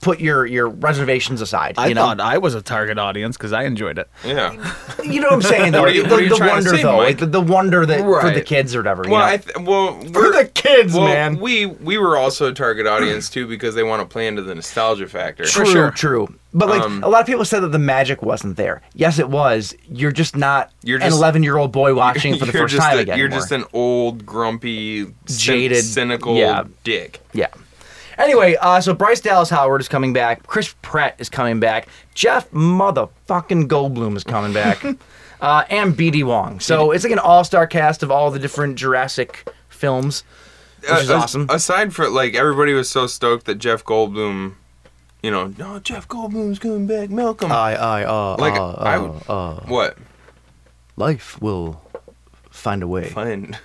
Speaker 4: put your your reservations aside.
Speaker 5: I
Speaker 4: you know,
Speaker 5: thought I was a target audience because I enjoyed it.
Speaker 2: yeah.
Speaker 4: you know what I'm saying though.
Speaker 2: What are you-
Speaker 4: the,
Speaker 2: what are you
Speaker 4: the
Speaker 2: trying to
Speaker 4: wonder
Speaker 2: say,
Speaker 4: though,
Speaker 2: Mike?
Speaker 4: like the, the wonder that for the
Speaker 2: Right.
Speaker 4: kids or whatever. you
Speaker 2: Well,
Speaker 4: know?
Speaker 2: I th- well, we're,
Speaker 4: the kids,
Speaker 2: well,
Speaker 4: man.
Speaker 2: We we were also a target audience too because they want to play into the nostalgia factor.
Speaker 4: True,
Speaker 5: sure.
Speaker 4: true. But like
Speaker 2: Um,
Speaker 4: a lot of people said that the magic wasn't there. Yes, it was. You're just not
Speaker 2: You're
Speaker 4: an
Speaker 2: just-
Speaker 4: 11 year old boy watching it for the
Speaker 2: You're
Speaker 4: first
Speaker 2: just
Speaker 4: time
Speaker 2: a-
Speaker 4: again.
Speaker 2: You're
Speaker 4: anymore.
Speaker 2: just an old, grumpy, cyn-
Speaker 4: Jaded,
Speaker 2: cynical
Speaker 4: yeah.
Speaker 2: dick.
Speaker 4: Yeah. Anyway, uh, so Bryce Dallas Howard is coming back. Chris Pratt is coming back. Jeff motherfucking Goldblum is coming back. uh, and BD Wong. So it's like an all star cast of all the different Jurassic films, which is
Speaker 2: Uh, as-
Speaker 4: awesome.
Speaker 2: Aside from like everybody was so stoked that Jeff Goldblum, you know, no, Jeff Goldblum's coming back, Malcolm.
Speaker 4: I, I, uh,
Speaker 2: like
Speaker 4: uh,
Speaker 2: I would,
Speaker 4: uh, uh,
Speaker 2: what?
Speaker 4: life will find a way.
Speaker 2: Fun.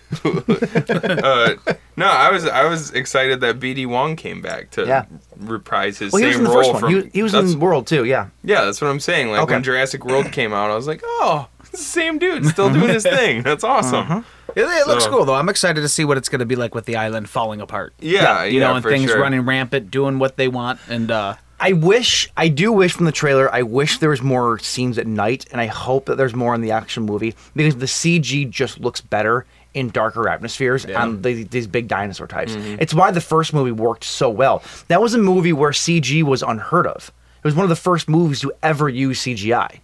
Speaker 2: uh, no, I was I was excited that BD Wong came back to
Speaker 4: Yeah.
Speaker 2: reprise his
Speaker 4: Well, he was
Speaker 2: same
Speaker 4: in the
Speaker 2: role
Speaker 4: first one.
Speaker 2: from.
Speaker 4: He, was- he was
Speaker 2: that's-
Speaker 4: in World too. Yeah.
Speaker 2: yeah, that's what I'm saying. Like
Speaker 4: Okay.
Speaker 2: when Jurassic World came out, I was like, oh, it's the same dude still doing his thing. That's awesome.
Speaker 4: Mm-hmm.
Speaker 5: It, it looks
Speaker 2: So-
Speaker 5: cool though. I'm excited to see what it's going to be like with the island falling apart.
Speaker 2: Yeah,
Speaker 5: you know,
Speaker 2: yeah,
Speaker 5: and
Speaker 2: for
Speaker 5: things
Speaker 2: sure.
Speaker 5: running rampant, doing what they want, and uh,
Speaker 4: I wish, I do wish from the trailer, I wish there was more scenes at night, and I hope that there's more in the action movie because the CG just looks better in darker atmospheres on the, these big dinosaur types.
Speaker 2: Mm-hmm.
Speaker 4: It's why the first movie worked so well. That was a movie where CG was unheard of. It was one of the first movies to ever use CGI.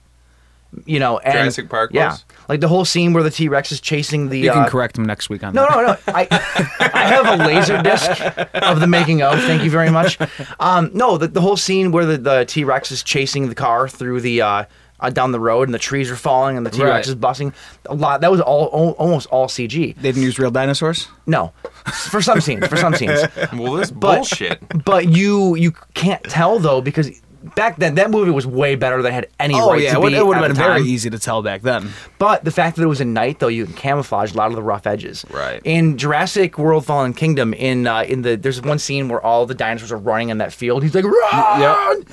Speaker 4: You know, and
Speaker 2: Jurassic Park
Speaker 4: yeah,
Speaker 2: was?
Speaker 4: like the whole scene where the T Rex is chasing the
Speaker 5: you can
Speaker 4: uh,
Speaker 5: correct them next week on
Speaker 4: no,
Speaker 5: that.
Speaker 4: no, no. I, I have a laser disc of the making of. Thank you very much. Um, no, the, the whole scene where the, the T Rex is chasing the car through the uh, uh, down the road and the trees are falling and the T Rex
Speaker 5: Right.
Speaker 4: is busting. A lot. That was all al- almost all CG.
Speaker 5: They didn't use real dinosaurs.
Speaker 4: No, for some scenes. For some scenes.
Speaker 2: Well, this
Speaker 4: But-
Speaker 2: bullshit.
Speaker 4: But you you can't tell though because back then that movie was way better than it had any
Speaker 5: Oh
Speaker 4: right
Speaker 5: yeah,
Speaker 4: to
Speaker 5: it
Speaker 4: be.
Speaker 5: would, it would
Speaker 4: at
Speaker 5: have been
Speaker 4: the
Speaker 5: very
Speaker 4: time.
Speaker 5: easy to tell back then.
Speaker 4: But the fact that it was a night, though, you can camouflage a lot of the rough edges.
Speaker 2: Right.
Speaker 4: In Jurassic World: Fallen Kingdom, in uh, in the there's one scene where all the dinosaurs are running in that field. He's like, run.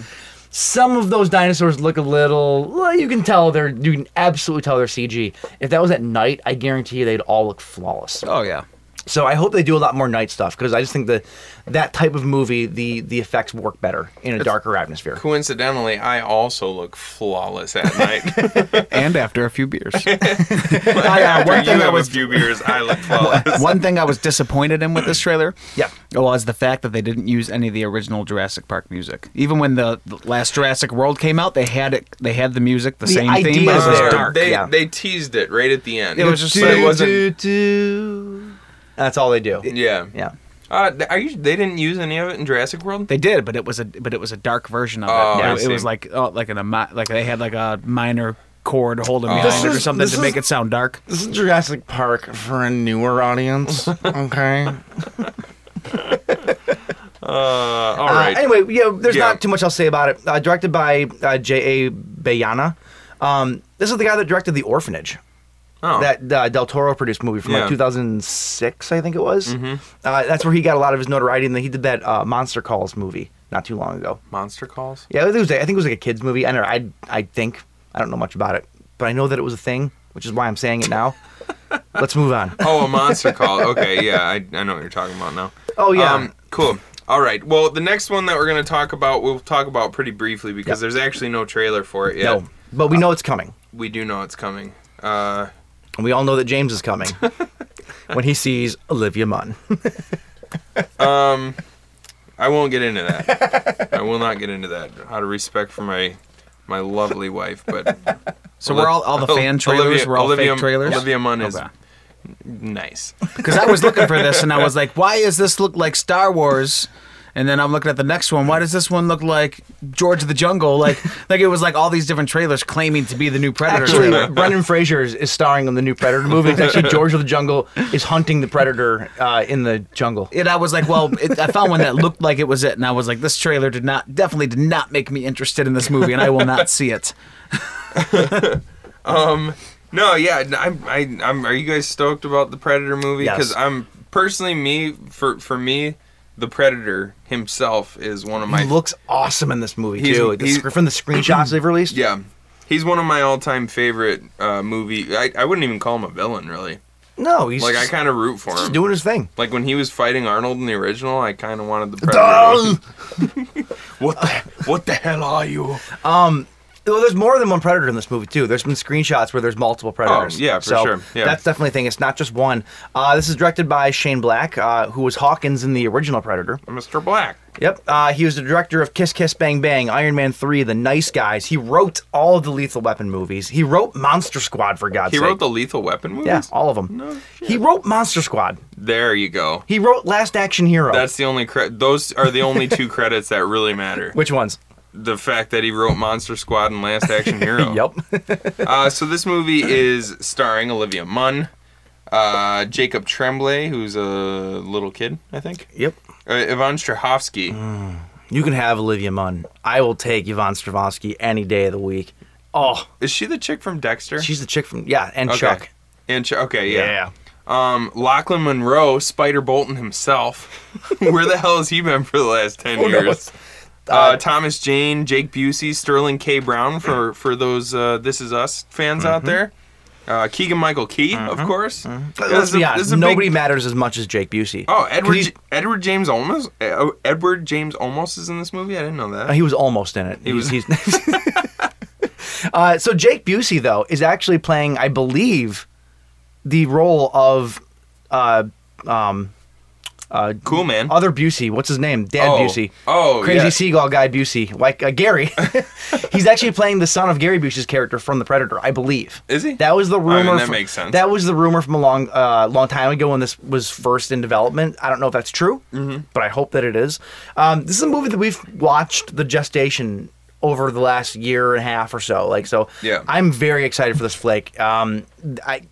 Speaker 4: Some of those dinosaurs look a little. Well, you can tell they're. You can absolutely tell they're CG. If that was at night, I guarantee you they'd all look flawless.
Speaker 5: Oh yeah,
Speaker 4: So I hope they do a lot more night stuff because I just think that that type of movie, the the effects work better in a darker atmosphere.
Speaker 2: Coincidentally, I also look flawless at night.
Speaker 5: and after a few beers.
Speaker 2: After
Speaker 5: uh, one
Speaker 2: you
Speaker 5: thing I
Speaker 2: have
Speaker 5: was-
Speaker 2: a few beers, I look flawless.
Speaker 5: One thing I was disappointed in with this trailer,
Speaker 4: Yeah.
Speaker 5: was the fact that they didn't use any of the original Jurassic Park music. Even when the the last Jurassic World came out, they had it. They had the music, the, same theme,
Speaker 4: idea
Speaker 5: but it was
Speaker 4: there.
Speaker 5: dark.
Speaker 2: Uh, they
Speaker 4: yeah.
Speaker 2: they teased it right at the end.
Speaker 5: It was just
Speaker 2: but it
Speaker 5: like-
Speaker 2: wasn't.
Speaker 4: That's all they do.
Speaker 2: Yeah.
Speaker 4: Yeah.
Speaker 2: Uh, th- are you? They didn't use any of it in Jurassic World.
Speaker 5: They did, but it was a but it was a dark version of it.
Speaker 2: Oh,
Speaker 5: it,
Speaker 2: I
Speaker 5: it was
Speaker 2: see.
Speaker 5: like oh, like an ami- like they had like a minor chord
Speaker 2: Oh.
Speaker 5: holding
Speaker 4: This
Speaker 5: behind it or
Speaker 4: is-
Speaker 5: something
Speaker 4: this
Speaker 5: to
Speaker 4: is-
Speaker 5: make it sound dark.
Speaker 8: This is Jurassic Park for a newer audience. Okay.
Speaker 2: Uh, all
Speaker 4: Uh,
Speaker 2: right.
Speaker 4: Anyway, yeah, there's
Speaker 2: Yeah.
Speaker 4: not too much I'll say about it. Uh, directed by uh, J.A. Bayana. Um, this is the guy that directed The Orphanage,
Speaker 2: oh.
Speaker 4: that uh, Del Toro produced movie from
Speaker 2: Yeah. Mm-hmm.
Speaker 4: like 2006, I think it was. Uh, that's where he got a lot of his notoriety, and then he did that uh, Monster Calls movie not too long ago.
Speaker 2: monster calls.
Speaker 4: Yeah, it was, I think it was like a kids movie. I don't know. I I think I don't know much about it, but I know that it was a thing, which is why I'm saying it now. Let's move on.
Speaker 2: Oh, a monster call. Okay, yeah, I, I know what you're talking about now.
Speaker 4: Oh, yeah.
Speaker 2: Um, cool. All right. Well, the next one that we're gonna talk about, we'll talk about pretty briefly because there's actually no trailer for it yet.
Speaker 4: No, but we know it's coming,
Speaker 2: We do know it's coming. Uh,
Speaker 4: and we all know that James is coming when he sees Olivia Munn.
Speaker 2: I won't get into that. I will not get into that. Out of respect for my my lovely wife, but
Speaker 5: So we're all all the fan trailers
Speaker 2: Olivia,
Speaker 5: were all
Speaker 2: Olivia,
Speaker 5: fake trailers.
Speaker 2: Olivia Munn is
Speaker 5: Okay.
Speaker 2: nice.
Speaker 5: because I was looking for this and I was like, why is this look like Star Wars? And then I'm looking at the next one. Why does this one look like George of the Jungle? Like, like it was like all these different trailers claiming to be the new Predator.
Speaker 4: Actually,
Speaker 5: trailer.
Speaker 4: Brendan Fraser is, is starring in the new Predator movie. It's actually George of the Jungle is hunting the Predator uh, in the jungle.
Speaker 5: And I was like, well, it, I found one that looked like it was it, and I was like, this trailer did not, definitely did not make me interested in this movie, and I will not see it.
Speaker 2: No, yeah, n- I'm, I, I'm. Are you guys stoked about the Predator movie?
Speaker 4: Yes.
Speaker 2: Because I'm personally me for for me, the Predator himself is one of my.
Speaker 4: He looks awesome in this movie
Speaker 2: He's-
Speaker 4: too. The
Speaker 2: he's-
Speaker 4: sc- from the screenshots they've released.
Speaker 2: yeah, he's one of my all-time favorite uh, movie. I, I wouldn't even call him a villain really.
Speaker 4: No, he's
Speaker 2: Like I
Speaker 4: just,
Speaker 2: kind of root for
Speaker 4: just
Speaker 2: him.
Speaker 4: doing his thing.
Speaker 2: Like when he was fighting Arnold in the original, I kind of wanted the Predator. what the What the hell are you?
Speaker 4: Well, there's more than one predator in this movie too. There's been screenshots where there's multiple predators.
Speaker 2: Oh, yeah, for
Speaker 4: so
Speaker 2: sure. Yeah.
Speaker 4: that's definitely a thing. It's not just one. Uh, this is directed by Shane Black, uh, who was Hawkins in the original Predator.
Speaker 2: Mr. Black.
Speaker 4: Yep. Uh, he was the director of Kiss Kiss Bang Bang, Iron Man 3, The Nice Guys. He wrote all of the Lethal Weapon movies. He wrote Monster Squad, for God's
Speaker 2: He
Speaker 4: sake.
Speaker 2: wrote the Lethal Weapon movies.
Speaker 4: Yeah, all of them. he wrote Monster Squad.
Speaker 2: There you go.
Speaker 4: He wrote Last Action Hero.
Speaker 2: That's the only credit. Those are the only two credits that really matter.
Speaker 4: Which ones?
Speaker 2: the fact that he wrote Monster Squad and Last Action Hero.
Speaker 4: Yep.
Speaker 2: Uh, so this movie is starring Olivia Munn, uh, Jacob Tremblay, who's a little kid, I think,
Speaker 4: yep.
Speaker 2: uh, Ivan Strahovski.
Speaker 4: Mm. You can have Olivia Munn. I will take Yvonne Stravonsky any day of the week. Oh,
Speaker 2: Is she the chick from Dexter?
Speaker 4: she's the chick from yeah, and
Speaker 2: Okay.
Speaker 4: Chuck.
Speaker 2: And Ch- okay, yeah. Um, Lachlan Monroe, Spider Bolton himself. Where the hell has he been for the last ten
Speaker 4: Oh,
Speaker 2: years? Uh, Thomas Jane, Jake Busey, Sterling K. Brown for for those uh, This Is Us fans out
Speaker 4: Mm-hmm.
Speaker 2: there. Uh, Keegan Michael Key, of course. This
Speaker 4: Let's
Speaker 2: is a-
Speaker 4: be
Speaker 2: this is
Speaker 4: honest.
Speaker 2: a big-
Speaker 4: Nobody matters as much as Jake Busey.
Speaker 2: Oh, Edward
Speaker 4: He's-
Speaker 2: J- Edward James almost uh, Edward James almost is in this movie. I didn't know that.
Speaker 4: Uh, he was almost in it. He
Speaker 2: was-
Speaker 4: uh, so Jake Busey though is actually playing, I believe, the role of uh, um,
Speaker 2: cool man.
Speaker 4: other Busey. What's his name? Dad
Speaker 2: Oh.
Speaker 4: Busey.
Speaker 2: Oh,
Speaker 4: crazy
Speaker 2: yeah.
Speaker 4: seagull guy Busey, like uh, Gary. He's actually playing the son of Gary Busey's character from The Predator, I believe.
Speaker 2: Is he?
Speaker 4: That was the rumor.
Speaker 2: that
Speaker 4: fr-
Speaker 2: makes sense.
Speaker 4: That was the rumor from a long, uh, long time ago when this was first in development. I don't know if that's true,
Speaker 2: Mm-hmm.
Speaker 4: but I hope that it is. Um, this is a movie that we've watched the gestation over the last year and a half or so. Like so,
Speaker 2: Yeah.
Speaker 4: I'm very excited for this flick. Um, I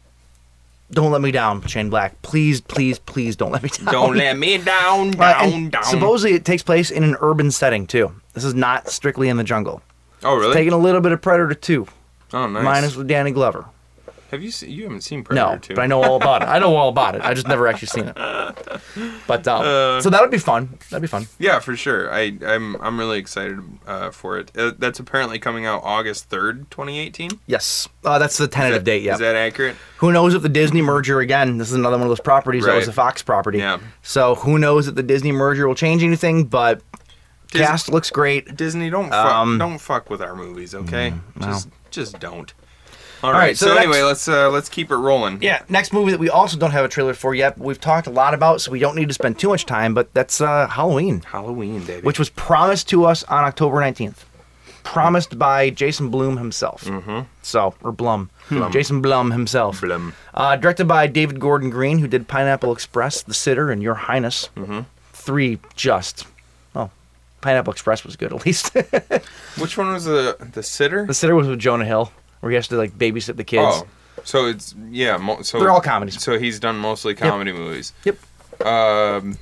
Speaker 4: don't let me down, Shane Black. Please, please, please don't let me down.
Speaker 2: Don't let me down, down,
Speaker 4: Uh, and
Speaker 2: down.
Speaker 4: Supposedly, it takes place in an urban setting too. This is not strictly in the jungle.
Speaker 2: oh really?
Speaker 4: Taking a little bit of Predator Two,
Speaker 2: oh nice.
Speaker 4: minus with Danny Glover.
Speaker 2: Have you seen? You haven't seen Predator
Speaker 4: No,
Speaker 2: two?
Speaker 4: but I know all about it. I know all about it. I just never actually seen it. But um,
Speaker 2: Uh,
Speaker 4: so that would be fun. That'd be fun.
Speaker 2: Yeah, for sure. I I'm I'm really excited uh, for it. Uh, that's apparently coming out August third, 2018. Is
Speaker 4: Yes, uh, that's the tentative
Speaker 2: that-
Speaker 4: date. Yeah.
Speaker 2: Is that accurate?
Speaker 4: who knows if the Disney merger again? This is another one of those properties that was
Speaker 2: Right.
Speaker 4: a Fox property.
Speaker 2: Yeah.
Speaker 4: So who knows if the Disney merger will change anything? But
Speaker 2: Dis-
Speaker 4: cast looks great.
Speaker 2: Disney, don't fuck,
Speaker 4: Um, mm,
Speaker 2: don't fuck with our movies, okay? Just just don't. All
Speaker 4: right,
Speaker 2: right.
Speaker 4: so
Speaker 2: so
Speaker 4: the
Speaker 2: anyway,
Speaker 4: next-
Speaker 2: let's uh, let's keep it rolling.
Speaker 4: Yeah, next movie that we also don't have a trailer for yet, but we've talked a lot about, so we don't need to spend too much time, but that's uh, Halloween,
Speaker 2: Halloween, baby.
Speaker 4: which was promised to us on October 19th. Promised by Jason Blum himself. Mm-hmm. So, or Blum. Jason Blum himself.
Speaker 2: Blum.
Speaker 4: Uh, directed by David Gordon Green, who did Pineapple Express, The Sitter, and Your Highness. Mm-hmm. Three just. Well, Pineapple Express was good, at least. the
Speaker 2: which one was the the sitter?
Speaker 4: Sitter was with Jonah Hill, where he has to, like, babysit the kids.
Speaker 2: Oh, so it's yeah. Mo- so
Speaker 4: They're all comedies.
Speaker 2: So he's done mostly comedy movies.
Speaker 4: Yep.
Speaker 2: Um,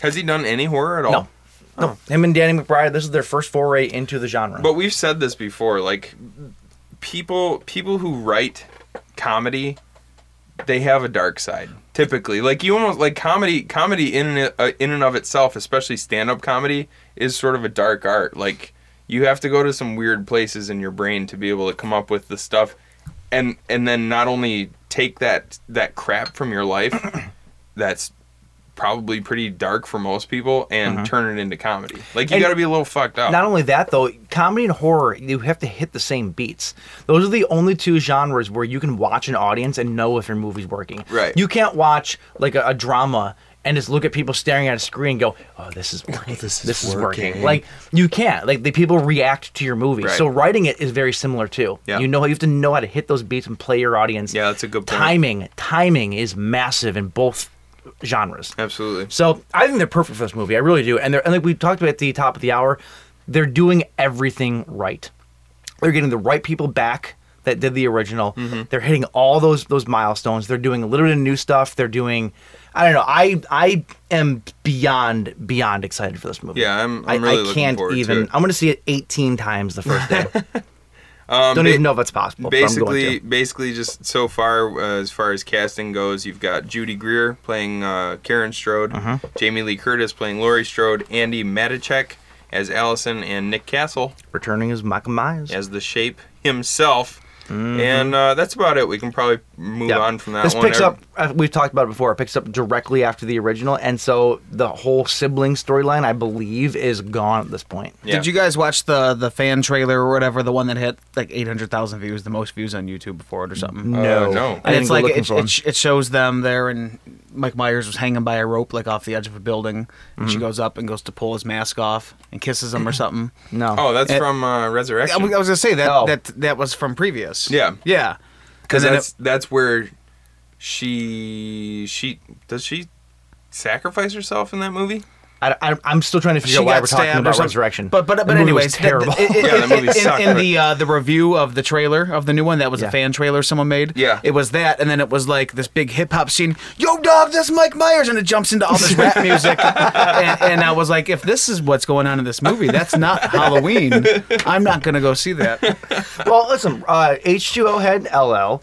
Speaker 2: has he done any horror at all?
Speaker 4: No. No, him and Danny McBride. This is their first foray into the genre.
Speaker 2: But we've said this before, like people people who write comedy, they have a dark side. Typically, like you almost like comedy comedy in and, uh, in and of itself, especially stand-up comedy is sort of a dark art. Like you have to go to some weird places in your brain to be able to come up with the stuff and and then not only take that that crap from your life that's probably pretty dark for most people and turn it into comedy. Like
Speaker 4: Mm-hmm.
Speaker 2: you
Speaker 4: And-
Speaker 2: got to be a little fucked up.
Speaker 4: Not only that, though, comedy and horror, you have to hit the same beats. Those are the only two genres where you can watch an audience and know if your movie's working.
Speaker 2: Right.
Speaker 4: You can't watch like a, a drama and just look at people staring at a screen and go, "Oh, this is working. this is, working. Like you can't. Like the people react to your movie.
Speaker 2: Right.
Speaker 4: So writing it is very similar too.
Speaker 2: Yeah.
Speaker 4: You know, you have to know how to hit those beats and play your audience.
Speaker 2: Yeah, that's a good point.
Speaker 4: Timing, timing is massive in both genres.
Speaker 2: Absolutely.
Speaker 4: So I think they're perfect for this movie. I really do. And they're and like we talked about at the top of the hour, they're doing everything right. They're getting the right people back that did the original.
Speaker 2: Mm-hmm.
Speaker 4: They're hitting all those those milestones. They're doing a little bit of new stuff. They're doing I don't know. I I am beyond beyond excited for this movie.
Speaker 2: Yeah, I'm-
Speaker 4: I-
Speaker 2: I'm really
Speaker 4: I
Speaker 2: looking
Speaker 4: can't
Speaker 2: forward to
Speaker 4: even.
Speaker 2: it.
Speaker 4: I'm going to see it 18 times the first day. don't even know if it's possible. but I'm going
Speaker 2: Um, basically
Speaker 4: to.
Speaker 2: basically just so far uh, as far as casting goes you've got judy greer playing uh, karen strode
Speaker 4: Uh-huh.
Speaker 2: jamie lee curtis playing laurie strode andy matichek as allison and nick castle
Speaker 4: returning as Michael Myers.
Speaker 2: as the shape himself and uh, that's about it we can probably move
Speaker 4: Mm-hmm. Yeah.
Speaker 2: on from that
Speaker 4: This
Speaker 2: one Er,
Speaker 4: picks up. uh, We've talked about it before. It picks up directly after the original, and so the whole sibling storyline, I believe, is gone at this point.
Speaker 2: Yeah.
Speaker 5: Did you guys watch the the fan trailer or whatever? The one that hit like eight hundred thousand views, the most views on YouTube before it or something.
Speaker 2: Uh, no. no.
Speaker 4: Mm, I
Speaker 5: And
Speaker 4: didn't
Speaker 5: it's
Speaker 4: go
Speaker 5: like
Speaker 4: looking
Speaker 5: it,
Speaker 4: for 'em.
Speaker 5: it, sh- it shows them there, and Mike Myers was hanging by a rope, like off the edge of a building. And
Speaker 4: Mm-hmm.
Speaker 5: she goes up and goes to pull his mask off and kisses him or something.
Speaker 4: No.
Speaker 2: oh that's
Speaker 5: It-
Speaker 2: from uh,
Speaker 5: I
Speaker 2: resurrection
Speaker 5: was I was gonna say that
Speaker 4: Oh.
Speaker 5: that that was from previous.
Speaker 2: Yeah.
Speaker 5: yeah.
Speaker 2: because
Speaker 5: and then
Speaker 2: that's that's where she she does she sacrifice herself in that movie
Speaker 4: I, am still trying to figure out why we're talking about
Speaker 5: something.
Speaker 4: resurrection.
Speaker 5: But but
Speaker 4: That
Speaker 5: but
Speaker 4: movie was
Speaker 5: anyways, that-
Speaker 4: terrible.
Speaker 5: that- it- it-
Speaker 2: Yeah, that movie
Speaker 5: in-
Speaker 2: sucked.
Speaker 5: in, the uh, the review of the trailer of the new one, that was
Speaker 4: Yeah.
Speaker 5: a fan trailer someone made.
Speaker 2: Yeah.
Speaker 5: it was that, and then it was like this big hip hop scene. Yo, dog, that's Mike Myers, and it jumps into all this rap music, and, and I was like, if this is what's going on in this movie, that's not Halloween. I'm not gonna go see that.
Speaker 4: well, listen, uh, H2O had LL.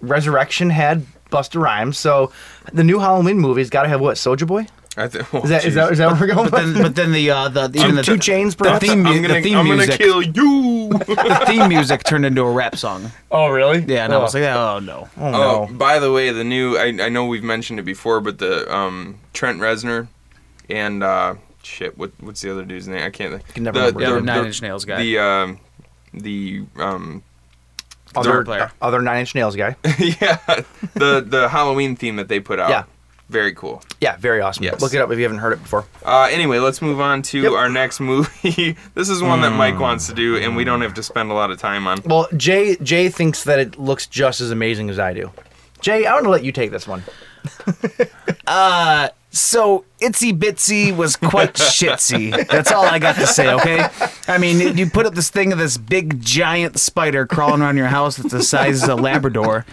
Speaker 4: Resurrection had Buster Rhymes, so the new Halloween movie's got to have what Soldier Boy.
Speaker 2: I think. oh,
Speaker 4: Is that is
Speaker 2: jeez.
Speaker 4: that is that where we're going?
Speaker 5: But then,
Speaker 4: with?
Speaker 5: but then the uh, the even
Speaker 4: Two-
Speaker 5: the
Speaker 4: Two Chainz,
Speaker 5: the
Speaker 4: perhaps?
Speaker 5: theme, mu-
Speaker 2: I'm gonna,
Speaker 5: the theme
Speaker 2: I'm gonna
Speaker 5: music,
Speaker 2: kill you.
Speaker 5: the theme music turned into a rap song.
Speaker 4: oh really?
Speaker 5: Yeah, and I was like, oh no,
Speaker 2: Oh, by the way, the new I, I know we've mentioned it before, but the um, Trent Reznor and uh, shit, what what's the other dude's name? I can't think.
Speaker 4: Can never
Speaker 2: the,
Speaker 4: remember.
Speaker 5: Yeah, the Nine Inch Nails guy.
Speaker 2: The um, the um,
Speaker 4: other
Speaker 5: Third player.
Speaker 4: other Nine Inch Nails guy.
Speaker 2: yeah, the the Halloween theme that they put out.
Speaker 4: Yeah.
Speaker 2: Very cool.
Speaker 4: Yeah, very awesome.
Speaker 2: Yes.
Speaker 4: Look it up if you haven't heard it before.
Speaker 2: Uh, anyway, let's move on to
Speaker 4: Yep.
Speaker 2: our next movie. this is one that Mike wants to do, and we don't have to spend a lot of time on.
Speaker 4: Well, Jay Jay thinks that it looks just as amazing as I do. Jay, I'm gonna let you take this one.
Speaker 5: So Itsy Bitsy was quite shitsy. That's all I got to say, okay? I mean, you put up this thing of this big giant spider crawling around your house that's the size of a Labrador.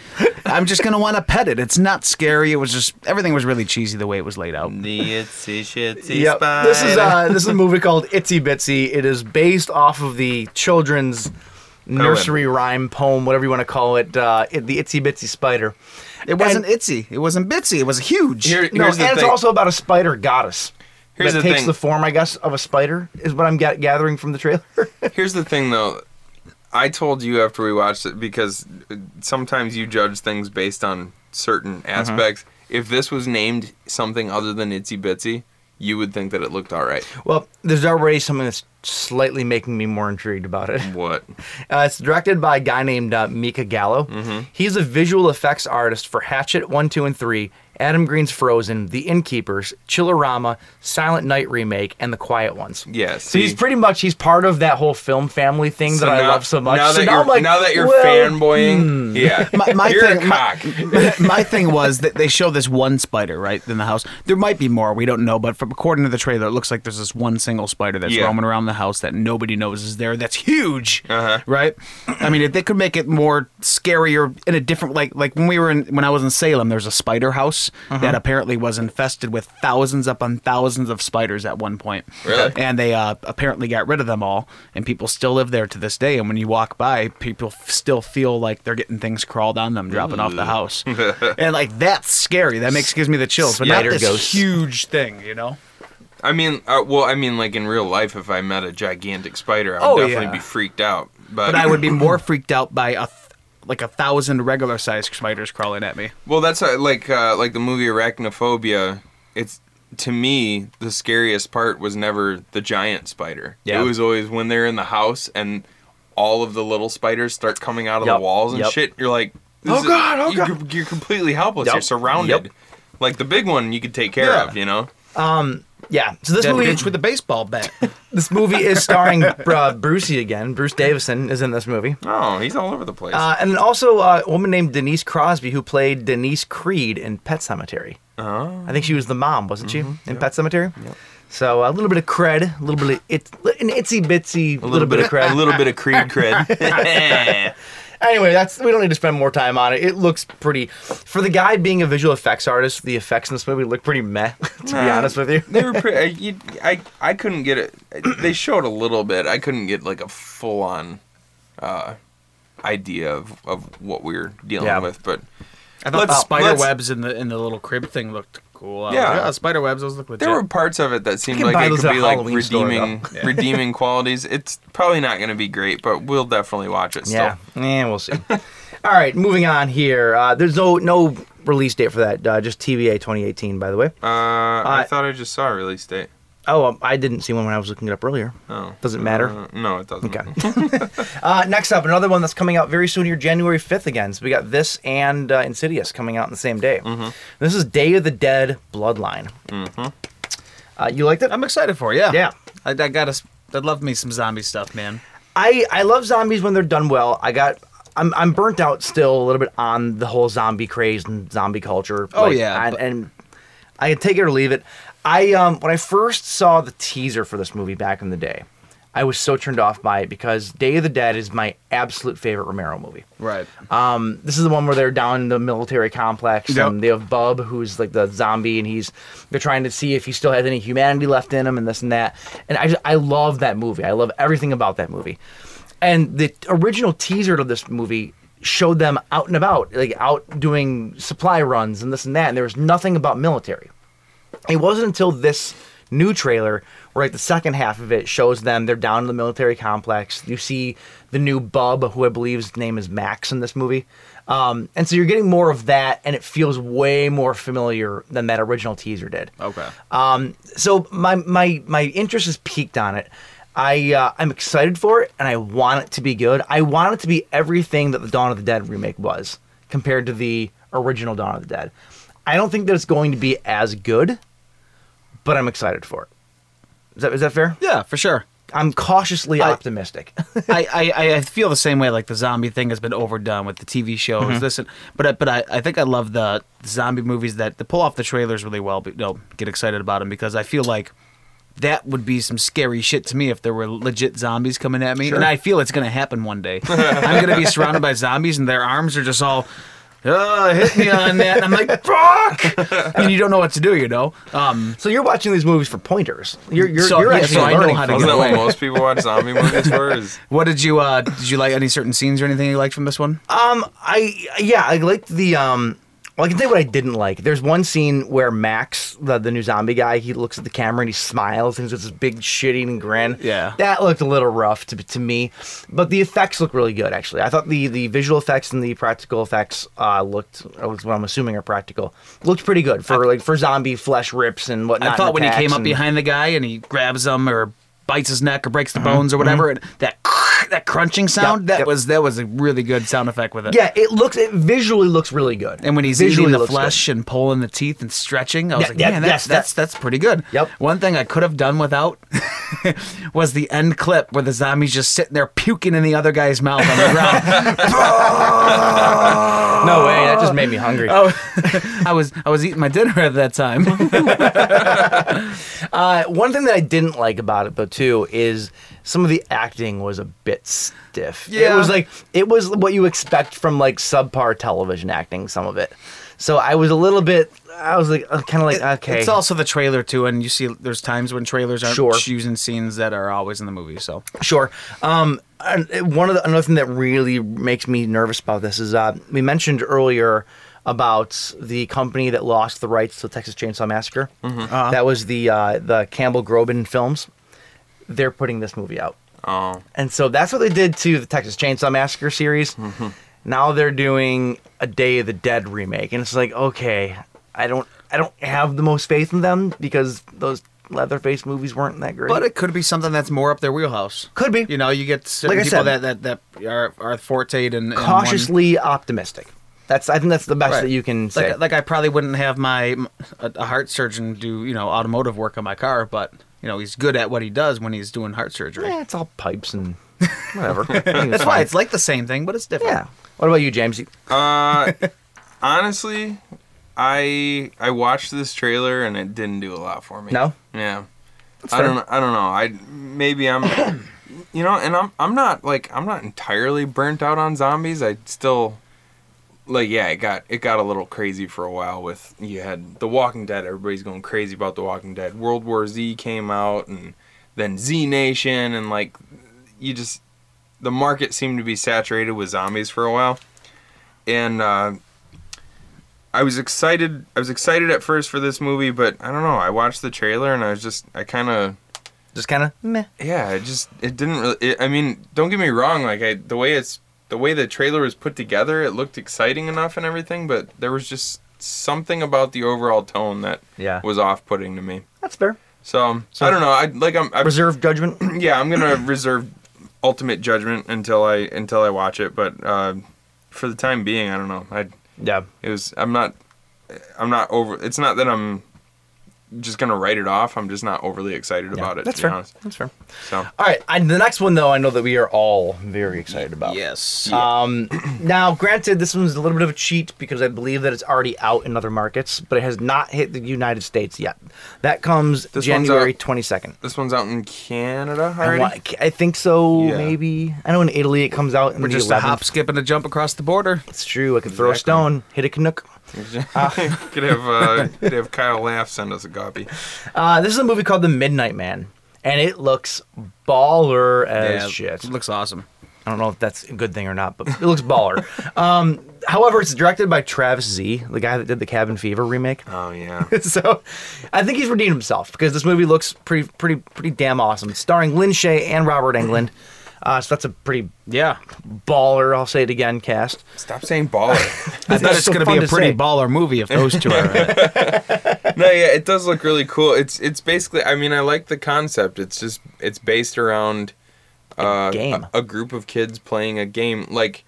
Speaker 5: I'm just going to want to pet it. It's not scary. It was just, everything was really cheesy the way it was laid out.
Speaker 2: The itsy shitsy
Speaker 4: Yep. This is uh, this is a movie called Itsy Bitsy. It is based off of the children's nursery rhyme poem, whatever you want to call it. Uh, it the Itsy Bitsy Spider.
Speaker 5: It wasn't Itsy. It wasn't Bitsy. It was huge.
Speaker 2: Here-
Speaker 4: No,
Speaker 2: here's
Speaker 4: and
Speaker 2: the
Speaker 4: it's
Speaker 2: thing.
Speaker 4: also about a spider goddess.
Speaker 2: Here's
Speaker 4: that
Speaker 2: the
Speaker 4: takes
Speaker 2: thing.
Speaker 4: the form, I guess, of a spider is what I'm ga- gathering from the trailer.
Speaker 2: Here's the thing, though. I told you after we watched it because uh, sometimes you judge things based on certain
Speaker 4: Uh-huh.
Speaker 2: aspects. If this was named something other than Itsy Bitsy, you would think that it looked all right.
Speaker 4: well, there's already something that's slightly making me more intrigued about it.
Speaker 2: What?
Speaker 4: Uh, it's directed by a guy named uh, Mika Gallo.
Speaker 2: Mm-hmm.
Speaker 4: He's a visual effects artist for Hatchet 1, 2, and 3, Adam Green's Frozen, The Innkeepers, Chillerama, Silent Night Remake, and The Quiet Ones.
Speaker 2: Yeah,
Speaker 4: So he's
Speaker 2: see.
Speaker 4: pretty much, he's part of that whole film family thing that I love so much.
Speaker 2: Now that
Speaker 4: So now
Speaker 2: you're,
Speaker 4: I'm like,
Speaker 2: now that you're
Speaker 4: well, hmm.
Speaker 2: fanboying, yeah,
Speaker 5: My- my
Speaker 2: you're
Speaker 5: thing-
Speaker 2: a
Speaker 5: my-
Speaker 2: cock.
Speaker 5: my thing was that they show this one spider right in the house. There might be more, we don't know, but from according to the trailer, it looks like there's this one single spider that's
Speaker 2: Yeah.
Speaker 5: roaming around the house that nobody knows is there. That's huge,
Speaker 4: Uh-huh.
Speaker 5: right? I mean, if they could make it more scarier in a different like like when we were in when I was in Salem, there's a spider house
Speaker 4: Uh-huh.
Speaker 5: that apparently was infested with thousands upon thousands of spiders at one point.
Speaker 2: Really?
Speaker 5: And they uh, apparently got rid of them all, and people still live there to this day. And when you walk by, people f- still feel like they're getting things crawled on them, dropping off
Speaker 4: Mm.
Speaker 5: the house, and like that's scary. That makes gives me the chills. But not
Speaker 4: Spider
Speaker 5: this
Speaker 4: ghosts.
Speaker 5: huge thing, you know.
Speaker 2: I mean, uh, well, I mean, like in real life, if I met a gigantic spider, I'd
Speaker 5: Oh,
Speaker 2: definitely
Speaker 5: yeah.
Speaker 2: be freaked out. But,
Speaker 5: But I would be more freaked out by a th- like a thousand regular sized spiders crawling at me.
Speaker 2: Well, that's uh, like uh, like the movie Arachnophobia. It's to me the scariest part was never the giant spider.
Speaker 4: Yeah.
Speaker 2: It was always when they're in the house and all of the little spiders start coming out of
Speaker 4: Yep,
Speaker 2: the walls and
Speaker 4: yep.
Speaker 2: shit. You're like, this
Speaker 4: Oh,
Speaker 2: is-
Speaker 4: God, oh,
Speaker 2: you're,
Speaker 4: God.
Speaker 2: You're completely helpless.
Speaker 4: Yep,
Speaker 2: You're surrounded.
Speaker 4: yep.
Speaker 2: Like the big one, you could take care
Speaker 4: Yeah.
Speaker 2: of. You know.
Speaker 4: Yeah. So this
Speaker 5: That
Speaker 4: movie,
Speaker 5: bitch with the baseball bat.
Speaker 4: this movie is starring uh, Brucey again. Bruce Davison is in this movie.
Speaker 2: Oh, he's all over the place.
Speaker 4: Uh, and then also uh, a woman named Denise Crosby who played Denise Creed in Pet Cemetery.
Speaker 2: oh. Mm-hmm.
Speaker 4: I think she was the mom, wasn't she, in Pet Cemetery? So uh, a little bit of cred, a little bit of it, an itsy bitsy, little, bit, of cred.
Speaker 2: a little bit of Creed cred.
Speaker 4: Anyway, that's we don't need to spend more time on it. It looks pretty. For the guy being a visual effects artist, the effects in this movie look pretty meh. To be
Speaker 2: Nah.
Speaker 4: honest with you,
Speaker 2: They were pretty. I, you, I I couldn't get it. They showed a little bit. I couldn't get like a full on uh, idea of, of what we were dealing
Speaker 4: Yeah.
Speaker 2: with. But
Speaker 5: I thought the
Speaker 2: Let's-
Speaker 5: spider
Speaker 2: let's-
Speaker 5: webs in the in the little crib thing looked cool. I was
Speaker 2: Yeah.
Speaker 5: like, "Oh, spider webs. Those look legit.
Speaker 2: there were parts of it that seemed
Speaker 4: can
Speaker 2: like
Speaker 4: buy
Speaker 2: it
Speaker 4: those
Speaker 2: could
Speaker 4: at a
Speaker 2: be like
Speaker 4: Halloween store,
Speaker 2: redeeming redeeming qualities. It's probably not going to be great, but we'll definitely watch it. Still.
Speaker 4: yeah, yeah, we'll see. All right, moving on here. Uh, there's no no release date for that. Uh, just TBA 2018, by the way.
Speaker 2: Uh,
Speaker 4: Uh,
Speaker 2: I thought I just saw a release date.
Speaker 4: Oh, um, I didn't see one when I was looking it up earlier.
Speaker 2: Oh.
Speaker 4: Doesn't matter.
Speaker 2: Uh, no, it doesn't.
Speaker 4: Okay. Uh, next up, another one that's coming out very soon here, January 5th again. So we got this and uh, Insidious coming out on the same day. This is Day of the Dead Bloodline. Mm-hmm. Uh, you liked it?
Speaker 5: I'm excited for. it, Yeah.
Speaker 4: Yeah.
Speaker 5: I, I gotta. s- I love me some zombie stuff, man.
Speaker 4: I, I love zombies when they're done well. I got. I'm, I'm burnt out still a little bit on the whole zombie craze and zombie culture.
Speaker 5: Oh, yeah,
Speaker 4: I-
Speaker 5: but-
Speaker 4: and I can take it or leave it. I um when I first saw the teaser for this movie back in the day, I was so turned off by it because Day of the Dead is my absolute favorite Romero movie.
Speaker 5: Right.
Speaker 4: Um, this is the one where they're down in the military complex,
Speaker 5: Yep.
Speaker 4: and they have Bub, who's like the zombie, and he's they're trying to see if he still has any humanity left in him, and this and that. And I just I love that movie. I love everything about that movie. And the original teaser to this movie showed them out and about, like out doing supply runs and this and that. And there was nothing about military. It wasn't until this new trailer where like the second half of it shows them they're down in the military complex. You see the new bub, who I believe his name is Max in this movie. Um, and so you're getting more of that, and it feels way more familiar than that original teaser did.
Speaker 5: Okay.
Speaker 4: Um, so my my my interest is peaked on it. I uh, I'm excited for it, and I want it to be good. I want it to be everything that the Dawn of the Dead remake was compared to the original Dawn of the Dead. I don't think that it's going to be as good, but I'm excited for it. Is that is that fair?
Speaker 5: Yeah, for sure.
Speaker 4: I'm cautiously optimistic.
Speaker 5: I, I, I feel the same way. Like the zombie thing has been overdone with the TV shows. This, and, but I, but I, I think I love the zombie movies that they pull off the trailers really well. But no, get excited about them because I feel like that would be some scary shit to me if there were legit zombies coming at me. And I feel it's gonna happen one day. I'm gonna be surrounded by zombies and their arms are just all. Oh, hit me on that. And I'm like, fuck! And you don't know what to do, you know? Um,
Speaker 4: so you're watching these movies for pointers. You're you're,
Speaker 5: So,
Speaker 4: you're
Speaker 5: yeah,
Speaker 4: actually
Speaker 5: so I know
Speaker 4: learning
Speaker 5: how to
Speaker 4: from
Speaker 2: Isn't
Speaker 4: it.
Speaker 2: that what most people watch zombie movies for? Is
Speaker 5: what did you, uh, did you like any certain scenes or anything you liked from this one?
Speaker 4: Um, I yeah, I liked the um. Well, I can tell you what I didn't like. There's one scene where Max, the, the new zombie guy, he looks at the camera and he smiles and he's got this big shit eating grin.
Speaker 5: Yeah.
Speaker 4: that looked a little rough to to me, but the effects look really good actually. I thought the the visual effects and the practical effects uh, looked, uh, was what I'm assuming are practical, looked pretty good for like for zombie flesh rips and whatnot.
Speaker 5: I
Speaker 4: and
Speaker 5: thought when he
Speaker 4: attacks
Speaker 5: came up
Speaker 4: and-
Speaker 5: behind the guy and he grabs him or bites his neck or breaks the bones or whatever, and that that crunching sound
Speaker 4: Mm-hmm. Yep,
Speaker 5: that
Speaker 4: yep.
Speaker 5: was that was a really good sound effect with it.
Speaker 4: Yeah, it looks it visually looks really good.
Speaker 5: And when he's
Speaker 4: visually
Speaker 5: eating the
Speaker 4: looks good.
Speaker 5: flesh and pulling the teeth and stretching, I was
Speaker 4: Yeah,
Speaker 5: like,
Speaker 4: yeah,
Speaker 5: man,
Speaker 4: yes,
Speaker 5: that's,
Speaker 4: that-
Speaker 5: that's that's pretty good.
Speaker 4: Yep.
Speaker 5: One thing I could have done without was the end clip where the zombie's just sitting there puking in the other guy's mouth on the ground.
Speaker 4: No way, that just made me hungry.
Speaker 5: I was I was eating my dinner at that time.
Speaker 4: Uh, one thing that I didn't like about it, though, too, is some of the acting was a bit stiff. It
Speaker 5: Yeah.
Speaker 4: was like it was what you expect from like subpar television acting. Some of it, so I was a little bit. I was like, kind of like, okay,
Speaker 5: It's also the trailer too, and you see there's times when trailers aren't
Speaker 4: Sure.
Speaker 5: using scenes that are always in the movie. So
Speaker 4: sure. Um, and uh, one of the another thing that really makes me nervous about this is uh, we mentioned earlier about the company that lost the rights to Texas Chainsaw Massacre. That was the uh, the Campbell Grobin Films. They're putting this movie out.
Speaker 2: oh,
Speaker 4: And so that's what they did to the Texas Chainsaw Massacre series. Now they're doing a Day of the Dead remake, and it's like, okay, I don't, I don't have the most faith in them because those Leatherface movies weren't that great.
Speaker 5: But it could be something that's more up their wheelhouse.
Speaker 4: Could be.
Speaker 5: You know, you get certain
Speaker 4: Like I
Speaker 5: people
Speaker 4: said-
Speaker 5: that, that that are are forteed and, and one-
Speaker 4: cautiously optimistic. That's, I think that's the best
Speaker 5: Right.
Speaker 4: that you can say.
Speaker 5: like, like I probably wouldn't have my m- a, a heart surgeon do you know automotive work on my car, but you know he's good at what he does when he's doing heart surgery.
Speaker 4: yeah, it's all pipes and whatever.
Speaker 5: That's why it's like the same thing, but it's different.
Speaker 4: yeah. What about you, James?
Speaker 2: Uh, honestly, I I watched this trailer and it didn't do a lot for me.
Speaker 4: No?
Speaker 2: Yeah. I don't I don't know. I maybe I'm you know, and I'm I'm not like I'm not entirely burnt out on zombies. I still like yeah, it got it got a little crazy for a while with you had The Walking Dead, everybody's going crazy about The Walking Dead. World War Z came out and then Z Nation and like you just the market seemed to be saturated with zombies for a while. And uh I was excited. I was excited at first for this movie, but I don't know. I watched the trailer and I was just, I kind of,
Speaker 4: Just kind of meh.
Speaker 2: yeah, it just, it didn't really. It, I mean, don't get me wrong. Like I, the way it's, the way the trailer was put together, it looked exciting enough and everything, but there was just something about the overall tone that
Speaker 4: Yeah.
Speaker 2: was off-putting to me.
Speaker 4: That's fair.
Speaker 2: So, I don't know. I like I'm. I,
Speaker 4: Reserve judgment.
Speaker 2: yeah, I'm gonna reserve ultimate judgment until I until I watch it. But uh, for the time being, I don't know. I
Speaker 4: yeah.
Speaker 2: it was i'm not i'm not over it's not that i'm just gonna write it off i'm just not overly excited about it
Speaker 4: that's
Speaker 2: to
Speaker 4: fair.
Speaker 2: be honest
Speaker 4: That's fair.
Speaker 2: so
Speaker 4: All right. I, the next one, though, I know that we are all very excited about.
Speaker 5: Yes.
Speaker 4: Um, now, granted, this one's a little bit of a cheat because I believe that it's already out in other markets, but it has not hit the United States yet. That comes
Speaker 2: This one's
Speaker 4: January
Speaker 2: out.
Speaker 4: twenty second.
Speaker 2: this one's out in canada
Speaker 4: I,
Speaker 2: already
Speaker 4: wa- I think so.
Speaker 2: Yeah.
Speaker 4: Maybe I know in Italy it comes out in
Speaker 5: We're
Speaker 4: the
Speaker 5: just a
Speaker 4: eleventh.
Speaker 5: hop, skip, and a jump across the border.
Speaker 4: It's true. I could throw a
Speaker 2: Exactly.
Speaker 4: stone, hit a canuck.
Speaker 2: could have uh could have kyle laugh send us a copy
Speaker 4: Uh, this is a movie called The Midnight Man, and it looks baller as
Speaker 5: Yeah,
Speaker 4: shit.
Speaker 5: It looks awesome.
Speaker 4: I don't know if that's a good thing or not, but it looks baller. um, however, it's directed by Travis Z, the guy that did the Cabin Fever remake.
Speaker 2: Oh yeah.
Speaker 4: so I think he's redeemed himself because this movie looks pretty pretty pretty damn awesome. It's starring Lynn Shay and Robert Englund. Uh, so that's a pretty
Speaker 5: Yeah.
Speaker 4: baller, I'll say it again, cast.
Speaker 2: Stop saying baller.
Speaker 5: I thought
Speaker 4: That's
Speaker 5: it's
Speaker 4: so
Speaker 5: going to
Speaker 4: fun
Speaker 5: be a
Speaker 4: to
Speaker 5: pretty
Speaker 4: say.
Speaker 5: baller movie if those two are in it.
Speaker 2: no, yeah, it does look really cool. It's it's basically. I mean, I like the concept. It's just it's based around uh,
Speaker 4: game.
Speaker 2: A, a group of kids playing a game like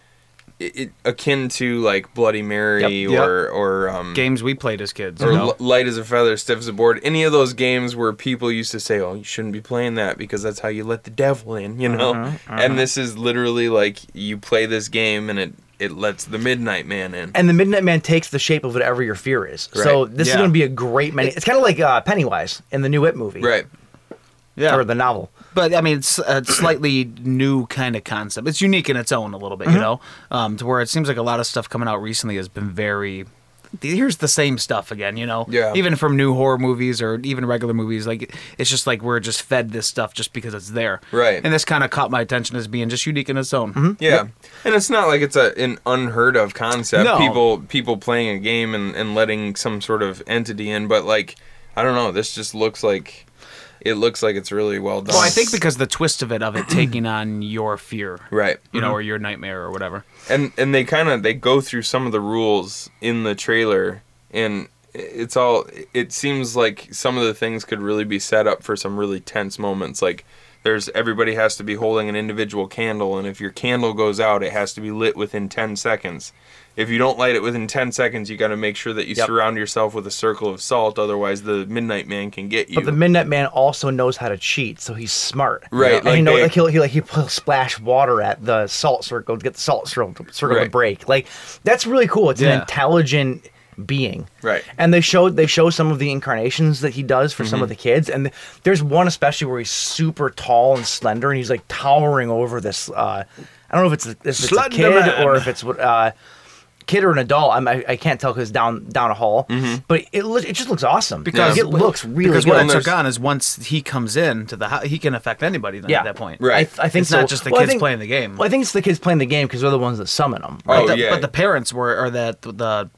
Speaker 2: it, it, akin to like Bloody Mary
Speaker 5: Yep.
Speaker 2: or or um,
Speaker 5: games we played as kids.
Speaker 2: or
Speaker 5: you know?
Speaker 2: li- light as a feather, stiff as a board. Any of those games where people used to say, "Oh, you shouldn't be playing that because that's how you let the devil in," you know.
Speaker 5: Uh-huh,
Speaker 2: And this is literally like you play this game and it it lets the midnight man in.
Speaker 4: And the Midnight Man takes the shape of whatever your fear is. So
Speaker 2: Right.
Speaker 4: this is
Speaker 5: Yeah.
Speaker 4: going to be a great many. It's kind of like uh, Pennywise in the new It movie,
Speaker 2: right.
Speaker 5: yeah.
Speaker 4: Or the novel.
Speaker 5: but I mean, it's a slightly new kind of concept. It's unique in its own a little bit,
Speaker 2: Mm-hmm.
Speaker 5: you know, um, to where it seems like a lot of stuff coming out recently has been very. Here's the same stuff again, you know.
Speaker 2: Yeah.
Speaker 5: Even from new horror movies or even regular movies, like it's just like we're just fed this stuff just because it's there.
Speaker 2: Right. Mm-hmm.
Speaker 5: And this kind of caught my attention as being just unique in its own.
Speaker 2: Yeah. And it's not like it's a an unheard of concept.
Speaker 5: No.
Speaker 2: People people playing a game and, and letting some sort of entity in, but like I don't know, this just looks like it looks like it's really well done.
Speaker 5: Well, I think because the twist of it of it taking on your fear,
Speaker 2: Right. Mm-hmm.
Speaker 5: You know, or your nightmare or whatever.
Speaker 2: and and they kind of they go through some of the rules in the trailer and it's all it seems like some of the things could really be set up for some really tense moments like there's everybody has to be holding an individual candle and if your candle goes out it has to be lit within 10 seconds if you don't light it within 10 seconds you got to make sure that you
Speaker 4: Yep.
Speaker 2: surround yourself with a circle of salt otherwise the midnight man can get you
Speaker 4: But the Midnight Man also knows how to cheat, so he's smart.
Speaker 2: Right,
Speaker 4: And
Speaker 2: like
Speaker 4: he know,
Speaker 2: they-
Speaker 4: like he'll, he like he'll splash water at the salt circle to get the salt circle, circle to
Speaker 2: Right.
Speaker 4: break. Like that's really cool. It's
Speaker 5: Yeah.
Speaker 4: an intelligent being.
Speaker 2: Right.
Speaker 4: And they showed they show some of the incarnations that he does for some of the kids, and there's one especially where he's super tall and slender, and he's like towering over this. Uh, I don't know if it's, if it's a
Speaker 5: Slender
Speaker 4: kid
Speaker 5: Man.
Speaker 4: or if it's what. Uh, kid or an adult, I'm, I, I can't tell because down down a hall, but it lo- it just looks awesome
Speaker 5: Because-
Speaker 4: it looks really
Speaker 5: because
Speaker 4: good.
Speaker 5: what I
Speaker 2: And
Speaker 5: took
Speaker 2: there's-
Speaker 5: on is once he comes in to the house, he can affect anybody then
Speaker 4: yeah.
Speaker 5: at that point.
Speaker 2: Right.
Speaker 4: I, th- I think
Speaker 5: It's
Speaker 4: so.
Speaker 5: not just the
Speaker 4: Well, I
Speaker 5: kids
Speaker 4: think-
Speaker 5: playing the game.
Speaker 4: Well, I think it's the kids playing the game because they're the ones that summon them.
Speaker 2: Oh,
Speaker 5: but the,
Speaker 2: yeah.
Speaker 5: but the parents were, or that the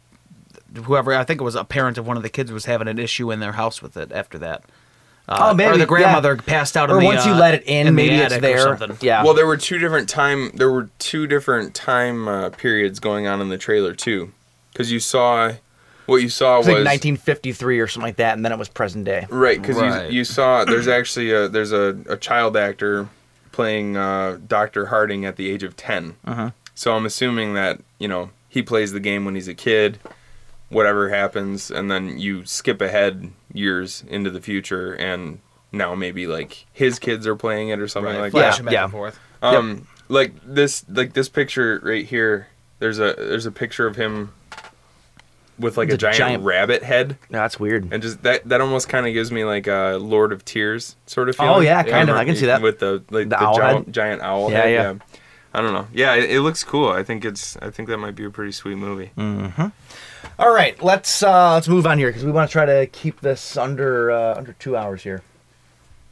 Speaker 5: whoever I think it was a parent of one of the kids was having an issue in their house with it after that. Uh,
Speaker 4: Oh, maybe,
Speaker 5: or
Speaker 4: yeah.
Speaker 5: the grandmother passed out.
Speaker 4: Or
Speaker 5: in the,
Speaker 4: once you
Speaker 5: uh,
Speaker 4: let it in,
Speaker 5: the
Speaker 4: maybe it's
Speaker 5: attic
Speaker 4: there.
Speaker 5: Or something.
Speaker 4: Yeah.
Speaker 2: Well, there were two different time. There were two different time uh, periods going on in the trailer too, because you saw what you saw
Speaker 4: it was
Speaker 2: was, Mm.
Speaker 4: like 1953 or something like that, and then it was present day.
Speaker 2: right. Because
Speaker 5: Right.
Speaker 2: you, you saw there's actually a, there's a, a child actor playing uh, Doctor Harding at the age of 10
Speaker 4: Uh-huh.
Speaker 2: So I'm assuming that you know he plays the game when he's a kid. Whatever happens, and then you skip ahead years into the future, and now maybe like his kids are playing it or something like that.
Speaker 5: Flashing back
Speaker 4: yeah.
Speaker 5: and forth.
Speaker 2: Um, like this, like this picture right here. There's a there's a picture of him with like
Speaker 4: It's
Speaker 2: a,
Speaker 4: a
Speaker 2: giant,
Speaker 4: giant-
Speaker 2: rabbit head,
Speaker 4: Yeah, that's weird.
Speaker 2: and just that that almost kind of gives me like a Lord of Tears sort of feeling.
Speaker 4: Oh, yeah, kind of. I can see that.
Speaker 2: with the like the,
Speaker 4: owl
Speaker 2: giant-
Speaker 4: head.
Speaker 2: giant owl.
Speaker 4: Yeah,
Speaker 2: head,
Speaker 4: yeah.
Speaker 2: I don't know. Yeah, it, it looks cool. I think it's. I think that might be a pretty sweet movie.
Speaker 4: Mm. All right, let's uh, let's move on here because we want to try to keep this under uh, under two hours here.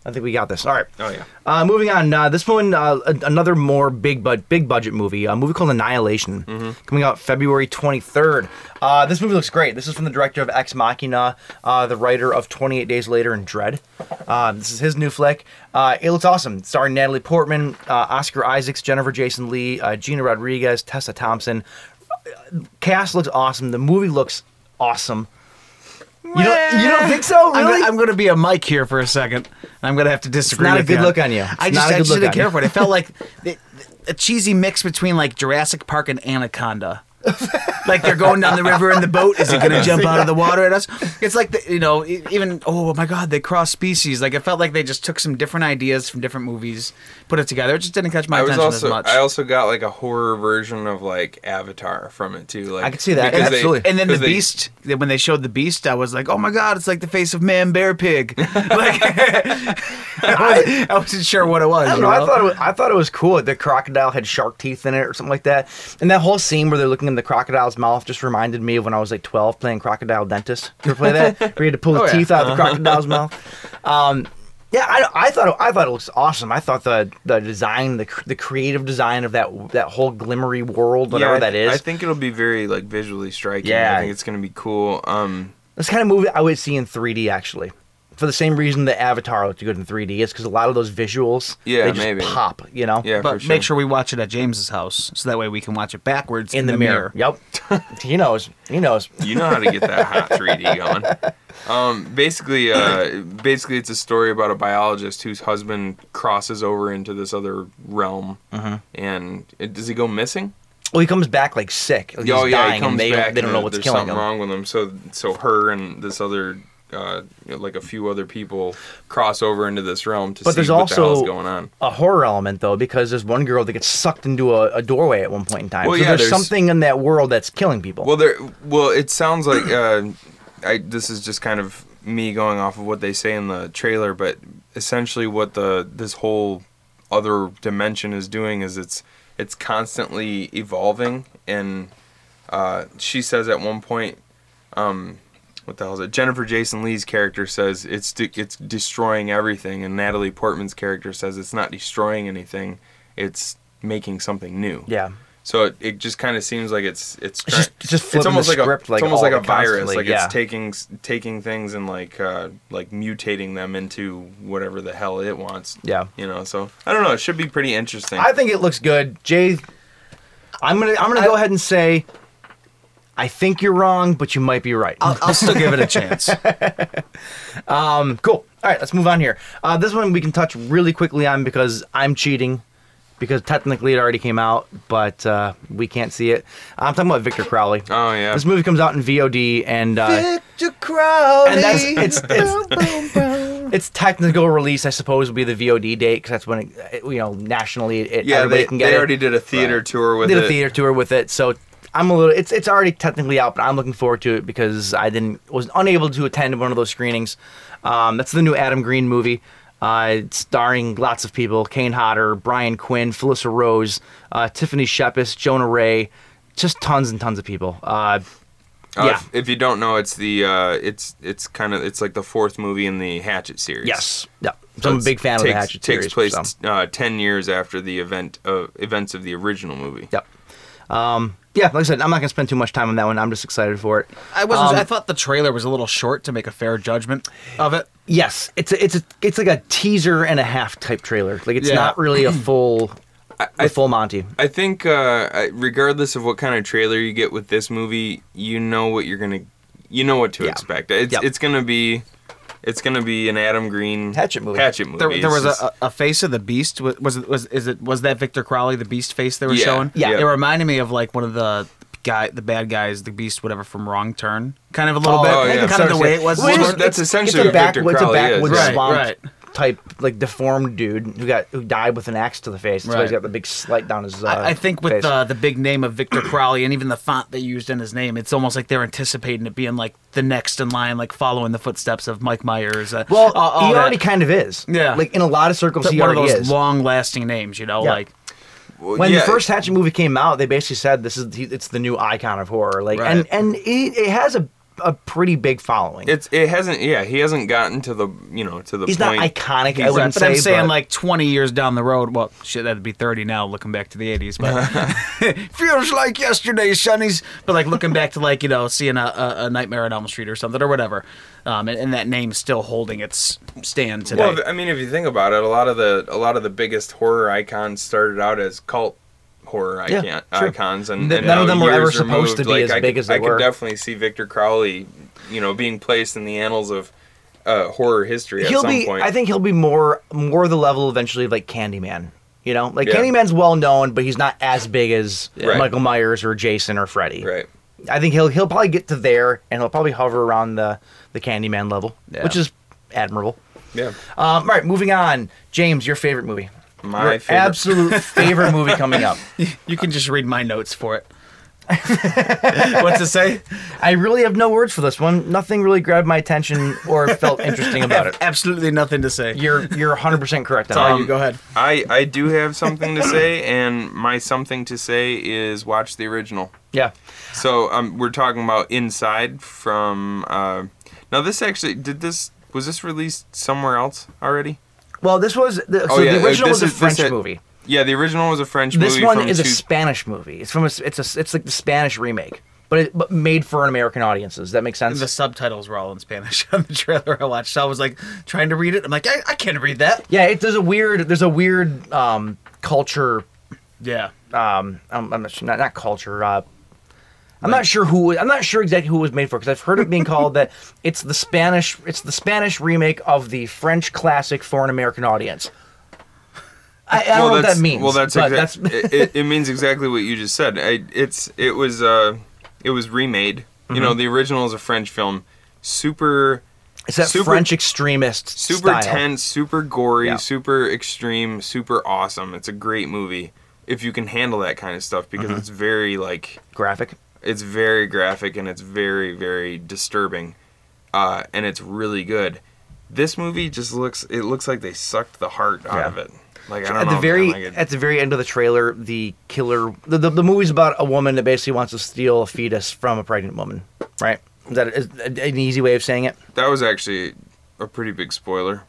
Speaker 4: I think we got this. All right.
Speaker 2: Oh yeah.
Speaker 4: Uh, moving on, uh, this one, uh, a- another more big bud- big budget movie, a movie called Annihilation,
Speaker 5: Mm-hmm.
Speaker 4: coming out February 23rd. Uh, this movie looks great. This is from the director of Ex Machina, uh, the writer of 28 Days Later and Dread. Uh, this is his new flick. Uh, it looks awesome. Starring Natalie Portman, uh, Oscar Isaacs, Jennifer Jason Lee, uh, Gina Rodriguez, Tessa Thompson. Cast looks awesome. The movie looks awesome. You don't, you don't think so?
Speaker 5: I'm,
Speaker 4: Really?
Speaker 5: gonna, I'm gonna be a mic here for a second. And I'm gonna have to disagree.
Speaker 4: not a
Speaker 5: with
Speaker 4: good
Speaker 5: you.
Speaker 4: look on you.
Speaker 5: I
Speaker 4: It's
Speaker 5: just,
Speaker 4: not a
Speaker 5: I
Speaker 4: good
Speaker 5: just
Speaker 4: look
Speaker 5: didn't
Speaker 4: on
Speaker 5: care
Speaker 4: you.
Speaker 5: for it. It felt like it- a cheesy mix between like Jurassic Park and Anaconda. like they're going down the river in the boat. Is it gonna jump out of the water at us? It's like the, you know, e- even oh my god, they cross species. Like it felt like they just took some different ideas from different movies, put it together. It just didn't catch my
Speaker 2: I was
Speaker 5: attention
Speaker 2: also.
Speaker 5: as much.
Speaker 2: I also got like a horror version of like Avatar from it too. Like
Speaker 4: I could see that,
Speaker 2: because
Speaker 4: absolutely.
Speaker 5: and then the
Speaker 2: because they-
Speaker 5: beast then when they showed the beast i was like oh my god it's like the face of man bear pig like I, was, I wasn't sure what it was
Speaker 4: I don't
Speaker 5: you
Speaker 4: know. I
Speaker 5: know?
Speaker 4: thought it was, I thought it was cool. that The crocodile had shark teeth in it or something like that. And that whole scene where they're looking in the crocodile's mouth just reminded me of when I was like 12 playing crocodile dentist. You ever play that? where you had to pull the
Speaker 2: Uh-huh.
Speaker 5: Oh, yeah.
Speaker 4: teeth out of the crocodile's mouth. Um, Yeah, I, I thought it, I thought it looks awesome. I thought the the design, the cr- the creative design of that that whole glimmery world, whatever
Speaker 2: I
Speaker 4: that
Speaker 2: th-
Speaker 4: is.
Speaker 2: I think it'll be very like visually striking.
Speaker 4: Yeah.
Speaker 2: I think it's gonna be cool. Um,
Speaker 4: That's the kind of movie I would see in 3D actually. For the same reason that Avatar looked good in 3D is because a lot of those visuals,
Speaker 2: Yeah,
Speaker 4: they just
Speaker 2: maybe.
Speaker 4: pop, you know,
Speaker 2: yeah,
Speaker 5: but
Speaker 2: for
Speaker 5: make sure we watch it at James's house so that way we can watch it backwards
Speaker 4: in, the, mirror. Yep, he knows, he knows.
Speaker 2: you know how to get that hot 3D going. Um, basically, uh, basically, it's a story about a biologist whose husband crosses over into this other realm,
Speaker 4: Mm-hmm.
Speaker 2: and it, does he go missing?
Speaker 4: Well, he comes back like sick. Like, he's
Speaker 2: Oh,
Speaker 4: dying, and they, don't- they don't
Speaker 2: and
Speaker 4: know what's
Speaker 2: there's
Speaker 4: killing
Speaker 2: something
Speaker 4: him.
Speaker 2: wrong with him. So, so her and this other, uh, you know, like a few other people, cross over into this realm to
Speaker 4: But
Speaker 2: see
Speaker 4: there's
Speaker 2: what the
Speaker 4: also
Speaker 2: hell's going on.
Speaker 4: a horror element though, because there's one girl that gets sucked into a, a doorway at one point in time.
Speaker 2: Well,
Speaker 4: so
Speaker 2: yeah,
Speaker 4: there's,
Speaker 2: there's-
Speaker 4: something in that world that's killing people.
Speaker 2: Well, there. Well, it sounds like uh, I. This is just kind of me going off of what they say in the trailer, but essentially, what the this whole other dimension is doing is it's it's constantly evolving, and uh, she says at one point, um, what the hell is it? Jennifer Jason Lee's character says it's de- it's destroying everything, and Natalie Portman's character says it's not destroying anything, it's making something new.
Speaker 4: yeah,
Speaker 2: So it, it just kind of seems like it's it's
Speaker 4: It's just-
Speaker 2: try-
Speaker 4: it's just flipping the script,
Speaker 2: a,
Speaker 4: like,
Speaker 2: it's almost
Speaker 4: all
Speaker 2: like a
Speaker 4: the
Speaker 2: virus
Speaker 4: constantly,
Speaker 2: like
Speaker 4: yeah.
Speaker 2: it's taking s- taking things and like uh, like mutating them into whatever the hell it wants.
Speaker 4: Yeah.
Speaker 2: you know. So I don't know. It should be pretty interesting.
Speaker 4: I think it looks good, Jay. I'm gonna I'm gonna go ahead and say, I think you're wrong, but you might be right.
Speaker 5: I'll, I'll still give it a chance.
Speaker 4: cool. All right, let's move on here. Uh, this one we can touch really quickly on because I'm cheating, because technically it already came out, but uh, we can't see it. I'm talking about Victor Crowley.
Speaker 2: oh yeah.
Speaker 4: This movie comes out in VOD and uh, and that's it's it's, it's technical release I suppose will be the VOD date because that's when it, it, you know nationally it,
Speaker 2: yeah,
Speaker 4: everybody
Speaker 2: they,
Speaker 4: can get
Speaker 2: they
Speaker 4: it.
Speaker 2: already did a theater tour with
Speaker 4: did
Speaker 2: it.
Speaker 4: a theater tour with it, so I'm a little. It's it's already technically out, but I'm looking forward to it because I didn't was unable to attend one of those screenings. Um, that's the new Adam Green movie. Uh, it's starring lots of people: Kane Hodder, Brian Quinn, Felissa Rose, uh, Tiffany Shepis, Jonah Ray, just tons and tons of people. Uh,
Speaker 2: Uh,
Speaker 4: yeah.
Speaker 2: If, if you don't know, it's the uh, it's it's kind of it's like the fourth movie in the Hatchet series.
Speaker 4: yes, yeah. So I'm a
Speaker 2: It's-
Speaker 4: big fan
Speaker 2: takes,
Speaker 4: of the Hatchet series,
Speaker 2: takes place
Speaker 4: so.
Speaker 2: uh, ten years after the event uh, events of the original movie.
Speaker 4: Yep. Um, yeah, like I said, I'm not gonna spend too much time on that one. I'm just excited for it.
Speaker 5: I wasn't.
Speaker 4: Um,
Speaker 5: I thought the trailer was a little short to make a fair judgment of it.
Speaker 4: Yes, it's a, it's a, it's like a teaser and a half type trailer. Like it's
Speaker 5: Yeah.
Speaker 4: not really a full a
Speaker 2: I-
Speaker 4: full Monty.
Speaker 2: I think, uh, I- regardless of what kind of trailer you get with this movie, you know what you're gonna, you know what to
Speaker 4: Yeah.
Speaker 2: expect. It's
Speaker 4: Yep.
Speaker 2: it's gonna be, it's gonna be an Adam Green
Speaker 4: Hatchet movie.
Speaker 2: Hatchet movie.
Speaker 5: There, there
Speaker 2: It's
Speaker 5: was
Speaker 2: just-
Speaker 5: a, a face of the beast. Was, was it was is it was that Victor Crowley the beast face they were
Speaker 2: Yeah.
Speaker 5: showing?
Speaker 2: Yeah.
Speaker 5: It reminded me of like one of the guy, the bad guys, the beast, whatever from Wrong Turn, kind of a little bit.
Speaker 2: Oh, yeah.
Speaker 5: Kind of the way it was.
Speaker 2: Well,
Speaker 5: Sort
Speaker 2: it's-
Speaker 5: of-
Speaker 2: that's essentially
Speaker 4: it's a
Speaker 2: what Victor
Speaker 4: backwoods,
Speaker 2: Crowley
Speaker 4: a
Speaker 2: is.
Speaker 4: backwoods
Speaker 5: Right,
Speaker 4: swamp
Speaker 5: right.
Speaker 4: type, like deformed dude who got who died with an axe to the face. That's why he's
Speaker 5: Right.
Speaker 4: got the big slight down his. Uh,
Speaker 5: I, I think with
Speaker 4: face.
Speaker 5: the the big name of Victor Crowley and even the font they used in his name, it's almost like they're anticipating it being like the next in line, like following the footsteps of Mike Myers. Uh,
Speaker 4: well,
Speaker 5: all- all
Speaker 4: he
Speaker 5: that.
Speaker 4: already kind of is.
Speaker 5: Yeah.
Speaker 4: like in a lot of circles,
Speaker 5: It's
Speaker 4: he
Speaker 5: one of
Speaker 4: already
Speaker 5: those
Speaker 4: is.
Speaker 5: long lasting names, you know,
Speaker 4: Yeah.
Speaker 5: like
Speaker 4: when
Speaker 2: yeah,
Speaker 4: the first Hatchet movie came out, they basically said this is it's the new icon of horror. Like, and
Speaker 5: Right.
Speaker 4: and it, it has a a pretty big following.
Speaker 2: it's it hasn't. Yeah, he hasn't gotten to the you know to the.
Speaker 4: He's not
Speaker 2: point.
Speaker 4: iconic. I
Speaker 2: He's
Speaker 4: wouldn't
Speaker 5: but
Speaker 4: say.
Speaker 5: I'm saying
Speaker 4: but-
Speaker 5: like 20 years down the road. Well, shit, that'd be 30 now, looking back to the 80s. But feels like yesterday, Sonny's. But like looking back to like you know seeing a, a, a Nightmare on Elm Street or something or whatever, um, and, and that name's still holding its stand today.
Speaker 2: Well, I mean, if you think about it, a lot of the a lot of the biggest horror icons started out as cult horror
Speaker 4: Yeah,
Speaker 2: icon,
Speaker 4: sure.
Speaker 2: icons, and,
Speaker 4: Th-
Speaker 2: and
Speaker 4: none of
Speaker 2: now
Speaker 4: them were ever
Speaker 2: years
Speaker 4: supposed to be
Speaker 2: removed,
Speaker 4: as
Speaker 2: like, I
Speaker 4: big
Speaker 2: could-
Speaker 4: as they
Speaker 2: I
Speaker 4: were.
Speaker 2: could definitely see Victor Crowley, you know, being placed in the annals of uh, horror history at
Speaker 4: he'll
Speaker 2: some
Speaker 4: be.
Speaker 2: point.
Speaker 4: I think he'll be more more the level eventually of like Candyman. You know, like
Speaker 2: Yeah.
Speaker 4: Candyman's well known, but he's not as big as
Speaker 2: Right.
Speaker 4: Michael Myers or Jason or Freddy.
Speaker 2: right.
Speaker 4: I think he'll he'll probably get to there, and he'll probably hover around the the Candyman level,
Speaker 5: Yeah.
Speaker 4: which is admirable.
Speaker 2: Yeah.
Speaker 4: Um, all right, moving on. James, your favorite movie.
Speaker 2: My
Speaker 4: Your
Speaker 2: favorite-
Speaker 4: absolute favorite movie coming up.
Speaker 5: you can just read my notes for it. What's it say?
Speaker 4: I really have no words for this one. Nothing really grabbed my attention or felt interesting about it.
Speaker 5: Absolutely nothing to say. Um,
Speaker 4: You're you're 100% correct on
Speaker 5: All
Speaker 4: that.
Speaker 5: right, you go ahead.
Speaker 2: I I do have something to say, and my something to say is watch the original.
Speaker 4: Yeah.
Speaker 2: So um, we're talking about Inside from. Uh, now this actually did this was this released somewhere else already?
Speaker 4: Well, this was the, so
Speaker 2: Oh, yeah,
Speaker 4: the original
Speaker 2: this
Speaker 4: was a
Speaker 2: is- this
Speaker 4: French
Speaker 2: had-
Speaker 4: movie.
Speaker 2: Yeah, the original was a French
Speaker 4: This
Speaker 2: movie.
Speaker 4: one
Speaker 2: from
Speaker 4: is a
Speaker 2: two-
Speaker 4: Spanish movie. It's from a, it's a, it's like the Spanish remake, but it, but made for an American audience. Does that make sense?
Speaker 5: And the subtitles were all in Spanish on the trailer I watched. So I was like trying to read it. I'm like, I, I can't read that.
Speaker 4: yeah, it, there's a weird there's a weird um, culture
Speaker 5: Yeah.
Speaker 4: um, I'm, I'm not, sure- not not culture. Uh, I'm not sure who. I'm not sure exactly who it was made for because I've heard it being called that. It's the Spanish. It's the Spanish remake of the French classic for an American audience. I, I don't know what
Speaker 2: that's-
Speaker 4: that means.
Speaker 2: Well, that's,
Speaker 4: but
Speaker 2: exac-
Speaker 4: that's
Speaker 2: it, it- it means exactly what you just said. I, it's it was uh, it was remade. You
Speaker 4: Mm-hmm.
Speaker 2: know, the original is a French film. Super
Speaker 4: it's that
Speaker 2: super-
Speaker 4: French extremist
Speaker 2: super
Speaker 4: style.
Speaker 2: tense, super gory,
Speaker 4: Yeah.
Speaker 2: super extreme, super awesome. It's a great movie if you can handle that kind of stuff because
Speaker 4: Mm-hmm.
Speaker 2: it's very like
Speaker 4: graphic.
Speaker 2: it's very graphic and it's very very disturbing, uh, and it's really good. This movie just looks it looks like they sucked the heart out
Speaker 4: Yeah.
Speaker 2: of it. Like I don't
Speaker 4: At
Speaker 2: know.
Speaker 4: the
Speaker 2: man,
Speaker 4: very
Speaker 2: like it-
Speaker 4: at the very end of the trailer, the killer the, the, the movie's about a woman that basically wants to steal a fetus from a pregnant woman. Right? Is that is, an easy way of saying it?
Speaker 2: that was actually a pretty big spoiler.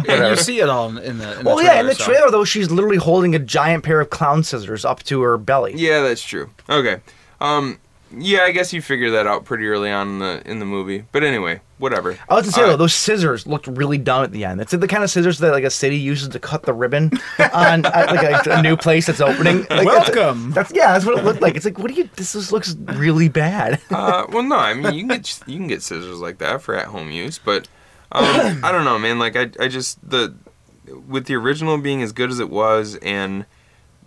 Speaker 5: And you see it all in in the. In
Speaker 4: Well,
Speaker 5: the
Speaker 4: yeah, in the
Speaker 5: so-
Speaker 4: trailer though, she's literally holding a giant pair of clown scissors up to her belly.
Speaker 2: Yeah, that's true. Okay. Um yeah, I guess you figure that out pretty early on in the in the movie. But anyway, whatever.
Speaker 4: I was gonna say
Speaker 2: Uh,
Speaker 4: though, those scissors looked really dumb at the end. It's the kind of scissors that like a city uses to cut the ribbon on at, like a, a new place that's opening. Like, that's-
Speaker 5: Welcome.
Speaker 4: That's, yeah, that's what it looked like. It's like, what do you? This just looks really bad.
Speaker 2: Uh, well, no, I mean you can get you can get scissors like that for at home use, but um, I don't know, man. Like I, I just the with the original being as good as it was, and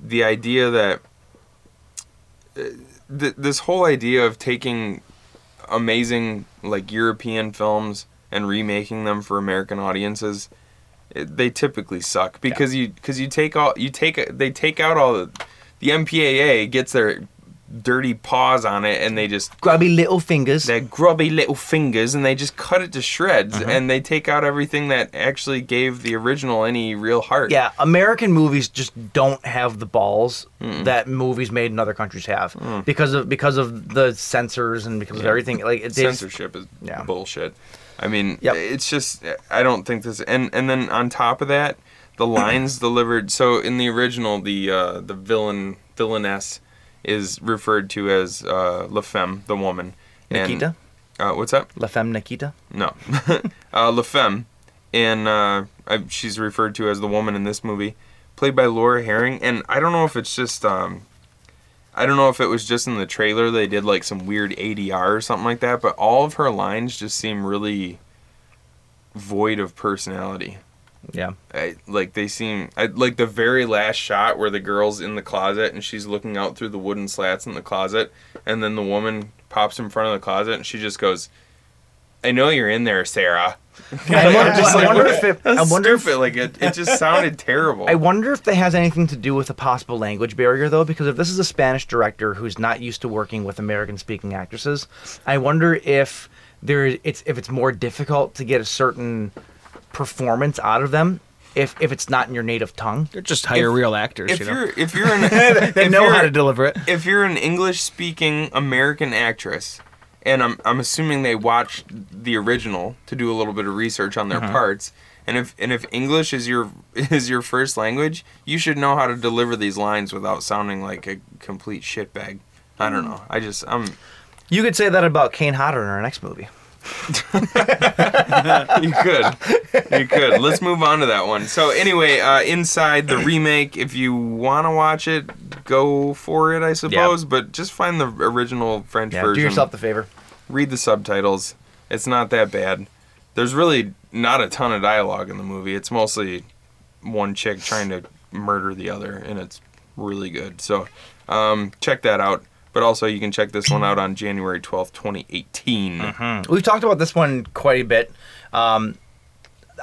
Speaker 2: the idea that uh, th- this whole idea of taking amazing like European films and remaking them for American audiences, it, they typically suck because you because you take all you take they take out all the, the MPAA gets their dirty paws on it and they just
Speaker 4: Grubby little fingers.
Speaker 2: their grubby little fingers and they just cut it to shreds
Speaker 4: Mm-hmm.
Speaker 2: and they take out everything that actually gave the original any real heart.
Speaker 4: Yeah, American movies just don't have the balls that movies made in other countries have
Speaker 2: Mm.
Speaker 4: because of because of the censors and because of everything. Like it, they just-
Speaker 2: Censorship is
Speaker 4: Yeah.
Speaker 2: bullshit. I mean,
Speaker 4: Yep.
Speaker 2: it's just I don't think this and and then on top of that, the lines delivered so in the original the uh the villain villainess is referred to as uh La Femme, the woman. And-
Speaker 4: Nikita?
Speaker 2: uh what's that?
Speaker 4: La Femme Nikita.
Speaker 2: No. uh, La Femme, and uh, I, she's referred to as the woman in this movie, played by Laura Herring. And I don't know if it's just, um, I don't know if it was just in the trailer they did like some weird ADR or something like that, but all of her lines just seem really void of personality.
Speaker 4: Yeah.
Speaker 2: I, like they seem I, like the very last shot where the girl's in the closet and she's looking out through the wooden slats in the closet and then the woman pops in front of the closet and she just goes i know you're in there sarah
Speaker 4: I wonder,
Speaker 2: Just
Speaker 4: I
Speaker 2: like,
Speaker 4: wonder if it. I
Speaker 2: that's
Speaker 4: wonder if
Speaker 2: stupid like it, it just sounded terrible
Speaker 4: I wonder if that has anything to do with the possible language barrier, though, because if this is a Spanish director who's not used to working with American-speaking actresses, I wonder if there it's if it's more difficult to get a certain performance out of them if if it's not in your native tongue.
Speaker 5: They're just hire real actors.
Speaker 2: if
Speaker 5: you
Speaker 2: you're
Speaker 5: know?
Speaker 2: if you're an
Speaker 5: They
Speaker 2: if
Speaker 5: know
Speaker 2: you're-
Speaker 5: how to deliver it.
Speaker 2: if you're an English speaking American actress, and I'm, I'm assuming they watched the original to do a little bit of research on their parts, and if and if English is your is your first language, you should know how to deliver these lines without sounding like a complete shitbag. I don't know. I just I'm
Speaker 4: You could say that about Kane Hodder in our next movie.
Speaker 2: you could you could let's move on to that one so anyway uh, inside the remake if you want to watch it go for it i suppose but just find the original french
Speaker 4: Yeah,
Speaker 2: version
Speaker 4: do yourself the favor.
Speaker 2: read the subtitles it's not that bad there's really not a ton of dialogue in the movie it's mostly one chick trying to murder the other and it's really good so um, check that out but also you can check this one out on january 12th 2018
Speaker 4: We've talked about this one quite a bit. Um,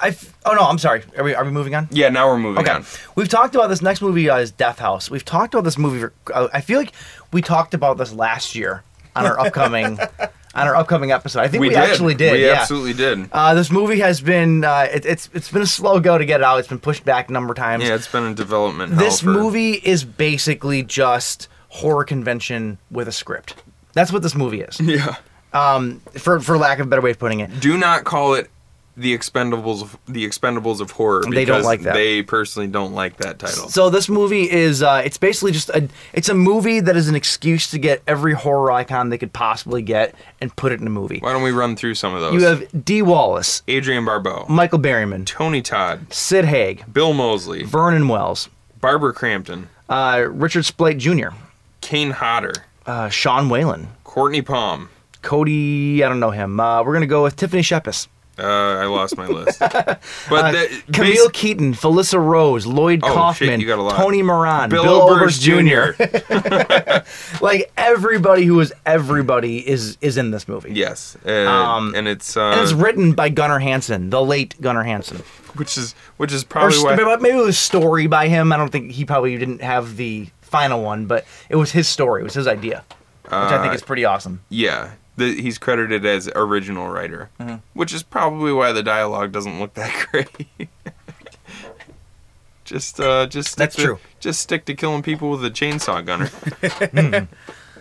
Speaker 4: I oh no, I'm sorry. Are we are we moving on?
Speaker 2: yeah now we're moving on
Speaker 4: We've talked about this next movie uh, is Death House. We've talked about this movie. For, uh, I feel like we talked about this last year on our upcoming on our upcoming episode. I think we, actually did.
Speaker 2: We
Speaker 4: yeah.
Speaker 2: absolutely did.
Speaker 4: Uh, this movie has been uh, it, it's it's been a slow go to get it out. It's been pushed back a number of times.
Speaker 2: Yeah, it's been in development. hell
Speaker 4: this
Speaker 2: for-
Speaker 4: movie is basically just horror convention with a script. That's what this movie is.
Speaker 2: Yeah.
Speaker 4: Um, for for lack of a better way of putting it.
Speaker 2: Do not call it the Expendables, the Expendables of horror.
Speaker 4: They don't
Speaker 2: because
Speaker 4: like that.
Speaker 2: They personally don't like that title.
Speaker 4: So this movie is uh, it's basically just a it's a movie that is an excuse to get every horror icon they could possibly get and put it in a movie.
Speaker 2: Why don't we run through some of those?
Speaker 4: You have D. Wallace,
Speaker 2: Adrian Barbeau,
Speaker 4: Michael Berryman,
Speaker 2: Tony Todd,
Speaker 4: Sid Haig,
Speaker 2: Bill Mosley,
Speaker 4: Vernon Wells,
Speaker 2: Barbara Crampton,
Speaker 4: uh, Richard Splate Jr.,
Speaker 2: Kane Hodder,
Speaker 4: uh, Sean Whalen,
Speaker 2: Courtney Palm.
Speaker 4: Cody. I don't know him. Uh, we're gonna go with Tiffany Shepis,
Speaker 2: Uh, I lost my list. But that,
Speaker 4: Uh, Camille
Speaker 2: basi-
Speaker 4: Keaton, Felissa Rose, Lloyd
Speaker 2: Oh, shit,
Speaker 4: Kaufman,
Speaker 2: you got a lot.
Speaker 4: Tony Moran,
Speaker 2: Bill,
Speaker 4: Overs
Speaker 2: Oberst Jr.
Speaker 4: like everybody who is everybody is is in this movie.
Speaker 2: yes, uh,
Speaker 4: Um,
Speaker 2: and it's uh,
Speaker 4: And it's written by Gunnar Hansen, the late Gunnar Hansen.
Speaker 2: which is which is
Speaker 4: Or
Speaker 2: probably
Speaker 4: st-
Speaker 2: why.
Speaker 4: maybe it was story by him. I don't think he probably didn't have the final one, but it was his story. It was his idea, which I
Speaker 2: Uh,
Speaker 4: think is pretty awesome.
Speaker 2: Yeah, the, he's credited as original writer,
Speaker 4: Mm-hmm.
Speaker 2: which is probably why the dialogue doesn't look that great. just, uh, just stick
Speaker 4: That's
Speaker 2: to,
Speaker 4: true.
Speaker 2: Just stick to killing people with a chainsaw gunner,
Speaker 4: Mm-hmm.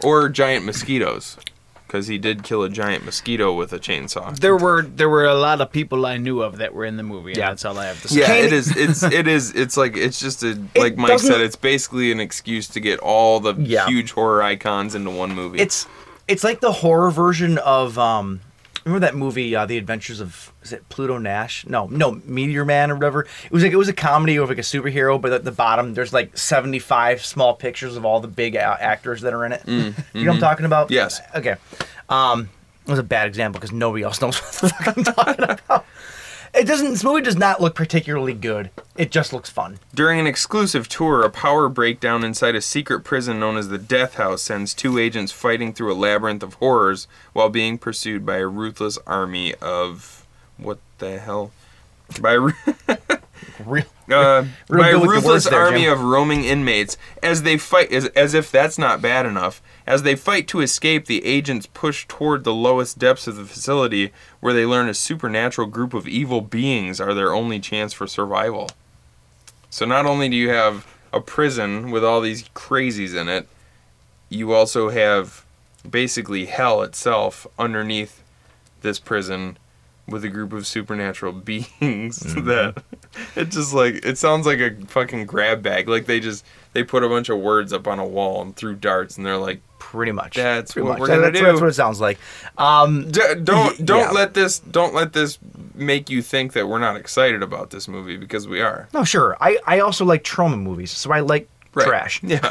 Speaker 2: or giant mosquitoes, because he did kill a giant mosquito with a chainsaw.
Speaker 5: There were there were a lot of people I knew of that were in the movie. Yeah, that's all I have to say.
Speaker 2: yeah,
Speaker 4: Kane-
Speaker 2: it is. It's it is. It's like it's just a like Mike
Speaker 4: doesn't-
Speaker 2: said. It's basically an excuse to get all the
Speaker 4: Yeah.
Speaker 2: huge horror icons into one movie.
Speaker 4: It's it's like the horror version of um, remember that movie uh, The Adventures of is it Pluto Nash? No, no Meteor Man or whatever. It was like it was a comedy of like a superhero, but at the bottom there's like 75 small pictures of all the big a- actors that are in it. You know what I'm talking about?
Speaker 2: Mm, mm-hmm. Yes.
Speaker 4: Okay. Um, it was a bad example because nobody else knows what the fuck I'm talking about. It doesn't. This movie does not look particularly good. It just looks fun.
Speaker 2: During an exclusive tour, a power breakdown inside a secret prison known as the Death House sends two agents fighting through a labyrinth of horrors while being pursued by a ruthless army of what the hell? By a ru-
Speaker 4: Real.
Speaker 2: uh,
Speaker 4: Real
Speaker 2: by
Speaker 4: good with
Speaker 2: a
Speaker 4: the words
Speaker 2: ruthless
Speaker 4: there,
Speaker 2: army
Speaker 4: Jim.
Speaker 2: of roaming inmates as they fight as, as if that's not bad enough as they fight to escape the agents push toward the lowest depths of the facility where they learn a supernatural group of evil beings are their only chance for survival so not only do you have a prison with all these crazies in it you also have basically hell itself underneath this prison with a group of supernatural beings
Speaker 4: Mm-hmm.
Speaker 2: that it just like it sounds like a fucking grab bag like they just they put a bunch of words up on a wall and threw darts and they're like
Speaker 4: Pretty much.
Speaker 2: That's
Speaker 4: Pretty
Speaker 2: what
Speaker 4: much.
Speaker 2: we're gonna
Speaker 4: that's,
Speaker 2: do.
Speaker 4: That's what it sounds like. Um,
Speaker 2: D- don't don't
Speaker 4: Yeah.
Speaker 2: let this don't let this make you think that we're not excited about this movie because we are
Speaker 4: No, sure. I, I also like trauma movies, so I like
Speaker 2: Right.
Speaker 4: trash.
Speaker 2: yeah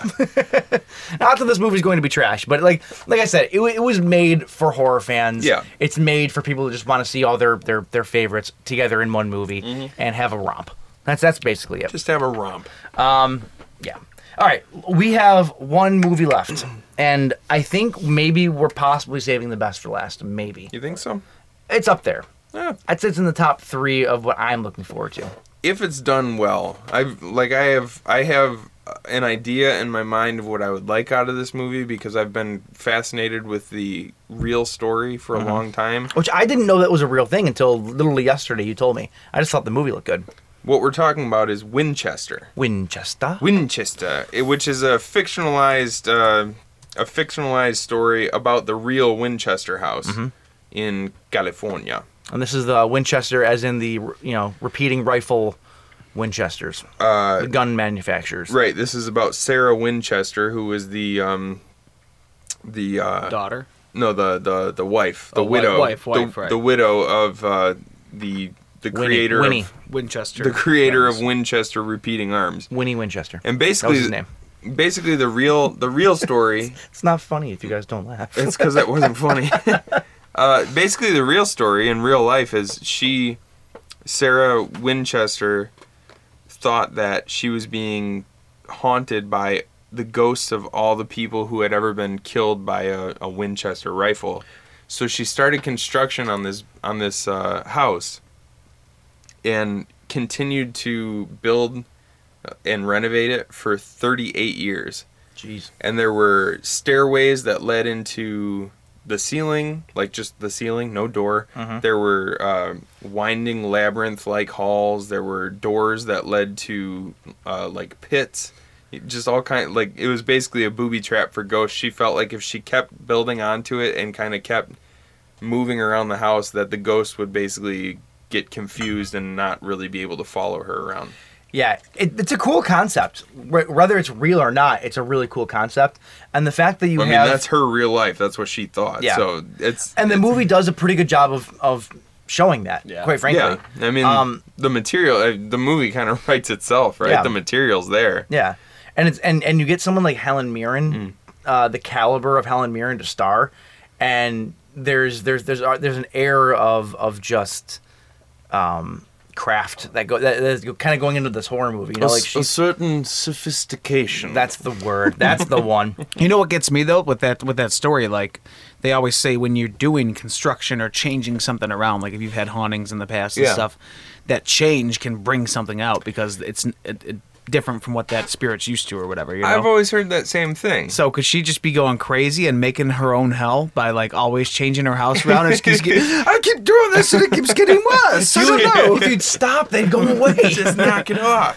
Speaker 4: Not that this movie's going to be trash, but like like I said, it, wa- it was made for horror fans.
Speaker 2: Yeah.
Speaker 4: It's made for people who just want to see all their, their, their favorites together in one movie and have a romp. That's that's basically it.
Speaker 2: Mm-hmm. just have a romp
Speaker 4: yeah. All right, we have one movie left, and I think maybe we're possibly saving the best for last. Maybe
Speaker 2: you think so
Speaker 4: it's up there.
Speaker 2: yeah
Speaker 4: I'd say it's in the top three of what I'm looking forward to.
Speaker 2: if it's done well, I've like I have I have an idea in my mind of what I would like out of this movie because I've been fascinated with the real story for a long time.
Speaker 4: Which I didn't know that was a real thing until literally yesterday. You told me. I just thought the movie looked good.
Speaker 2: What we're talking about is Winchester,
Speaker 4: Winchester.
Speaker 2: Winchester, eh, which is a fictionalized uh, a fictionalized story about the real Winchester House in California.
Speaker 4: And this is the Winchester, as in the you know repeating rifle Winchesters, uh, the gun manufacturers.
Speaker 2: Right. This is about Sarah Winchester, who is the um, the uh,
Speaker 5: Daughter.
Speaker 2: No, the the the wife, the
Speaker 5: Oh, wi-
Speaker 2: widow,
Speaker 5: wife, wife,
Speaker 2: the,
Speaker 5: right.
Speaker 2: the widow of uh, the the
Speaker 4: Winnie,
Speaker 2: creator
Speaker 4: Winnie,
Speaker 2: of
Speaker 5: Winchester.
Speaker 2: the creator
Speaker 5: Yes.
Speaker 2: of Winchester repeating arms,
Speaker 4: Winnie Winchester.
Speaker 2: and
Speaker 4: that was his
Speaker 2: basically,
Speaker 4: name.
Speaker 2: basically the real the real story.
Speaker 4: It's not funny if you guys don't laugh.
Speaker 2: it's because that wasn't funny. uh, basically, the real story in real life is she, Sarah Winchester, thought that she was being haunted by the ghosts of all the people who had ever been killed by a, a Winchester rifle. So she started construction on this on this uh, house, and continued to build uh, and renovate it for 38 years
Speaker 4: Jeez.
Speaker 2: and there were stairways that led into the ceiling, like just the ceiling, no door. There were uh, winding labyrinth-like halls. There were doors that led to uh, like pits, It- just all kind. Like it was basically a booby trap for ghosts. She felt like if she kept building onto it and kind of kept moving around the house, that the ghosts would basically get confused and not really be able to follow her around.
Speaker 4: Yeah, it, it's a cool concept. Wh- Whether it's real or not, it's a really cool concept. And the fact that you
Speaker 2: I mean,
Speaker 4: have
Speaker 2: that's her real life. That's what she thought.
Speaker 4: Yeah.
Speaker 2: So it's
Speaker 4: and the
Speaker 2: it's-
Speaker 4: movie does a pretty good job of of showing that. Quite frankly.
Speaker 2: Yeah. I mean,
Speaker 4: Um,
Speaker 2: the material, uh, the movie kind of writes itself, right?
Speaker 4: Yeah.
Speaker 2: The material's there.
Speaker 4: Yeah, and it's and and you get someone like Helen Mirren, uh, the caliber of Helen Mirren to star, and there's there's there's uh, there's an air of of just um, craft that go that, that's kind of going into this horror movie. You know, like she's
Speaker 8: certain sophistication.
Speaker 4: that's the word. That's the one.
Speaker 5: You know what gets me though with that with that story, like they always say when you're doing construction or changing something around, like if you've had hauntings in the past and
Speaker 2: Yeah.
Speaker 5: stuff, that change can bring something out because it's n- it, it, different from what that spirit's used to or whatever. You know?
Speaker 2: I've always heard that same thing.
Speaker 5: so could she just be going crazy and making her own hell by like always changing her house around? And just keeps get- I keep doing this and it keeps getting worse. I don't know.
Speaker 4: if you'd stop, they'd go away.
Speaker 2: just knock it off.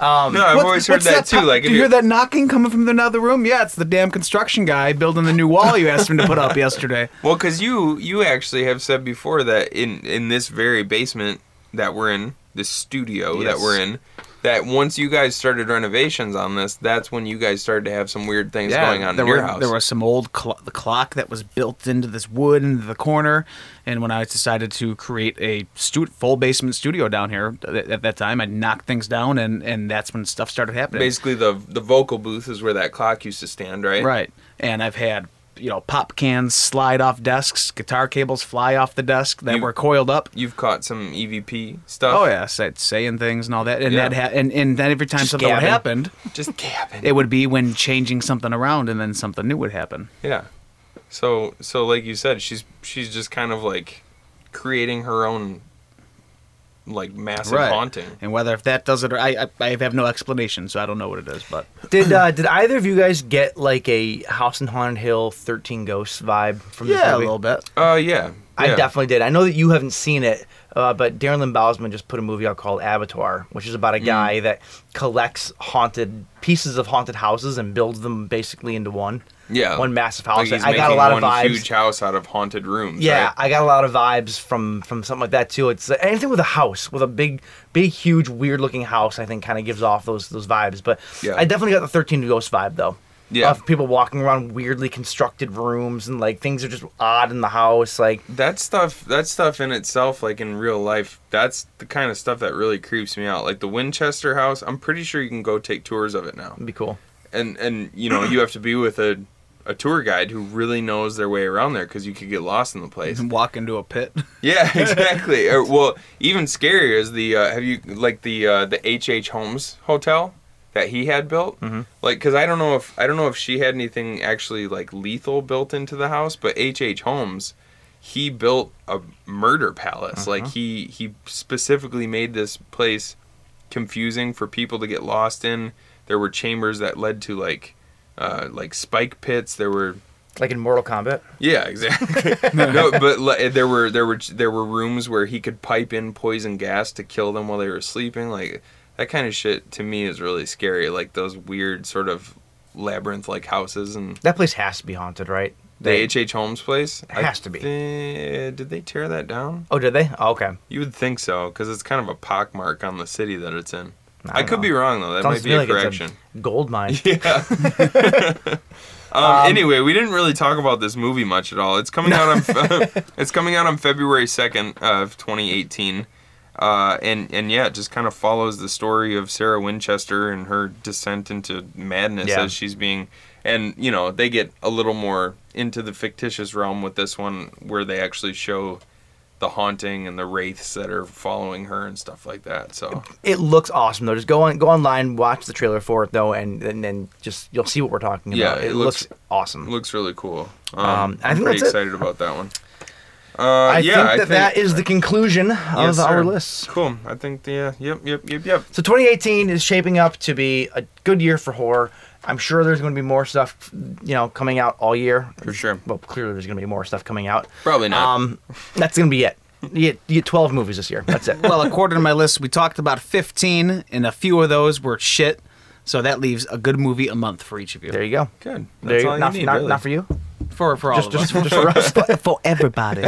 Speaker 2: Um, no, I've
Speaker 5: What's-
Speaker 2: always heard
Speaker 5: what's
Speaker 2: that, too.
Speaker 5: po-
Speaker 2: Like,
Speaker 5: do
Speaker 2: if
Speaker 5: you
Speaker 2: you
Speaker 5: hear that knocking coming from another room? Yeah, it's the damn construction guy building the new wall you asked him to put up yesterday.
Speaker 2: Well, because you you actually have said before that in in this very basement that we're in, this studio that
Speaker 5: Yes.
Speaker 2: we're in, that once you guys started renovations on this, that's when you guys started to have some weird things going on
Speaker 5: there
Speaker 2: in your
Speaker 5: were,
Speaker 2: house.
Speaker 5: There was some old cl- the clock that was built into this wood into the corner, and when I decided to create a stu- full basement studio down here th- at that time, I knocked things down, and and that's when stuff started happening.
Speaker 2: Basically, the the vocal booth is where that clock used to stand, right?
Speaker 5: Right, and I've had you know pop cans slide off desks, guitar cables fly off the desk that
Speaker 2: You-
Speaker 5: were coiled up.
Speaker 2: You've caught some EVP stuff.
Speaker 5: Oh yeah, said saying things and all that, and
Speaker 2: Yeah.
Speaker 5: that ha- and and then every time something would
Speaker 4: Scabbing.
Speaker 5: happened,
Speaker 2: just cabin.
Speaker 5: it would be when changing something around, and then something new would happen.
Speaker 2: Yeah. So so like you said, she's she's just kind of like creating her own like massive haunting.
Speaker 5: And whether if that does it or I, I, I have no explanation, so I don't know what it is. But
Speaker 4: Did uh, did either of you guys get like a House in Haunted Hill, Thirteen Ghosts vibe from this movie?
Speaker 5: bit.
Speaker 2: Uh yeah.
Speaker 4: I
Speaker 2: yeah.
Speaker 4: definitely did. I know that you haven't seen it, uh, but Darren Lynn Bousman just put a movie out called Avatar, which is about
Speaker 2: Mm.
Speaker 4: a guy that collects haunted pieces of haunted houses and builds them basically into one.
Speaker 2: yeah
Speaker 4: one massive
Speaker 2: Like,
Speaker 4: house.
Speaker 2: he's
Speaker 4: I got a
Speaker 2: making
Speaker 4: lot of
Speaker 2: one
Speaker 4: vibes.
Speaker 2: Huge house out of haunted rooms.
Speaker 4: yeah,
Speaker 2: right?
Speaker 4: I got a lot of vibes from from something like that too. It's anything with a house, with a big, big, huge, weird looking house. I think kind of gives off those those vibes. But
Speaker 2: Yeah.
Speaker 4: I definitely got the Thirteen Ghosts vibe though.
Speaker 2: Yeah.
Speaker 4: of people walking around weirdly constructed rooms and like things are just odd in the house. Like
Speaker 2: That stuff that stuff in itself, like in real life, that's the kind of stuff that really creeps me out. Like the Winchester house, I'm pretty sure you can go take tours of it now.
Speaker 4: it'd be cool.
Speaker 2: And and you know, you have to be with a a tour guide who really knows their way around there because you could get lost in the place.
Speaker 5: Walk into a pit.
Speaker 2: Yeah, exactly. or, well, even scarier is the uh, have you like the uh, the H H Holmes hotel that he had built. Mm-hmm. Like, because I don't know if I don't know if she had anything actually like lethal built into the house, but H H Holmes, he built a murder palace. Like he he specifically made this place confusing for people to get lost in. There were chambers that led to like uh, like spike pits. There were
Speaker 4: Like in Mortal Kombat.
Speaker 2: yeah, exactly. no, but like, there were there were there were rooms where he could pipe in poison gas to kill them while they were sleeping. Like that kind of shit to me is really scary. Like those weird sort of labyrinth-like houses and
Speaker 4: That place has to be haunted, right?
Speaker 2: the H.H. H. Holmes place
Speaker 4: Has to be.
Speaker 2: thi- did they tear that down?
Speaker 4: Oh, did they? Oh, okay.
Speaker 2: You would think so, because it's kind of a pockmark on the city that it's in.
Speaker 4: I
Speaker 2: I,
Speaker 4: don't
Speaker 2: could
Speaker 4: know.
Speaker 2: be wrong though. That
Speaker 4: Sounds
Speaker 2: might
Speaker 4: to
Speaker 2: be
Speaker 4: me
Speaker 2: a
Speaker 4: like it's
Speaker 2: correction.
Speaker 4: gold mine.
Speaker 2: Yeah. um, anyway, we didn't really talk about this movie much at all. It's coming out on Fe- it's coming out on February second of 2018, uh, and and yeah, it just kind of follows the story of Sarah Winchester and her descent into madness
Speaker 4: Yeah.
Speaker 2: as she's being, and you know they get a little more into the fictitious realm with this one where they actually show the haunting and the wraiths that are following her and stuff like that. So
Speaker 4: It looks awesome though. Just go on, go online, watch the trailer for it though, and and then just you'll see what we're talking
Speaker 2: Yeah,
Speaker 4: about.
Speaker 2: it
Speaker 4: it
Speaker 2: looks-
Speaker 4: looks, awesome.
Speaker 2: looks really cool. Um,
Speaker 4: Um, I
Speaker 2: I'm
Speaker 4: think
Speaker 2: pretty
Speaker 4: that's it.
Speaker 2: excited about that one. Uh,
Speaker 4: I
Speaker 2: yeah,
Speaker 4: think that
Speaker 2: I think
Speaker 4: that is the conclusion of
Speaker 2: yes,
Speaker 4: our
Speaker 2: sir.
Speaker 4: list.
Speaker 2: Cool. I think the uh, yep, yep, yep, yep.
Speaker 4: So 2018 is shaping up to be a good year for horror. I'm sure there's going to be more stuff, you know, coming out all year.
Speaker 2: For sure.
Speaker 4: Well, clearly there's going to be more stuff coming out.
Speaker 2: Probably not.
Speaker 4: Um, that's going to be it. You get, you get 12 movies this year. That's it.
Speaker 5: well, according to my list, we talked about 15, and a few of those were shit. So that leaves a good movie a month for each of you.
Speaker 4: there you go.
Speaker 2: Good.
Speaker 4: There
Speaker 2: That's
Speaker 4: you,
Speaker 2: all you
Speaker 4: not,
Speaker 2: need,
Speaker 4: not,
Speaker 2: really.
Speaker 4: not for you.
Speaker 5: for for all
Speaker 4: Just,
Speaker 5: of us.
Speaker 4: just, just for us.
Speaker 5: for, for everybody.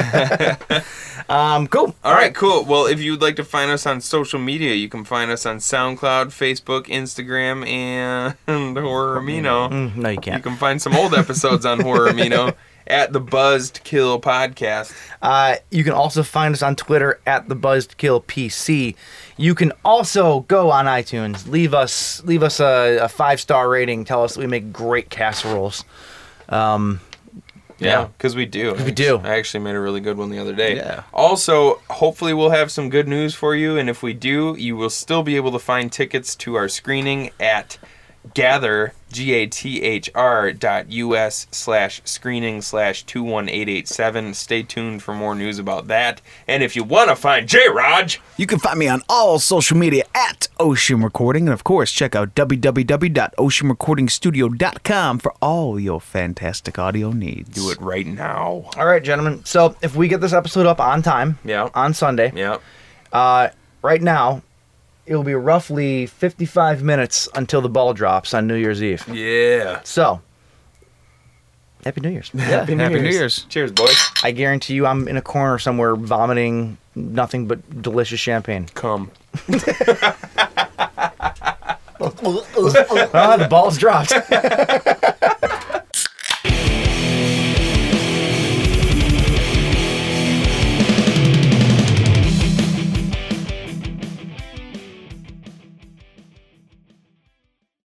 Speaker 4: Um, cool.
Speaker 2: All right, cool. Well, if you'd like to find us on social media, you can find us on SoundCloud, Facebook, Instagram, and Horror Amino.
Speaker 4: No, you
Speaker 2: You
Speaker 4: can't.
Speaker 2: can find some old episodes on Horror Amino at the Buzzed Kill Podcast.
Speaker 4: Uh, you can also find us on Twitter at the Buzzkill PC. You can also go on iTunes, leave us leave us a, a five star rating, tell us that we make great casseroles.
Speaker 2: Yeah, because we do. We
Speaker 4: do.
Speaker 2: I actually made a really good one the other day.
Speaker 5: Yeah.
Speaker 2: Also, hopefully, we'll have some good news for you. And if we do, you will still be able to find tickets to our screening at gather g a t h r dot u s slash screening slash two one eight eight seven. Stay tuned for more news about that. And if you want to find J Raj,
Speaker 5: You can find me on all social media at Ocean Recording. And of course, check out www.oceanrecordingstudio.com for all your fantastic audio needs.
Speaker 2: do it right now.
Speaker 4: All right, gentlemen. So if we get this episode up on time,
Speaker 2: Yeah.
Speaker 4: on Sunday,
Speaker 2: Yep.
Speaker 4: uh, right now, it will be roughly 55 minutes until the ball drops on New Year's Eve.
Speaker 2: Yeah.
Speaker 4: So, Happy New Year's.
Speaker 5: Happy, New Year's.
Speaker 2: Cheers, boys.
Speaker 4: I guarantee you, I'm in a corner somewhere vomiting nothing but delicious champagne.
Speaker 2: Come.
Speaker 4: Oh, the Ah, ball's dropped.